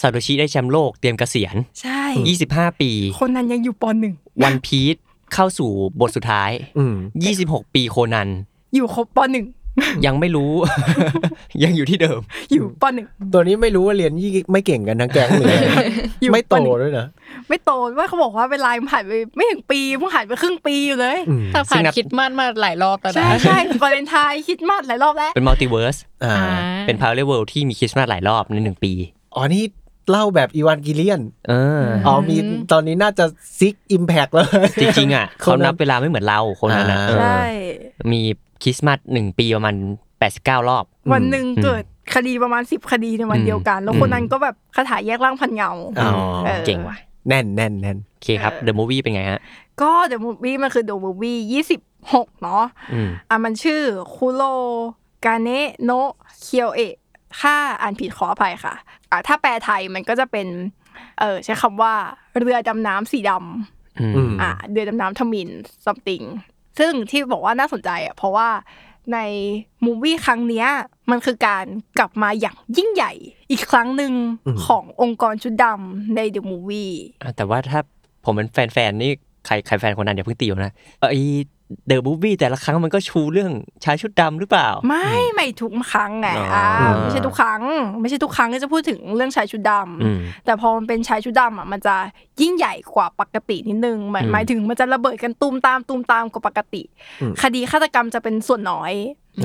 [SPEAKER 3] ซาโตชิได้แชมป์โลกเตรียมเกษียณ
[SPEAKER 4] ใช่
[SPEAKER 3] 25 ปี
[SPEAKER 4] คนนั้นยังอยู่ปหนึ่ง
[SPEAKER 3] วันพีชเข้าสู่บทสุดท้าย
[SPEAKER 2] อืม
[SPEAKER 3] 26 ปีโคนัน
[SPEAKER 4] อยู่ครบปหนึ่ง
[SPEAKER 3] ยังไม่รู้ ยังอยู่ที่เดิม
[SPEAKER 4] อยู่ปหนึ่ง
[SPEAKER 2] ตัวนี้ไม่รู้ว่าเรียนยี่ไม่เก่งกันทั้งแก๊งเลย
[SPEAKER 4] อยู่
[SPEAKER 2] ไม่โต
[SPEAKER 4] ปหนึ่ง
[SPEAKER 2] ด้วยนะ
[SPEAKER 4] ไม่โตว่าเขาบอกว่าเวลามันผ่านไปไม่ถึงปีเพิ่งผ่านไปครึ่งปีอยู่เลย
[SPEAKER 2] อืม
[SPEAKER 5] แต่
[SPEAKER 3] ซึ่
[SPEAKER 5] ผ่าน
[SPEAKER 3] งนับ
[SPEAKER 5] คิดมากมาหลายรอบแล้วนะ
[SPEAKER 4] ใช่ใช่วาเลนไทน์คริดมาสหลายรอบแล้ว
[SPEAKER 3] เป็นมัลติเวิร์ส
[SPEAKER 2] อ่า
[SPEAKER 5] อ่า
[SPEAKER 3] เป็นพาราเลเวิลที่มีคริสต์มาสหลายรอบในหนึ่งปี
[SPEAKER 2] อ๋อนี่เล่าแบบอีวานกิเลียน
[SPEAKER 3] เออ
[SPEAKER 2] อ๋อมีตอนนี้น่าจะซิกอิมแพกแล้ว
[SPEAKER 3] จริงๆอ่ะ เขานับเวลาไม่เหมือนเราคนนั้นนะ
[SPEAKER 2] อ่า
[SPEAKER 3] เออ
[SPEAKER 4] ใช่
[SPEAKER 3] มีคริสต์มาสหนึ่งปีประมาณ 89 รอบ
[SPEAKER 4] วันหนึ่งเกิดคดีประมาณสิบคดีในวันเดียวกัน แล้วคนนั้นก็แบบคาถาแยกร่างพันเงา
[SPEAKER 2] อ๋อ
[SPEAKER 4] เออ
[SPEAKER 3] เก่งว่ะ
[SPEAKER 2] แน่นแน่นแน่น
[SPEAKER 3] โอเคครับเดอะมูวี่เป็นไงฮะ
[SPEAKER 4] ก็เดอะมูฟวี่มันคือเดอะมูฟวี่ยี่สิบหกเนาะ
[SPEAKER 3] อืม
[SPEAKER 4] อ่ะมันชื่อคุโรกาเนะโนะเคียวเอะถ้าอ่านผิดขออภัยค่ะอ่ะ ถ้าแปลไทยมันก็จะเป็น เออใช้คำว่าเรือดำน้ำสีดำ
[SPEAKER 3] อืม
[SPEAKER 2] อืม
[SPEAKER 4] อ่ะเรือดำน้ำทมิน something ซึ่งที่บอกว่าน่าสนใจอ่ะเพราะว่าในมูฟวี่ครั้งเนี้ย มันคือการกลับมาอย่างยิ่งใหญ่อีกครั้งหนึ่งขององค์กรชุดดำในเดอะมูวี่
[SPEAKER 3] อ่ะแต่ว่าถ้าผมเป็นแฟนๆ นี่ใครใครแฟนคนนั้นเดี๋ยวเพิ่งตีผมนะเออไอเดอะบูบี้แต่ละครั้งมันก็ชูเรื่องชายชุดดำหรือเปล่า
[SPEAKER 4] ไม่ไม่ทุกครั้งไง
[SPEAKER 3] อ๋ออ่
[SPEAKER 4] อ่าไม่ใช่ทุกครั้ง ไม่ใช่ทุกครั้งที่จะพูดถึงเรื่องชายชุดดำ
[SPEAKER 3] อืม
[SPEAKER 4] แต่พอมันเป็นชายชุดดำอ่ะมันจะยิ่งใหญ่กว่าปกตินิดนึงหมาย
[SPEAKER 3] อืม
[SPEAKER 4] หมายถึงมันจะระเบิดกันตูมตามตูมตามกว่าปกติ คดีฆาตกรรมจะเป็นส่วนน้อย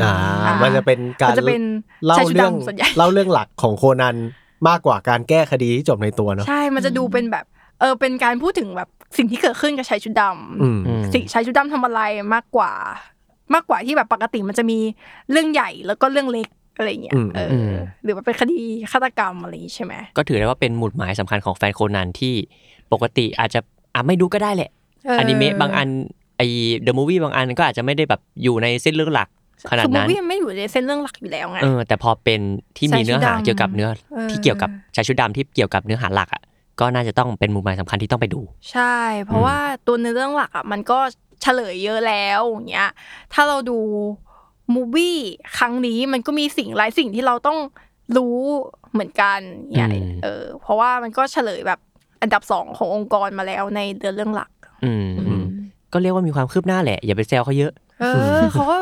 [SPEAKER 2] อ่า
[SPEAKER 4] อ่ามั
[SPEAKER 2] มันจะเป็นกา
[SPEAKER 4] มั
[SPEAKER 2] ร
[SPEAKER 4] นจะเป็น
[SPEAKER 2] เล่า
[SPEAKER 4] ชายชุด
[SPEAKER 2] เรื่อง
[SPEAKER 4] ดำส่วนใหญ่
[SPEAKER 2] เล่าเรื่องหลักของโคนันมากกว่าการแก้คดีที่จบในตัวเนาะ
[SPEAKER 4] ใช่มันจะดูเป็นแบบเออเป็นการพูดถึงแบบสิ่งที่เกิดขึ้นกับชายชุดด
[SPEAKER 2] อืม
[SPEAKER 3] อืม
[SPEAKER 4] ำสิ่งชายชุดดำทำอะไรมากกว่า มากกว่าที่แบบปกติมันจะมีเรื่องใหญ่แล้วก็เรื่องเล็กอะไรอย่างเงี้ย
[SPEAKER 2] อืม
[SPEAKER 4] เอออหรือว่าเป็นคดีฆาตกรรมอะไรอย่างงี้ใช่ไหม
[SPEAKER 3] ก็ถือได้ว่าเป็นหมุดหมายสำคัญของแฟนโคนันที่ปกติอาจจะอ่ะไม่ดูก็ได้แหละ
[SPEAKER 4] เอออ
[SPEAKER 3] อนิเมะบางอันไอเดอะมูวี่บางอันก็อาจจะไม่ได้แบบอยู่ในเส้นเรื่องหลักขนาด
[SPEAKER 4] คือมู
[SPEAKER 3] นั้น
[SPEAKER 4] วี่มันไม่อยู่ในเส้นเรื่องหลักอยู่แล้วไง
[SPEAKER 3] เออแต่พอเป็นที่มีเนื้อหา
[SPEAKER 4] ชายชุดดำ
[SPEAKER 3] เกี่ยวกับเนื้อ
[SPEAKER 4] เออ
[SPEAKER 3] ที่เกี่ยวกับชายชุดดำที่เกี่ยวกับเนื้อหาหลักอ่ะก็น่าจะต้องเป็นหมุดหมายสำคัญที่ต้องไปดู
[SPEAKER 4] ใช่ เพราะว่าตัวในอเรื่องหลักอ่ะมันก็เฉลยเยอะแล้วอย่างเงี้ย ถ้าเราดูมูวี่ครั้งนี้มันก็มีสิ่งหลายสิ่งที่เราต้องรู้เหมือนกันเนี่ย
[SPEAKER 3] อืม
[SPEAKER 4] เออ เพราะว่ามันก็เฉลยแบบอันดับสองขององค์กรมาแล้วในเดือนเรื่องหลัก
[SPEAKER 3] อืมอืมก็เรียกว่ามีความคืบหน้าแหละอย่าไปแซวเขาเยอะ
[SPEAKER 4] เอ อเขาก็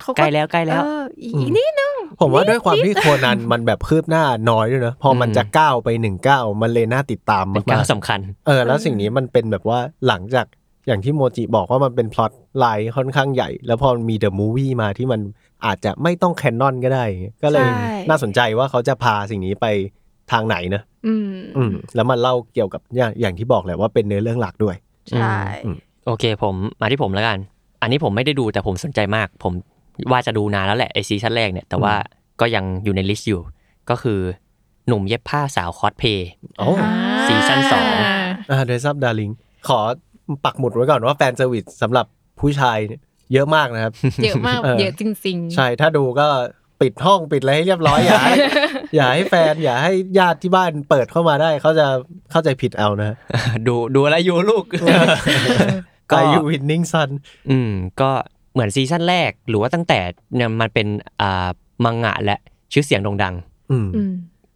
[SPEAKER 4] เขา
[SPEAKER 3] ใกล้แล้วใกล้แล้ว
[SPEAKER 4] เอออีกนิดนึง
[SPEAKER 2] ผมว่าด้วยความที่โคนันมันแบบคืบหน้าน้อยด้วยเนอะพอมัน
[SPEAKER 3] อืม
[SPEAKER 2] จะก้าวไปหนึ่งก้าวมันเลยน่าติดตาม
[SPEAKER 3] เป็น
[SPEAKER 2] มา
[SPEAKER 3] ก้าว
[SPEAKER 2] ก
[SPEAKER 3] สำคัญ
[SPEAKER 2] ๆเออแล้วสิ่งนี้มันเป็นแบบว่าหลังจากอย่างที่โมจิบอกว่ามันเป็นพล็อตไลน์ค่อนข้างใหญ่ แล้วพอมันมีเดอะมูวี่มาที่มันอาจจะไม่ต้องแคนนอนก็ได้อย่างเงี้ยก็เลย
[SPEAKER 4] ใช่
[SPEAKER 2] น่าสนใจว่าเขาจะพาสิ่งนี้ไปทางไหนเนอะ
[SPEAKER 4] อืม
[SPEAKER 2] อืมแล้วมันเล่าเกี่ยวกับเนี่ยอย่างที่บอกแหละว่าเป็นเนื้อเรื่องหลักด้วย
[SPEAKER 4] ใช่
[SPEAKER 3] โอเคผมมาที่ผมแล้วกัน อันนี้ผมไม่ได้ดูแต่ผมสนใจมาก ผมว่าจะดูนานแล้วแหละไอซีซั่นแรกเนี่ย แต่ว่าก็ยังอยู่ในลิสต์อยู่ ก็คือหนุ่มเย็บผ้าสาวคอสเพย์
[SPEAKER 2] อ๋อ
[SPEAKER 5] อ่า
[SPEAKER 3] ซีซั่นสอง
[SPEAKER 2] อ่าเดซับดาริงขอปักหมุดไว้ก่อนว่าแฟนเซอร์ วิสสำหรับผู้ชายเนี่ยเยอะมากนะครับ
[SPEAKER 5] เยอะมาก
[SPEAKER 2] เออ
[SPEAKER 5] เยอะจริง
[SPEAKER 2] ใช่ถ้าดูก็ ปิดห้องปิดอะไรให้เรียบร้อยอย่าให้ อย่าให้แฟน อย่าให้ญาติที่บ้านเปิดเข้ามาได้ เขาจะเข้าใจผิดเอานะ
[SPEAKER 3] ดูดูอะไรอยู่ลูก ก็
[SPEAKER 2] ก็ยูวินนิ่งซัน
[SPEAKER 3] อืมก็เหมือนซีซั่นแรก หรือว่าตั้งแต่เนี่ยมันเป็นอ่ามังงะและชื่อเสียงโด่งดัง
[SPEAKER 2] อืม
[SPEAKER 4] อืม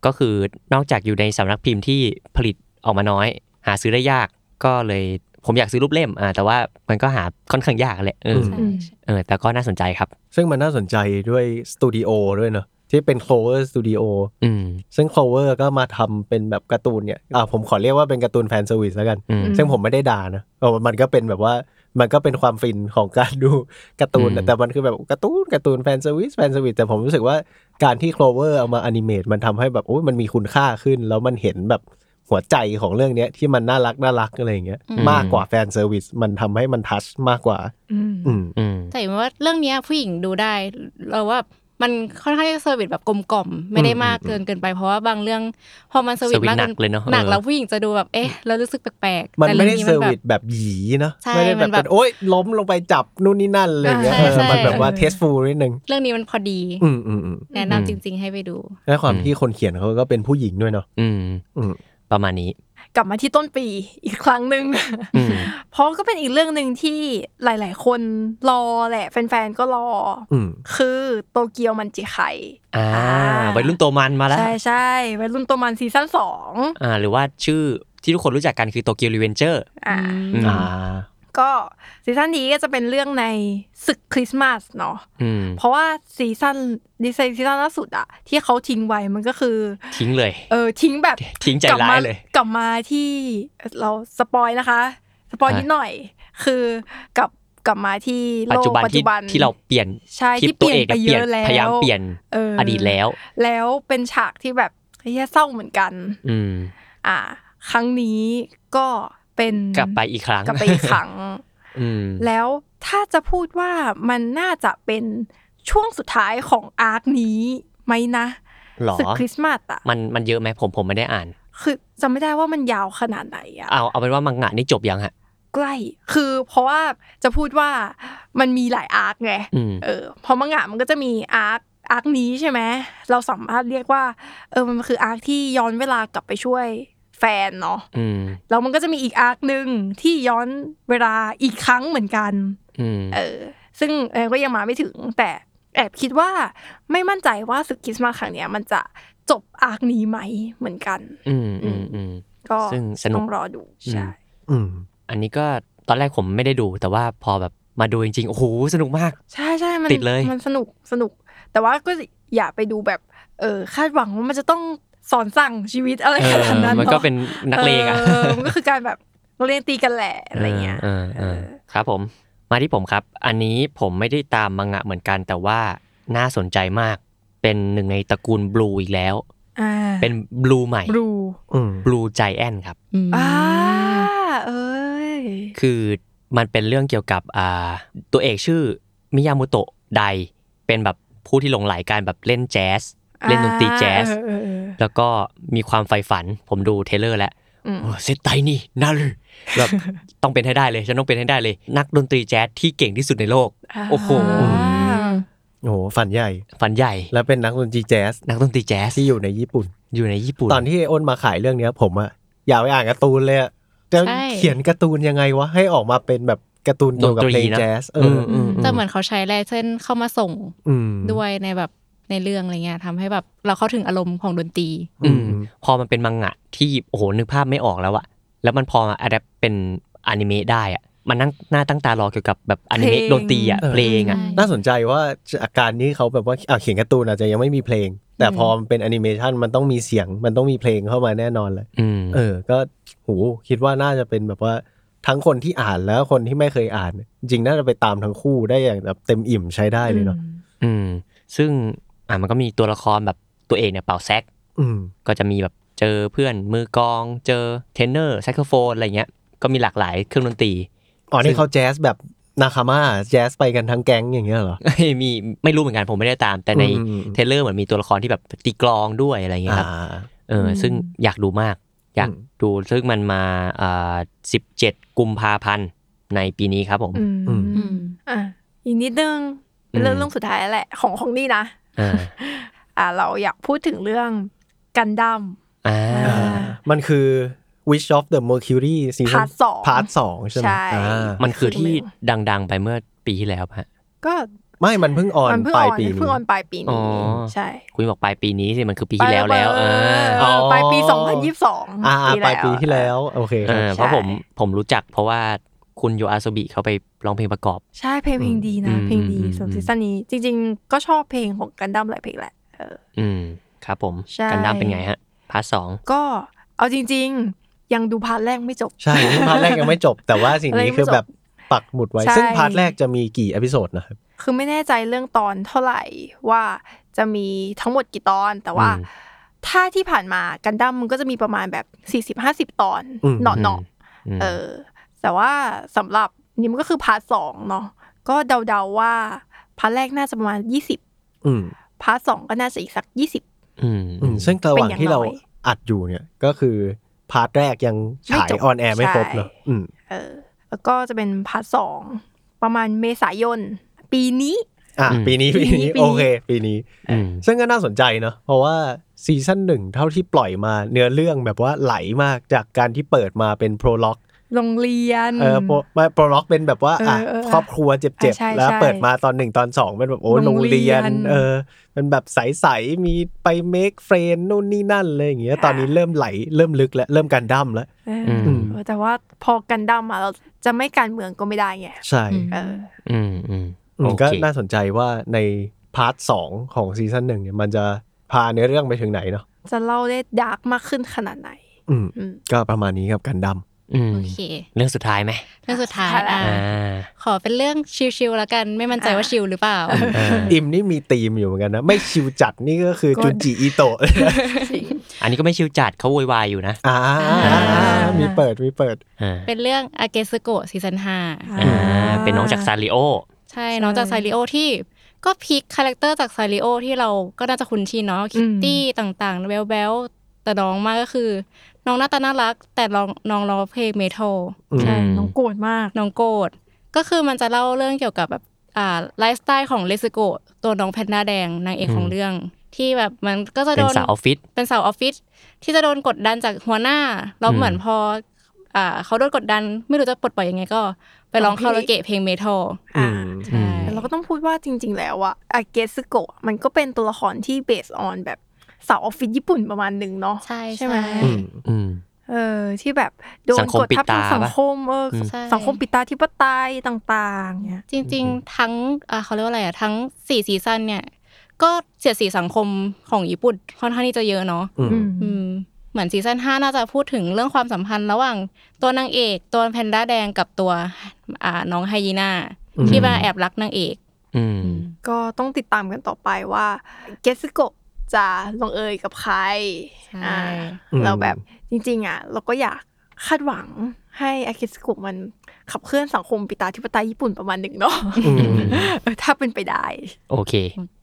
[SPEAKER 3] ก็คือนอกจากอยู่ในสำนักพิมพ์ที่ผลิตออกมาน้อย หาซื้อได้ยากก็เลยผมอยากซื้อรูปเล่มอ่าแต่ว่ามันก็หาค่อนข้างยากแหละเออ
[SPEAKER 2] อืม
[SPEAKER 5] ใช่ใช่
[SPEAKER 3] เออแต่ก็น่าสนใจครับ
[SPEAKER 2] ซึ่งมันน่าสนใจด้วยสตูดิโอด้วยเนอะที่เป็น Clover Studio
[SPEAKER 3] อืม
[SPEAKER 2] ซึ่ง Clover ก็มาทำเป็นแบบการ์ตูนเนี่ยอ่าผมขอเรียกว่าเป็นการ์ตูนแฟนเซอร์วิสแล้วกัน
[SPEAKER 3] อืม
[SPEAKER 2] ซึ่งผมไม่ได้ด่านะเออมันก็เป็นแบบว่ามันก็เป็นความฟินของการดู การ์ตูน
[SPEAKER 3] อืม
[SPEAKER 2] แต่มันคือแบบการ์ตูนการ์ตูนแฟนเซอร์วิสแฟนเซอร์วิสแต่ผมรู้สึกว่าการที่โคลเวอร์เอามาอนิเมตมันทำให้แบบโอ้ยมันมีคุณค่าขึ้น แล้วมันเห็นแบบหัวใจของเรื่องเนี้ยที่มันน่ารักน่ารักอะไรอย่างเงี้ยมากกว่าแฟนเซอร์วิสมันทำให้มันทัชมากกว่า
[SPEAKER 4] อืม
[SPEAKER 2] อืม
[SPEAKER 3] อืม
[SPEAKER 5] แต่อย่างว่าเรื่องเนี้ยผู้หญิงดูได้เราว่ามันค่อนข้างจะเซอร์วิสแบบกลมกล่อมไม่ได้มากเกินเกินไปเพราะว่าบางเรื่องพอมันเซอร์วิสมาก
[SPEAKER 3] เซอร์วิสหนักเลยเนอะ
[SPEAKER 5] หนัก
[SPEAKER 3] เออ
[SPEAKER 5] แล้วผู้หญิงจะดูแบบเอ๊ะเรารู้สึกแปลกๆ
[SPEAKER 2] มัน
[SPEAKER 5] แต่
[SPEAKER 2] ไม่
[SPEAKER 5] ง
[SPEAKER 2] ได้เซอร์วิส
[SPEAKER 5] แบบ
[SPEAKER 2] แบบหยีเนาะ
[SPEAKER 5] ใช่
[SPEAKER 2] ไม่ได้แบบ
[SPEAKER 5] มันแบบ
[SPEAKER 2] เป็นโอ๊ยล้มลงไปจับนู่นนี่นั่นอะไรอย่างเงี้ย
[SPEAKER 5] ใช่
[SPEAKER 2] เออ
[SPEAKER 5] ใช่
[SPEAKER 2] มันแบบว่าเทสฟูลนิดนึง
[SPEAKER 5] เรื่องนี้มันพอดี
[SPEAKER 2] อืมอืมอืม
[SPEAKER 5] แนะนำจริง ๆ ให้ไปดู
[SPEAKER 2] และความที่คนเขียนเขาก็เป็นผู้หญิงด้วยเนาะ
[SPEAKER 3] อืม
[SPEAKER 2] อืม
[SPEAKER 3] ประมาณนี้
[SPEAKER 4] กลับมาที่ต้นปีอีกครั้งห นึ่ง
[SPEAKER 3] อืม
[SPEAKER 4] เพราะก็เป็นอีกเรื่องหนึ่งที่หลาย ๆ คนรอแหละ แฟน ๆ ก็รออ
[SPEAKER 2] อืม
[SPEAKER 4] คือโตเกียวมันจิไค
[SPEAKER 3] อ่า
[SPEAKER 4] อ่า
[SPEAKER 3] วัยรุ่นโตมันมาแล้ว
[SPEAKER 4] ใช่ใช่ๆวัยรุ่นโตมันซีซั่นสอง
[SPEAKER 3] อ่า หรือว่าชื่อที่ทุกคนรู้จักกันคือโตเกียวรีเวนเจอร์
[SPEAKER 4] อ่ะ
[SPEAKER 3] อืม
[SPEAKER 2] อ่า
[SPEAKER 4] ก็ซีซั่นนี้ก็จะเป็นเรื่องในศึกคริสต์มาสเนาะ
[SPEAKER 3] อืม
[SPEAKER 4] เพราะว่าซีซั่นดีไซน์ซีซั่นล่าสุดอะที่เขาทิ้งไว้มันก็คือ
[SPEAKER 3] ทิ้งเลย
[SPEAKER 4] เออทิ้งแบบ
[SPEAKER 3] ทิ้งใจร้ายเลย
[SPEAKER 4] กลับมากลับมาที่เราสปอยนะคะ สปอย
[SPEAKER 3] อ่ะ
[SPEAKER 4] นิดหน่อย คือกลับกลับมาที่โล
[SPEAKER 3] ปัจ
[SPEAKER 4] ก
[SPEAKER 3] จุบัน
[SPEAKER 4] ปัจ
[SPEAKER 3] ที่
[SPEAKER 4] จุบัน
[SPEAKER 3] ที่เราเปลี่ยน
[SPEAKER 4] ใช่
[SPEAKER 3] ที่
[SPEAKER 4] ที่เป
[SPEAKER 3] ตัว
[SPEAKER 4] ลี่ยน
[SPEAKER 3] เอง
[SPEAKER 4] ไป
[SPEAKER 3] อะเปลี่ยนพยา
[SPEAKER 4] เยอะแล้ว
[SPEAKER 3] ยามเปลี่ยน
[SPEAKER 4] เออ
[SPEAKER 3] อดีตแล้ว
[SPEAKER 4] แล้วเป็นฉากที่แบบเฮ้ยเศร้าเหมือนกัน
[SPEAKER 3] อืม
[SPEAKER 4] อ่า ครั้งนี้ก็เป็น
[SPEAKER 3] กลับไปอีกครั้ง
[SPEAKER 4] กลับไปอีกครั้ง
[SPEAKER 3] อืม
[SPEAKER 4] แล้วถ้าจะพูดว่ามันน่าจะเป็นช่วงสุดท้ายของอาร์คนี้ไหมนะ
[SPEAKER 3] หรอ
[SPEAKER 4] สึกคริสต์มาสอะ
[SPEAKER 3] มันมันเยอะไหมผมผมไม่ได้อ่าน
[SPEAKER 4] คือจำไม่ได้ว่ามันยาวขนาดไหนอะ
[SPEAKER 3] เอาเอาเป็นว่ามังงะนี่จบยังฮะ
[SPEAKER 4] ใกล้คือเพราะว่าจะพูดว่ามันมีหลายอาร์คไง
[SPEAKER 3] อืม
[SPEAKER 4] เออเพราะมังงะมันก็จะมีอาร์คอาร์คนี้ใช่ไหมเราสามารถเรียกว่าเออมันคืออาร์คที่ย้อนเวลากลับไปช่วยแฟนเนาะ
[SPEAKER 3] อืม
[SPEAKER 4] แล้วมันก็จะมีอีกอาร์คหนึ่งที่ย้อนเวลาอีกครั้งเหมือนกัน
[SPEAKER 3] อืม
[SPEAKER 4] เออซึ่งเออก็ยังมาไม่ถึงแต่แอบคิดว่าไม่มั่นใจว่าศึกคริสต์มาสครั้งเนี้ยมันจะจบอาร์คนี้ไหมเหมือนกัน
[SPEAKER 3] อืมอืมอืม
[SPEAKER 4] ก็
[SPEAKER 3] ซึ่งสนุก
[SPEAKER 4] ต้องรอดูใช่
[SPEAKER 3] อืม
[SPEAKER 2] อืม
[SPEAKER 3] อันนี้ก็ตอนแรกผมไม่ได้ดู แต่ว่าพอแบบมาดูจริงๆ โอ้โห สนุกมาก
[SPEAKER 4] ใช่ใช่มัน
[SPEAKER 3] ติดเลย
[SPEAKER 4] มันสนุกสนุก แต่ว่าก็อย่าไปดูแบบเออคาดหวังว่ามันจะต้องสอนสั่งชีวิตอะไร
[SPEAKER 3] เอ
[SPEAKER 4] ข
[SPEAKER 3] อ
[SPEAKER 4] นาดนั้น
[SPEAKER 3] มัน
[SPEAKER 4] อะ
[SPEAKER 3] ก็เป็นนักเลงอ่ะ
[SPEAKER 4] เออมันก็คือการแบบนักเรียนตีกันแหละอะไรเงี้ย
[SPEAKER 3] ออออเออ
[SPEAKER 4] เออ
[SPEAKER 3] ครับผม มาที่ผมครับ อันนี้ผมไม่ได้ตามมังงะเหมือนกันแต่ว่าน่าสนใจมาก เป็นหนึ่งในตระกูลบลูอีกแล้ว
[SPEAKER 4] อ่า
[SPEAKER 3] เป็นบลูใหม่
[SPEAKER 4] บลู
[SPEAKER 2] อืม
[SPEAKER 3] บลูใจแอนครับ
[SPEAKER 5] อืม
[SPEAKER 4] อ่าเอ้ย
[SPEAKER 3] คือมันเป็นเรื่องเกี่ยวกับอ่าตัวเอกชื่อมิยามุโตะได เป็นแบบผู้ที่หลงไหลการแบบเล่นแจ๊ส เล่นดนตรีแจ๊ส
[SPEAKER 4] อ่าเออเออ
[SPEAKER 3] แล้วก็มีความใฝ่ฝัน ผมดูเทรลเลอร์แล้ว
[SPEAKER 4] เออ
[SPEAKER 3] โอ้เซตไตนี่น่าเลยแบบ ต้องเป็นให้ได้เลยฉันต้องเป็นให้ได้เลย นักดนตรีแจ๊สที่เก่งที่สุดในโลก โอ้โห
[SPEAKER 4] อ่า
[SPEAKER 2] โอ้โหฝันใหญ่
[SPEAKER 3] ฝันใหญ่
[SPEAKER 2] แล้วเป็นนักดนตรีแจ๊ส
[SPEAKER 3] นักดนตรีแจ๊ส
[SPEAKER 2] ที่อยู่ในญี่ปุ่น
[SPEAKER 3] อยู่ในญี่ปุ่น
[SPEAKER 2] ตอนที่อ้นมาขายเรื่องเนี้ย ผมอะอยากไปอ่านการ์ตูนเลยอะจะ
[SPEAKER 5] ใช่
[SPEAKER 2] เขียนการ์ตูนยังไงวะ ให้ออกมาเป็นแบบการ์ตูนเกี่ยวกับเพลงแจ๊สเออ
[SPEAKER 4] อืม
[SPEAKER 5] แต่เหมือนเขาใช้ไลเส้นเข้ามาส่ง
[SPEAKER 2] อืม
[SPEAKER 5] ด้วยในแบบในเรื่องอะไรเงี้ยทำให้แบบเราเข้าถึงอารมณ์ของดนตรี
[SPEAKER 3] อืมพอมันเป็นมังงะที่โอ้โหนึกภาพไม่ออกแล้วอะแล้วมันพอมาอัดเป็นอนิเมะได้อะมันนั่งหน้าตั้งตารอเกี่ยวกับแบบอนิเมะ
[SPEAKER 4] เพลง
[SPEAKER 3] ดนตรีอะเพลงอะ
[SPEAKER 5] ใช่
[SPEAKER 2] น่าสนใจว่าอาการนี้เขาแบบว่าอ่ะเขียนการ์ตูนอาจจะยังไม่มีเพลง แต่พอมันเป็นแอนิเมชันมันต้องมีเสียงมันต้องมีเพลงเข้ามาแน่นอนเลย
[SPEAKER 3] อืม
[SPEAKER 2] เออ ก็โหคิดว่าน่าจะเป็นแบบว่าทั้งคนที่อ่านแล้วคนที่ไม่เคยอ่าน จริงๆน่าจะไปตามทั้งคู่ได้อย่างแบบเต็มอิ่มใช้ได้เลยเนาะ
[SPEAKER 3] อืมซึ่งอ่ะมันก็มีตัวละครแบบตัวเอกเนี่ยเป่าแซก
[SPEAKER 2] อืม
[SPEAKER 3] ก็จะมีแบบเจอเพื่อนมือกลอง เจอเทนเนอร์แซกโซโฟนอะไรเงี้ย ก็มีหลากหลายเครื่องดนตรี
[SPEAKER 2] อ๋อ
[SPEAKER 3] ซึ่
[SPEAKER 2] นี่
[SPEAKER 3] ง
[SPEAKER 2] เขาแจ๊สแบบนาคาม่าแจ๊สไปกันทั้งแก๊งอย่างเงี้ยเหรอ
[SPEAKER 3] มีไม่รู้เหมือนกันผมไม่ได้ตาม แต่ใน
[SPEAKER 2] อืม
[SPEAKER 3] เทรลเลอร์เหมือนมีตัวละครที่แบบตีกลองด้วยอะไรเงี้ยครับ
[SPEAKER 2] อ่า
[SPEAKER 3] เอออ
[SPEAKER 4] ม
[SPEAKER 3] ซึ่งอยากดูมาก อยาก
[SPEAKER 2] อืม
[SPEAKER 3] ดูซึ่งมันมาอ่าสิบเจ็ดกุมภาพันธ์ในปีนี้ครับผม
[SPEAKER 4] อืม
[SPEAKER 2] อืม
[SPEAKER 5] อืม
[SPEAKER 4] อ่ะอีกนิดนึงเป็นเรื่องเรื่องสุดท้ายแล้วแหละ ของของนี่นะ
[SPEAKER 3] อ่า
[SPEAKER 4] อ่าเราอยากพูดถึงเรื่องกันดั้ม
[SPEAKER 3] อ่า
[SPEAKER 2] มันคือ Wish of the Mercury ซีซั่น
[SPEAKER 4] Part สอง
[SPEAKER 2] พาร์ทสองใช่ไหม
[SPEAKER 4] ใช่
[SPEAKER 2] อ่า
[SPEAKER 3] มันคือที่ดังๆไปเมื่อปีที่แล้วฮะ
[SPEAKER 4] ก็
[SPEAKER 2] ไม่มันเพิ่งออน
[SPEAKER 4] มันเพิ่ง
[SPEAKER 2] ป
[SPEAKER 4] อ
[SPEAKER 2] ลาย
[SPEAKER 4] อน
[SPEAKER 2] ปีนี้
[SPEAKER 4] เพิ่งออนปลายปี
[SPEAKER 3] อ๋
[SPEAKER 4] นี้
[SPEAKER 3] อ
[SPEAKER 4] ใช่
[SPEAKER 3] คุณบอกปลายปีนี้สิมันคือปีที่แล้วแล้ว
[SPEAKER 4] เอ
[SPEAKER 3] เออ
[SPEAKER 4] อปลายปี 2022
[SPEAKER 2] อ่าอ่าปลายปีที่
[SPEAKER 4] ว
[SPEAKER 2] แล้ว โอเคค
[SPEAKER 3] เอ
[SPEAKER 2] รับ
[SPEAKER 3] อเพราะ
[SPEAKER 4] ใช่
[SPEAKER 3] ผมผมรู้จักเพราะว่าคุณโยอาโซบิเขาไปร้องเพลงประกอบ
[SPEAKER 4] ใช่เพลงเพลงดี
[SPEAKER 3] อื
[SPEAKER 4] นะ
[SPEAKER 3] ม
[SPEAKER 4] เพลงดี
[SPEAKER 3] อืม
[SPEAKER 4] สำหรับ
[SPEAKER 3] อืม
[SPEAKER 4] ซีซั่นนี้จริง ๆ ก็ชอบเพลงของกันดั้มหลายเพลงแหละเออ
[SPEAKER 3] อืมครับผม
[SPEAKER 4] ใช่
[SPEAKER 3] กันดั้มเป็นไงฮะพาร์ทสอง
[SPEAKER 4] ก็เอาจริง ๆ ยังดูพาร์ทแรกไม่จบ
[SPEAKER 2] ใช่พาร์ทแรกยังไม่จบ แต่ว่าสิ่งนี้คือแบบปักหมุดไว้
[SPEAKER 4] ใช่
[SPEAKER 2] ซึ่งพาร์ทแรกจะมีกี่อพิโซดนะครับ
[SPEAKER 4] คือไม่แน่ใจเรื่องตอนเท่าไหร่ว่าจะมีทั้งหมดกี่ตอน แต่ว่า
[SPEAKER 3] อืม
[SPEAKER 4] ถ้าที่ผ่านมากันดั้มมันก็จะมีประมาณแบบ 40-50 ตอน
[SPEAKER 2] อืม
[SPEAKER 4] เนาะ
[SPEAKER 3] อืม
[SPEAKER 4] ๆเออ แต่ว่าสำหรับนี่มันก็คือพาร์ทสองเนาะก็เดาๆว่าพาร์ทแรกน่าจะประมาณ 20
[SPEAKER 2] อืม
[SPEAKER 4] พาร์ทสองก็น่าจะอีกสัก 20
[SPEAKER 3] อืม
[SPEAKER 2] อืมซึ่งระหว่างที่เรา
[SPEAKER 4] เป็นอย่างน้อย
[SPEAKER 2] อัดอยู่เนี่ยก็คือพาร์ทแรกยังฉาย
[SPEAKER 4] ไม่จบ
[SPEAKER 2] ออนแอร์ไม่ครบเนอะ
[SPEAKER 4] ใช่
[SPEAKER 2] อืม
[SPEAKER 4] เออแล้วก็จะเป็นพาร์ทสองประมาณเมษายน ปีนี้
[SPEAKER 2] อ่ะปีนี้
[SPEAKER 4] ปี
[SPEAKER 2] ปี
[SPEAKER 4] นี้
[SPEAKER 2] นี้
[SPEAKER 4] ปีนี้
[SPEAKER 2] โอเค ปีนี้
[SPEAKER 3] อืม
[SPEAKER 2] ซึ่งก็น่าสนใจเนอะเพราะว่าซีซั่นหนึ่งเท่าที่ปล่อยมาเนื้อเรื่องแบบว่าไหลมากจากการที่เปิดมาเป็นโปรล็อก
[SPEAKER 4] โรงเรียน
[SPEAKER 2] เออโปรมาโปรล็อกเป็นแบบว่าอ่ะ
[SPEAKER 4] เออเออ
[SPEAKER 2] ครอบครัวเจ็บ
[SPEAKER 4] อ่ะใช่
[SPEAKER 2] ๆ แล้ว
[SPEAKER 4] ใช่
[SPEAKER 2] เปิดมาตอนหนึ่งตอนสองเป็นแบบโอ้ย
[SPEAKER 4] โร
[SPEAKER 2] โรง ง
[SPEAKER 4] เรี
[SPEAKER 2] เรี
[SPEAKER 4] ย
[SPEAKER 2] ย
[SPEAKER 4] น
[SPEAKER 2] นเออมันแบบใสๆมีไปเมคเฟรนนู่นนี่นั่นเลยอย่างเงี้ย
[SPEAKER 4] อ่ะ
[SPEAKER 2] ตอนนี้เริ่มไหลเริ่มลึกแล้วเริ่มการดั้มแล้ว
[SPEAKER 4] เออ
[SPEAKER 3] อืม
[SPEAKER 4] อเออแต่ว่าพอกันดั้มมาเราจะไม่การเมืองก็ไม่ได้ไง
[SPEAKER 2] ใช่
[SPEAKER 5] อืม
[SPEAKER 4] เออ
[SPEAKER 3] อืมอืม
[SPEAKER 2] อืม
[SPEAKER 3] โอ
[SPEAKER 2] ก็
[SPEAKER 3] เค
[SPEAKER 2] น่าสนใจว่าในพาร์ทสองของซีซั่นหนึ่งเนี่ยมันจะพาเนื้อเรื่องไปถึงไหนเนาะ
[SPEAKER 4] จะเล่าได้ดาร์กมากขึ้นขนาดไหน
[SPEAKER 2] อืม
[SPEAKER 4] อืม
[SPEAKER 2] ก็ประมาณนี้กับการดั้ม
[SPEAKER 3] อืม
[SPEAKER 5] โอเค
[SPEAKER 3] เรื่องสุดท้ายไหม
[SPEAKER 5] เรื่องสุดท้าย
[SPEAKER 4] สุดท้ายแล้ว
[SPEAKER 5] อ่า
[SPEAKER 3] อ่า
[SPEAKER 5] ขอเป็นเรื่องชิลๆแล้วกันไม่มั่นใจว่าชิลหรือเปล่า
[SPEAKER 3] เออ
[SPEAKER 2] อิมนี่มีธีมอยู่เหมือนกันนะ ไม่ชิวจัดนี่ก็คือ
[SPEAKER 4] ก็
[SPEAKER 2] จุนจิอิโตะ
[SPEAKER 3] อันนี้ก็ไม่ชิวจัดเขาโวยวายอยู่นะ
[SPEAKER 2] อ่ามีเปิดมีเปิด
[SPEAKER 3] อ่า
[SPEAKER 5] เป็นเรื่องอาเกซึโกะซีซั่นห้า
[SPEAKER 4] อ่า
[SPEAKER 3] อ่าเป็นน้องจากซาริโอ
[SPEAKER 5] ใช่น้องจากไซริโอที่ก็พลิกคาแรคเตอร์จากไซริโอที่เราก็น่าจะคุ้นชินเนาะคิตตี้ต่างๆแบลๆแต่น้องมากก็คือ น้องหน้าตาน่ารัก แต่น้องน้องร้องเพลงเมทัล
[SPEAKER 2] อืม
[SPEAKER 4] ใช่น้องโกรธมาก
[SPEAKER 5] น้องโกดก็คือมันจะเล่าเรื่องเกี่ยวกับแบบอ่าไลฟ์สไตล์ของเลสโกะตัวน้องแพนด้าแดงนางเอก
[SPEAKER 3] อืม
[SPEAKER 5] ของเรื่อง ที่แบบมันก็จะ
[SPEAKER 3] เป็
[SPEAKER 5] โด
[SPEAKER 3] น
[SPEAKER 5] น
[SPEAKER 3] สาวออฟฟิศ
[SPEAKER 5] เป็นสาวออฟฟิศที่จะโดนกดดันจากหัวหน้าแล้ว
[SPEAKER 3] อืม
[SPEAKER 5] เหมือนพออ่าเขาโดนกดดัน ไม่รู้จะปลดปล่อยยังไงก็ ไปร้อ
[SPEAKER 4] ร้อง
[SPEAKER 5] ง
[SPEAKER 4] เพลง
[SPEAKER 5] คาราโอเกะเพลงเมทัล
[SPEAKER 4] อ่า
[SPEAKER 5] ใช่
[SPEAKER 4] แต่เราก็ต้องพูดว่าจริง ๆ แล้วอะอาเกสโกะมันก็เป็นตัวละครที่เบสออนแบบสาวออฟฟิศญี่ปุ่นประมาณหนึ่งเนาะ
[SPEAKER 5] ใช่
[SPEAKER 4] ใช่ไหม
[SPEAKER 2] อืม
[SPEAKER 3] อืม
[SPEAKER 4] เออที่แบบโดน
[SPEAKER 3] สังคม
[SPEAKER 4] กดทับ
[SPEAKER 3] ปิดตา
[SPEAKER 4] ทางสัง
[SPEAKER 3] ปะ
[SPEAKER 4] คมเอออ
[SPEAKER 5] ใช่
[SPEAKER 4] สังคมปิดตาธิปไตยต่างๆเนี่ย
[SPEAKER 5] จริงๆ ทั้งอ่าเขาเรียกว่าอะไรอ่ะ ทั้งสี่ซีซั่นเนี่ย ก็เสียดสีสังคมของญี่ปุ่นค่อนข้างที่จะเยอะเนาะ
[SPEAKER 2] อืม
[SPEAKER 5] อืมเหมือนซีซั่นห้าน่าจะพูดถึงเรื่องความสัมพันธ์ระหว่างตัวนางเอกตัวแพนด้าแดงกับตัวอ่าน้องไฮยีน่า
[SPEAKER 2] อืม
[SPEAKER 5] ที่มาแอบรักนางเอก
[SPEAKER 3] อืม
[SPEAKER 4] ก็ต้องติดตามกันต่อไปว่าเกสโกะจะลงเอยกับใคร
[SPEAKER 5] ใช่
[SPEAKER 4] อ่า
[SPEAKER 2] อืม
[SPEAKER 4] เราแบบจริงๆอ่ะเราก็อยากคาดหวังให้อาเกสโกะมันขับเคลื่อนสังคมปิตาธิปไตยญี่ปุ่นประมาณหนึ่งเนาะ
[SPEAKER 2] อืม
[SPEAKER 4] เออถ้าเป็นไปได้
[SPEAKER 3] โอเค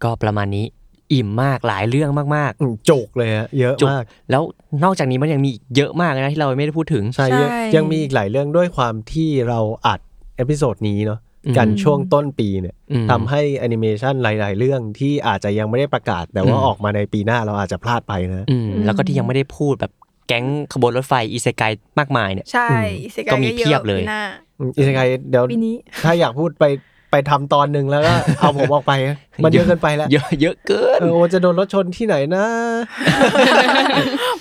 [SPEAKER 3] ก็ประมาณนี้อิ่มมากหลายเรื่องมาก
[SPEAKER 2] อืมจุกเลยฮะเยอะ
[SPEAKER 3] ๆจุก
[SPEAKER 2] มาก
[SPEAKER 3] แล้วนอกจากนี้มันยังมีอีกเยอะมากนะที่เราไม่ได้พูดถึง
[SPEAKER 2] ใช่เยอะ
[SPEAKER 4] ใช่
[SPEAKER 2] ยังมีอีกหลายเรื่องด้วยความที่เราอัดเอพิโซดนี้เนาะ
[SPEAKER 3] อืม
[SPEAKER 2] กันช่วงต้นปีเนี่ย
[SPEAKER 3] อืม
[SPEAKER 2] ทำให้แอนิเมชันหลาย ๆ เรื่องที่อาจจะยังไม่ได้ประกาศ แต่ว่า
[SPEAKER 3] อืม
[SPEAKER 2] ออกมาในปีหน้าเราอาจจะพลาดไปนะ
[SPEAKER 3] อืมแล้วก็ที่ยังไม่ได้พูดแบบแก๊งขบวนรถไฟอีเซไกมากมายเนี่ย
[SPEAKER 4] ใช่
[SPEAKER 2] อืม
[SPEAKER 4] อิเซา
[SPEAKER 3] ก็มีเพียบเลย
[SPEAKER 4] หน้า
[SPEAKER 2] อิสกายเดี๋ยว
[SPEAKER 4] ปีนี้
[SPEAKER 2] ถ้าอยากพูดไปไปทำตอนหนึ่งแล้วก็ เอาผมออกไปนะมันเยอะเกินไปแล้ว
[SPEAKER 3] เยอะเยอะเกิน
[SPEAKER 2] เออโอจะโดนรถชนที่ไหนนะ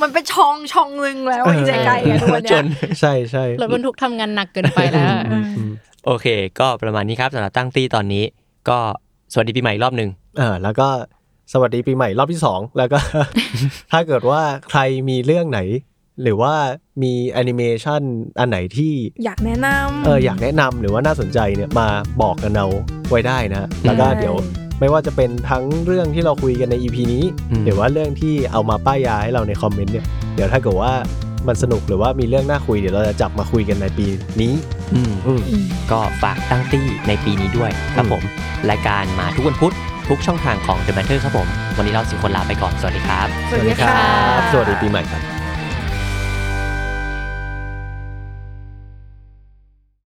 [SPEAKER 4] มันเป็นช่องช่องหนึ่งแล้ว
[SPEAKER 2] เออ
[SPEAKER 4] อิเซไกายอะทุกวัน
[SPEAKER 3] จ
[SPEAKER 4] เนี้
[SPEAKER 3] น
[SPEAKER 4] ย
[SPEAKER 2] ใช่ใช่
[SPEAKER 5] รถบรรทุกทำงานหนักเกินไปแล้ว
[SPEAKER 2] อืมอืม
[SPEAKER 3] โอเค ก็ประมาณนี้ครับสำหรับตั้งตี้ตอนนี้ ก็สวัสดีปีใหม่อีกรอบหนึ่ง
[SPEAKER 2] อ่าแล้วก็สวัสดีปีใหม่รอบที่สองแล้วก็ ถ้าเกิดว่าใครมีเรื่องไหน หรือว่ามีแอนิเมชันอันไหนที่
[SPEAKER 4] อยากแนะนำ
[SPEAKER 2] เอออยากแนะนำหรือว่าน่าสนใจเนี่ยมาบอกกันเอาไว้ได้นะ แล้วก็
[SPEAKER 4] ใช่
[SPEAKER 2] เดี๋ยวไม่ว่าจะเป็นทั้งเรื่องที่เราคุยกันใน EP นี้หรือว่าเรื่องที่เอามาป้ายยาให้เราในคอมเมนต์เนี่ยเดี๋ยวถ้าเกิดว่ามันสนุกหรือว่ามีเรื่องน่าคุยเดี๋ยวเราจะจับมาคุยกันในปีนี้
[SPEAKER 3] อืม
[SPEAKER 2] อืม
[SPEAKER 4] อืม
[SPEAKER 3] ก็ฝากตั้งตี้ในปีนี้ด้วยครับ
[SPEAKER 2] อืม
[SPEAKER 3] ผม รายการมาทุกวันพุธทุกช่องทางของ The Matter ครับผม วันนี้เราสิคนลาไปก่อน สวัสดีครับ
[SPEAKER 4] สวัสดีครับ
[SPEAKER 2] สวัสดีปีใหม่ครับ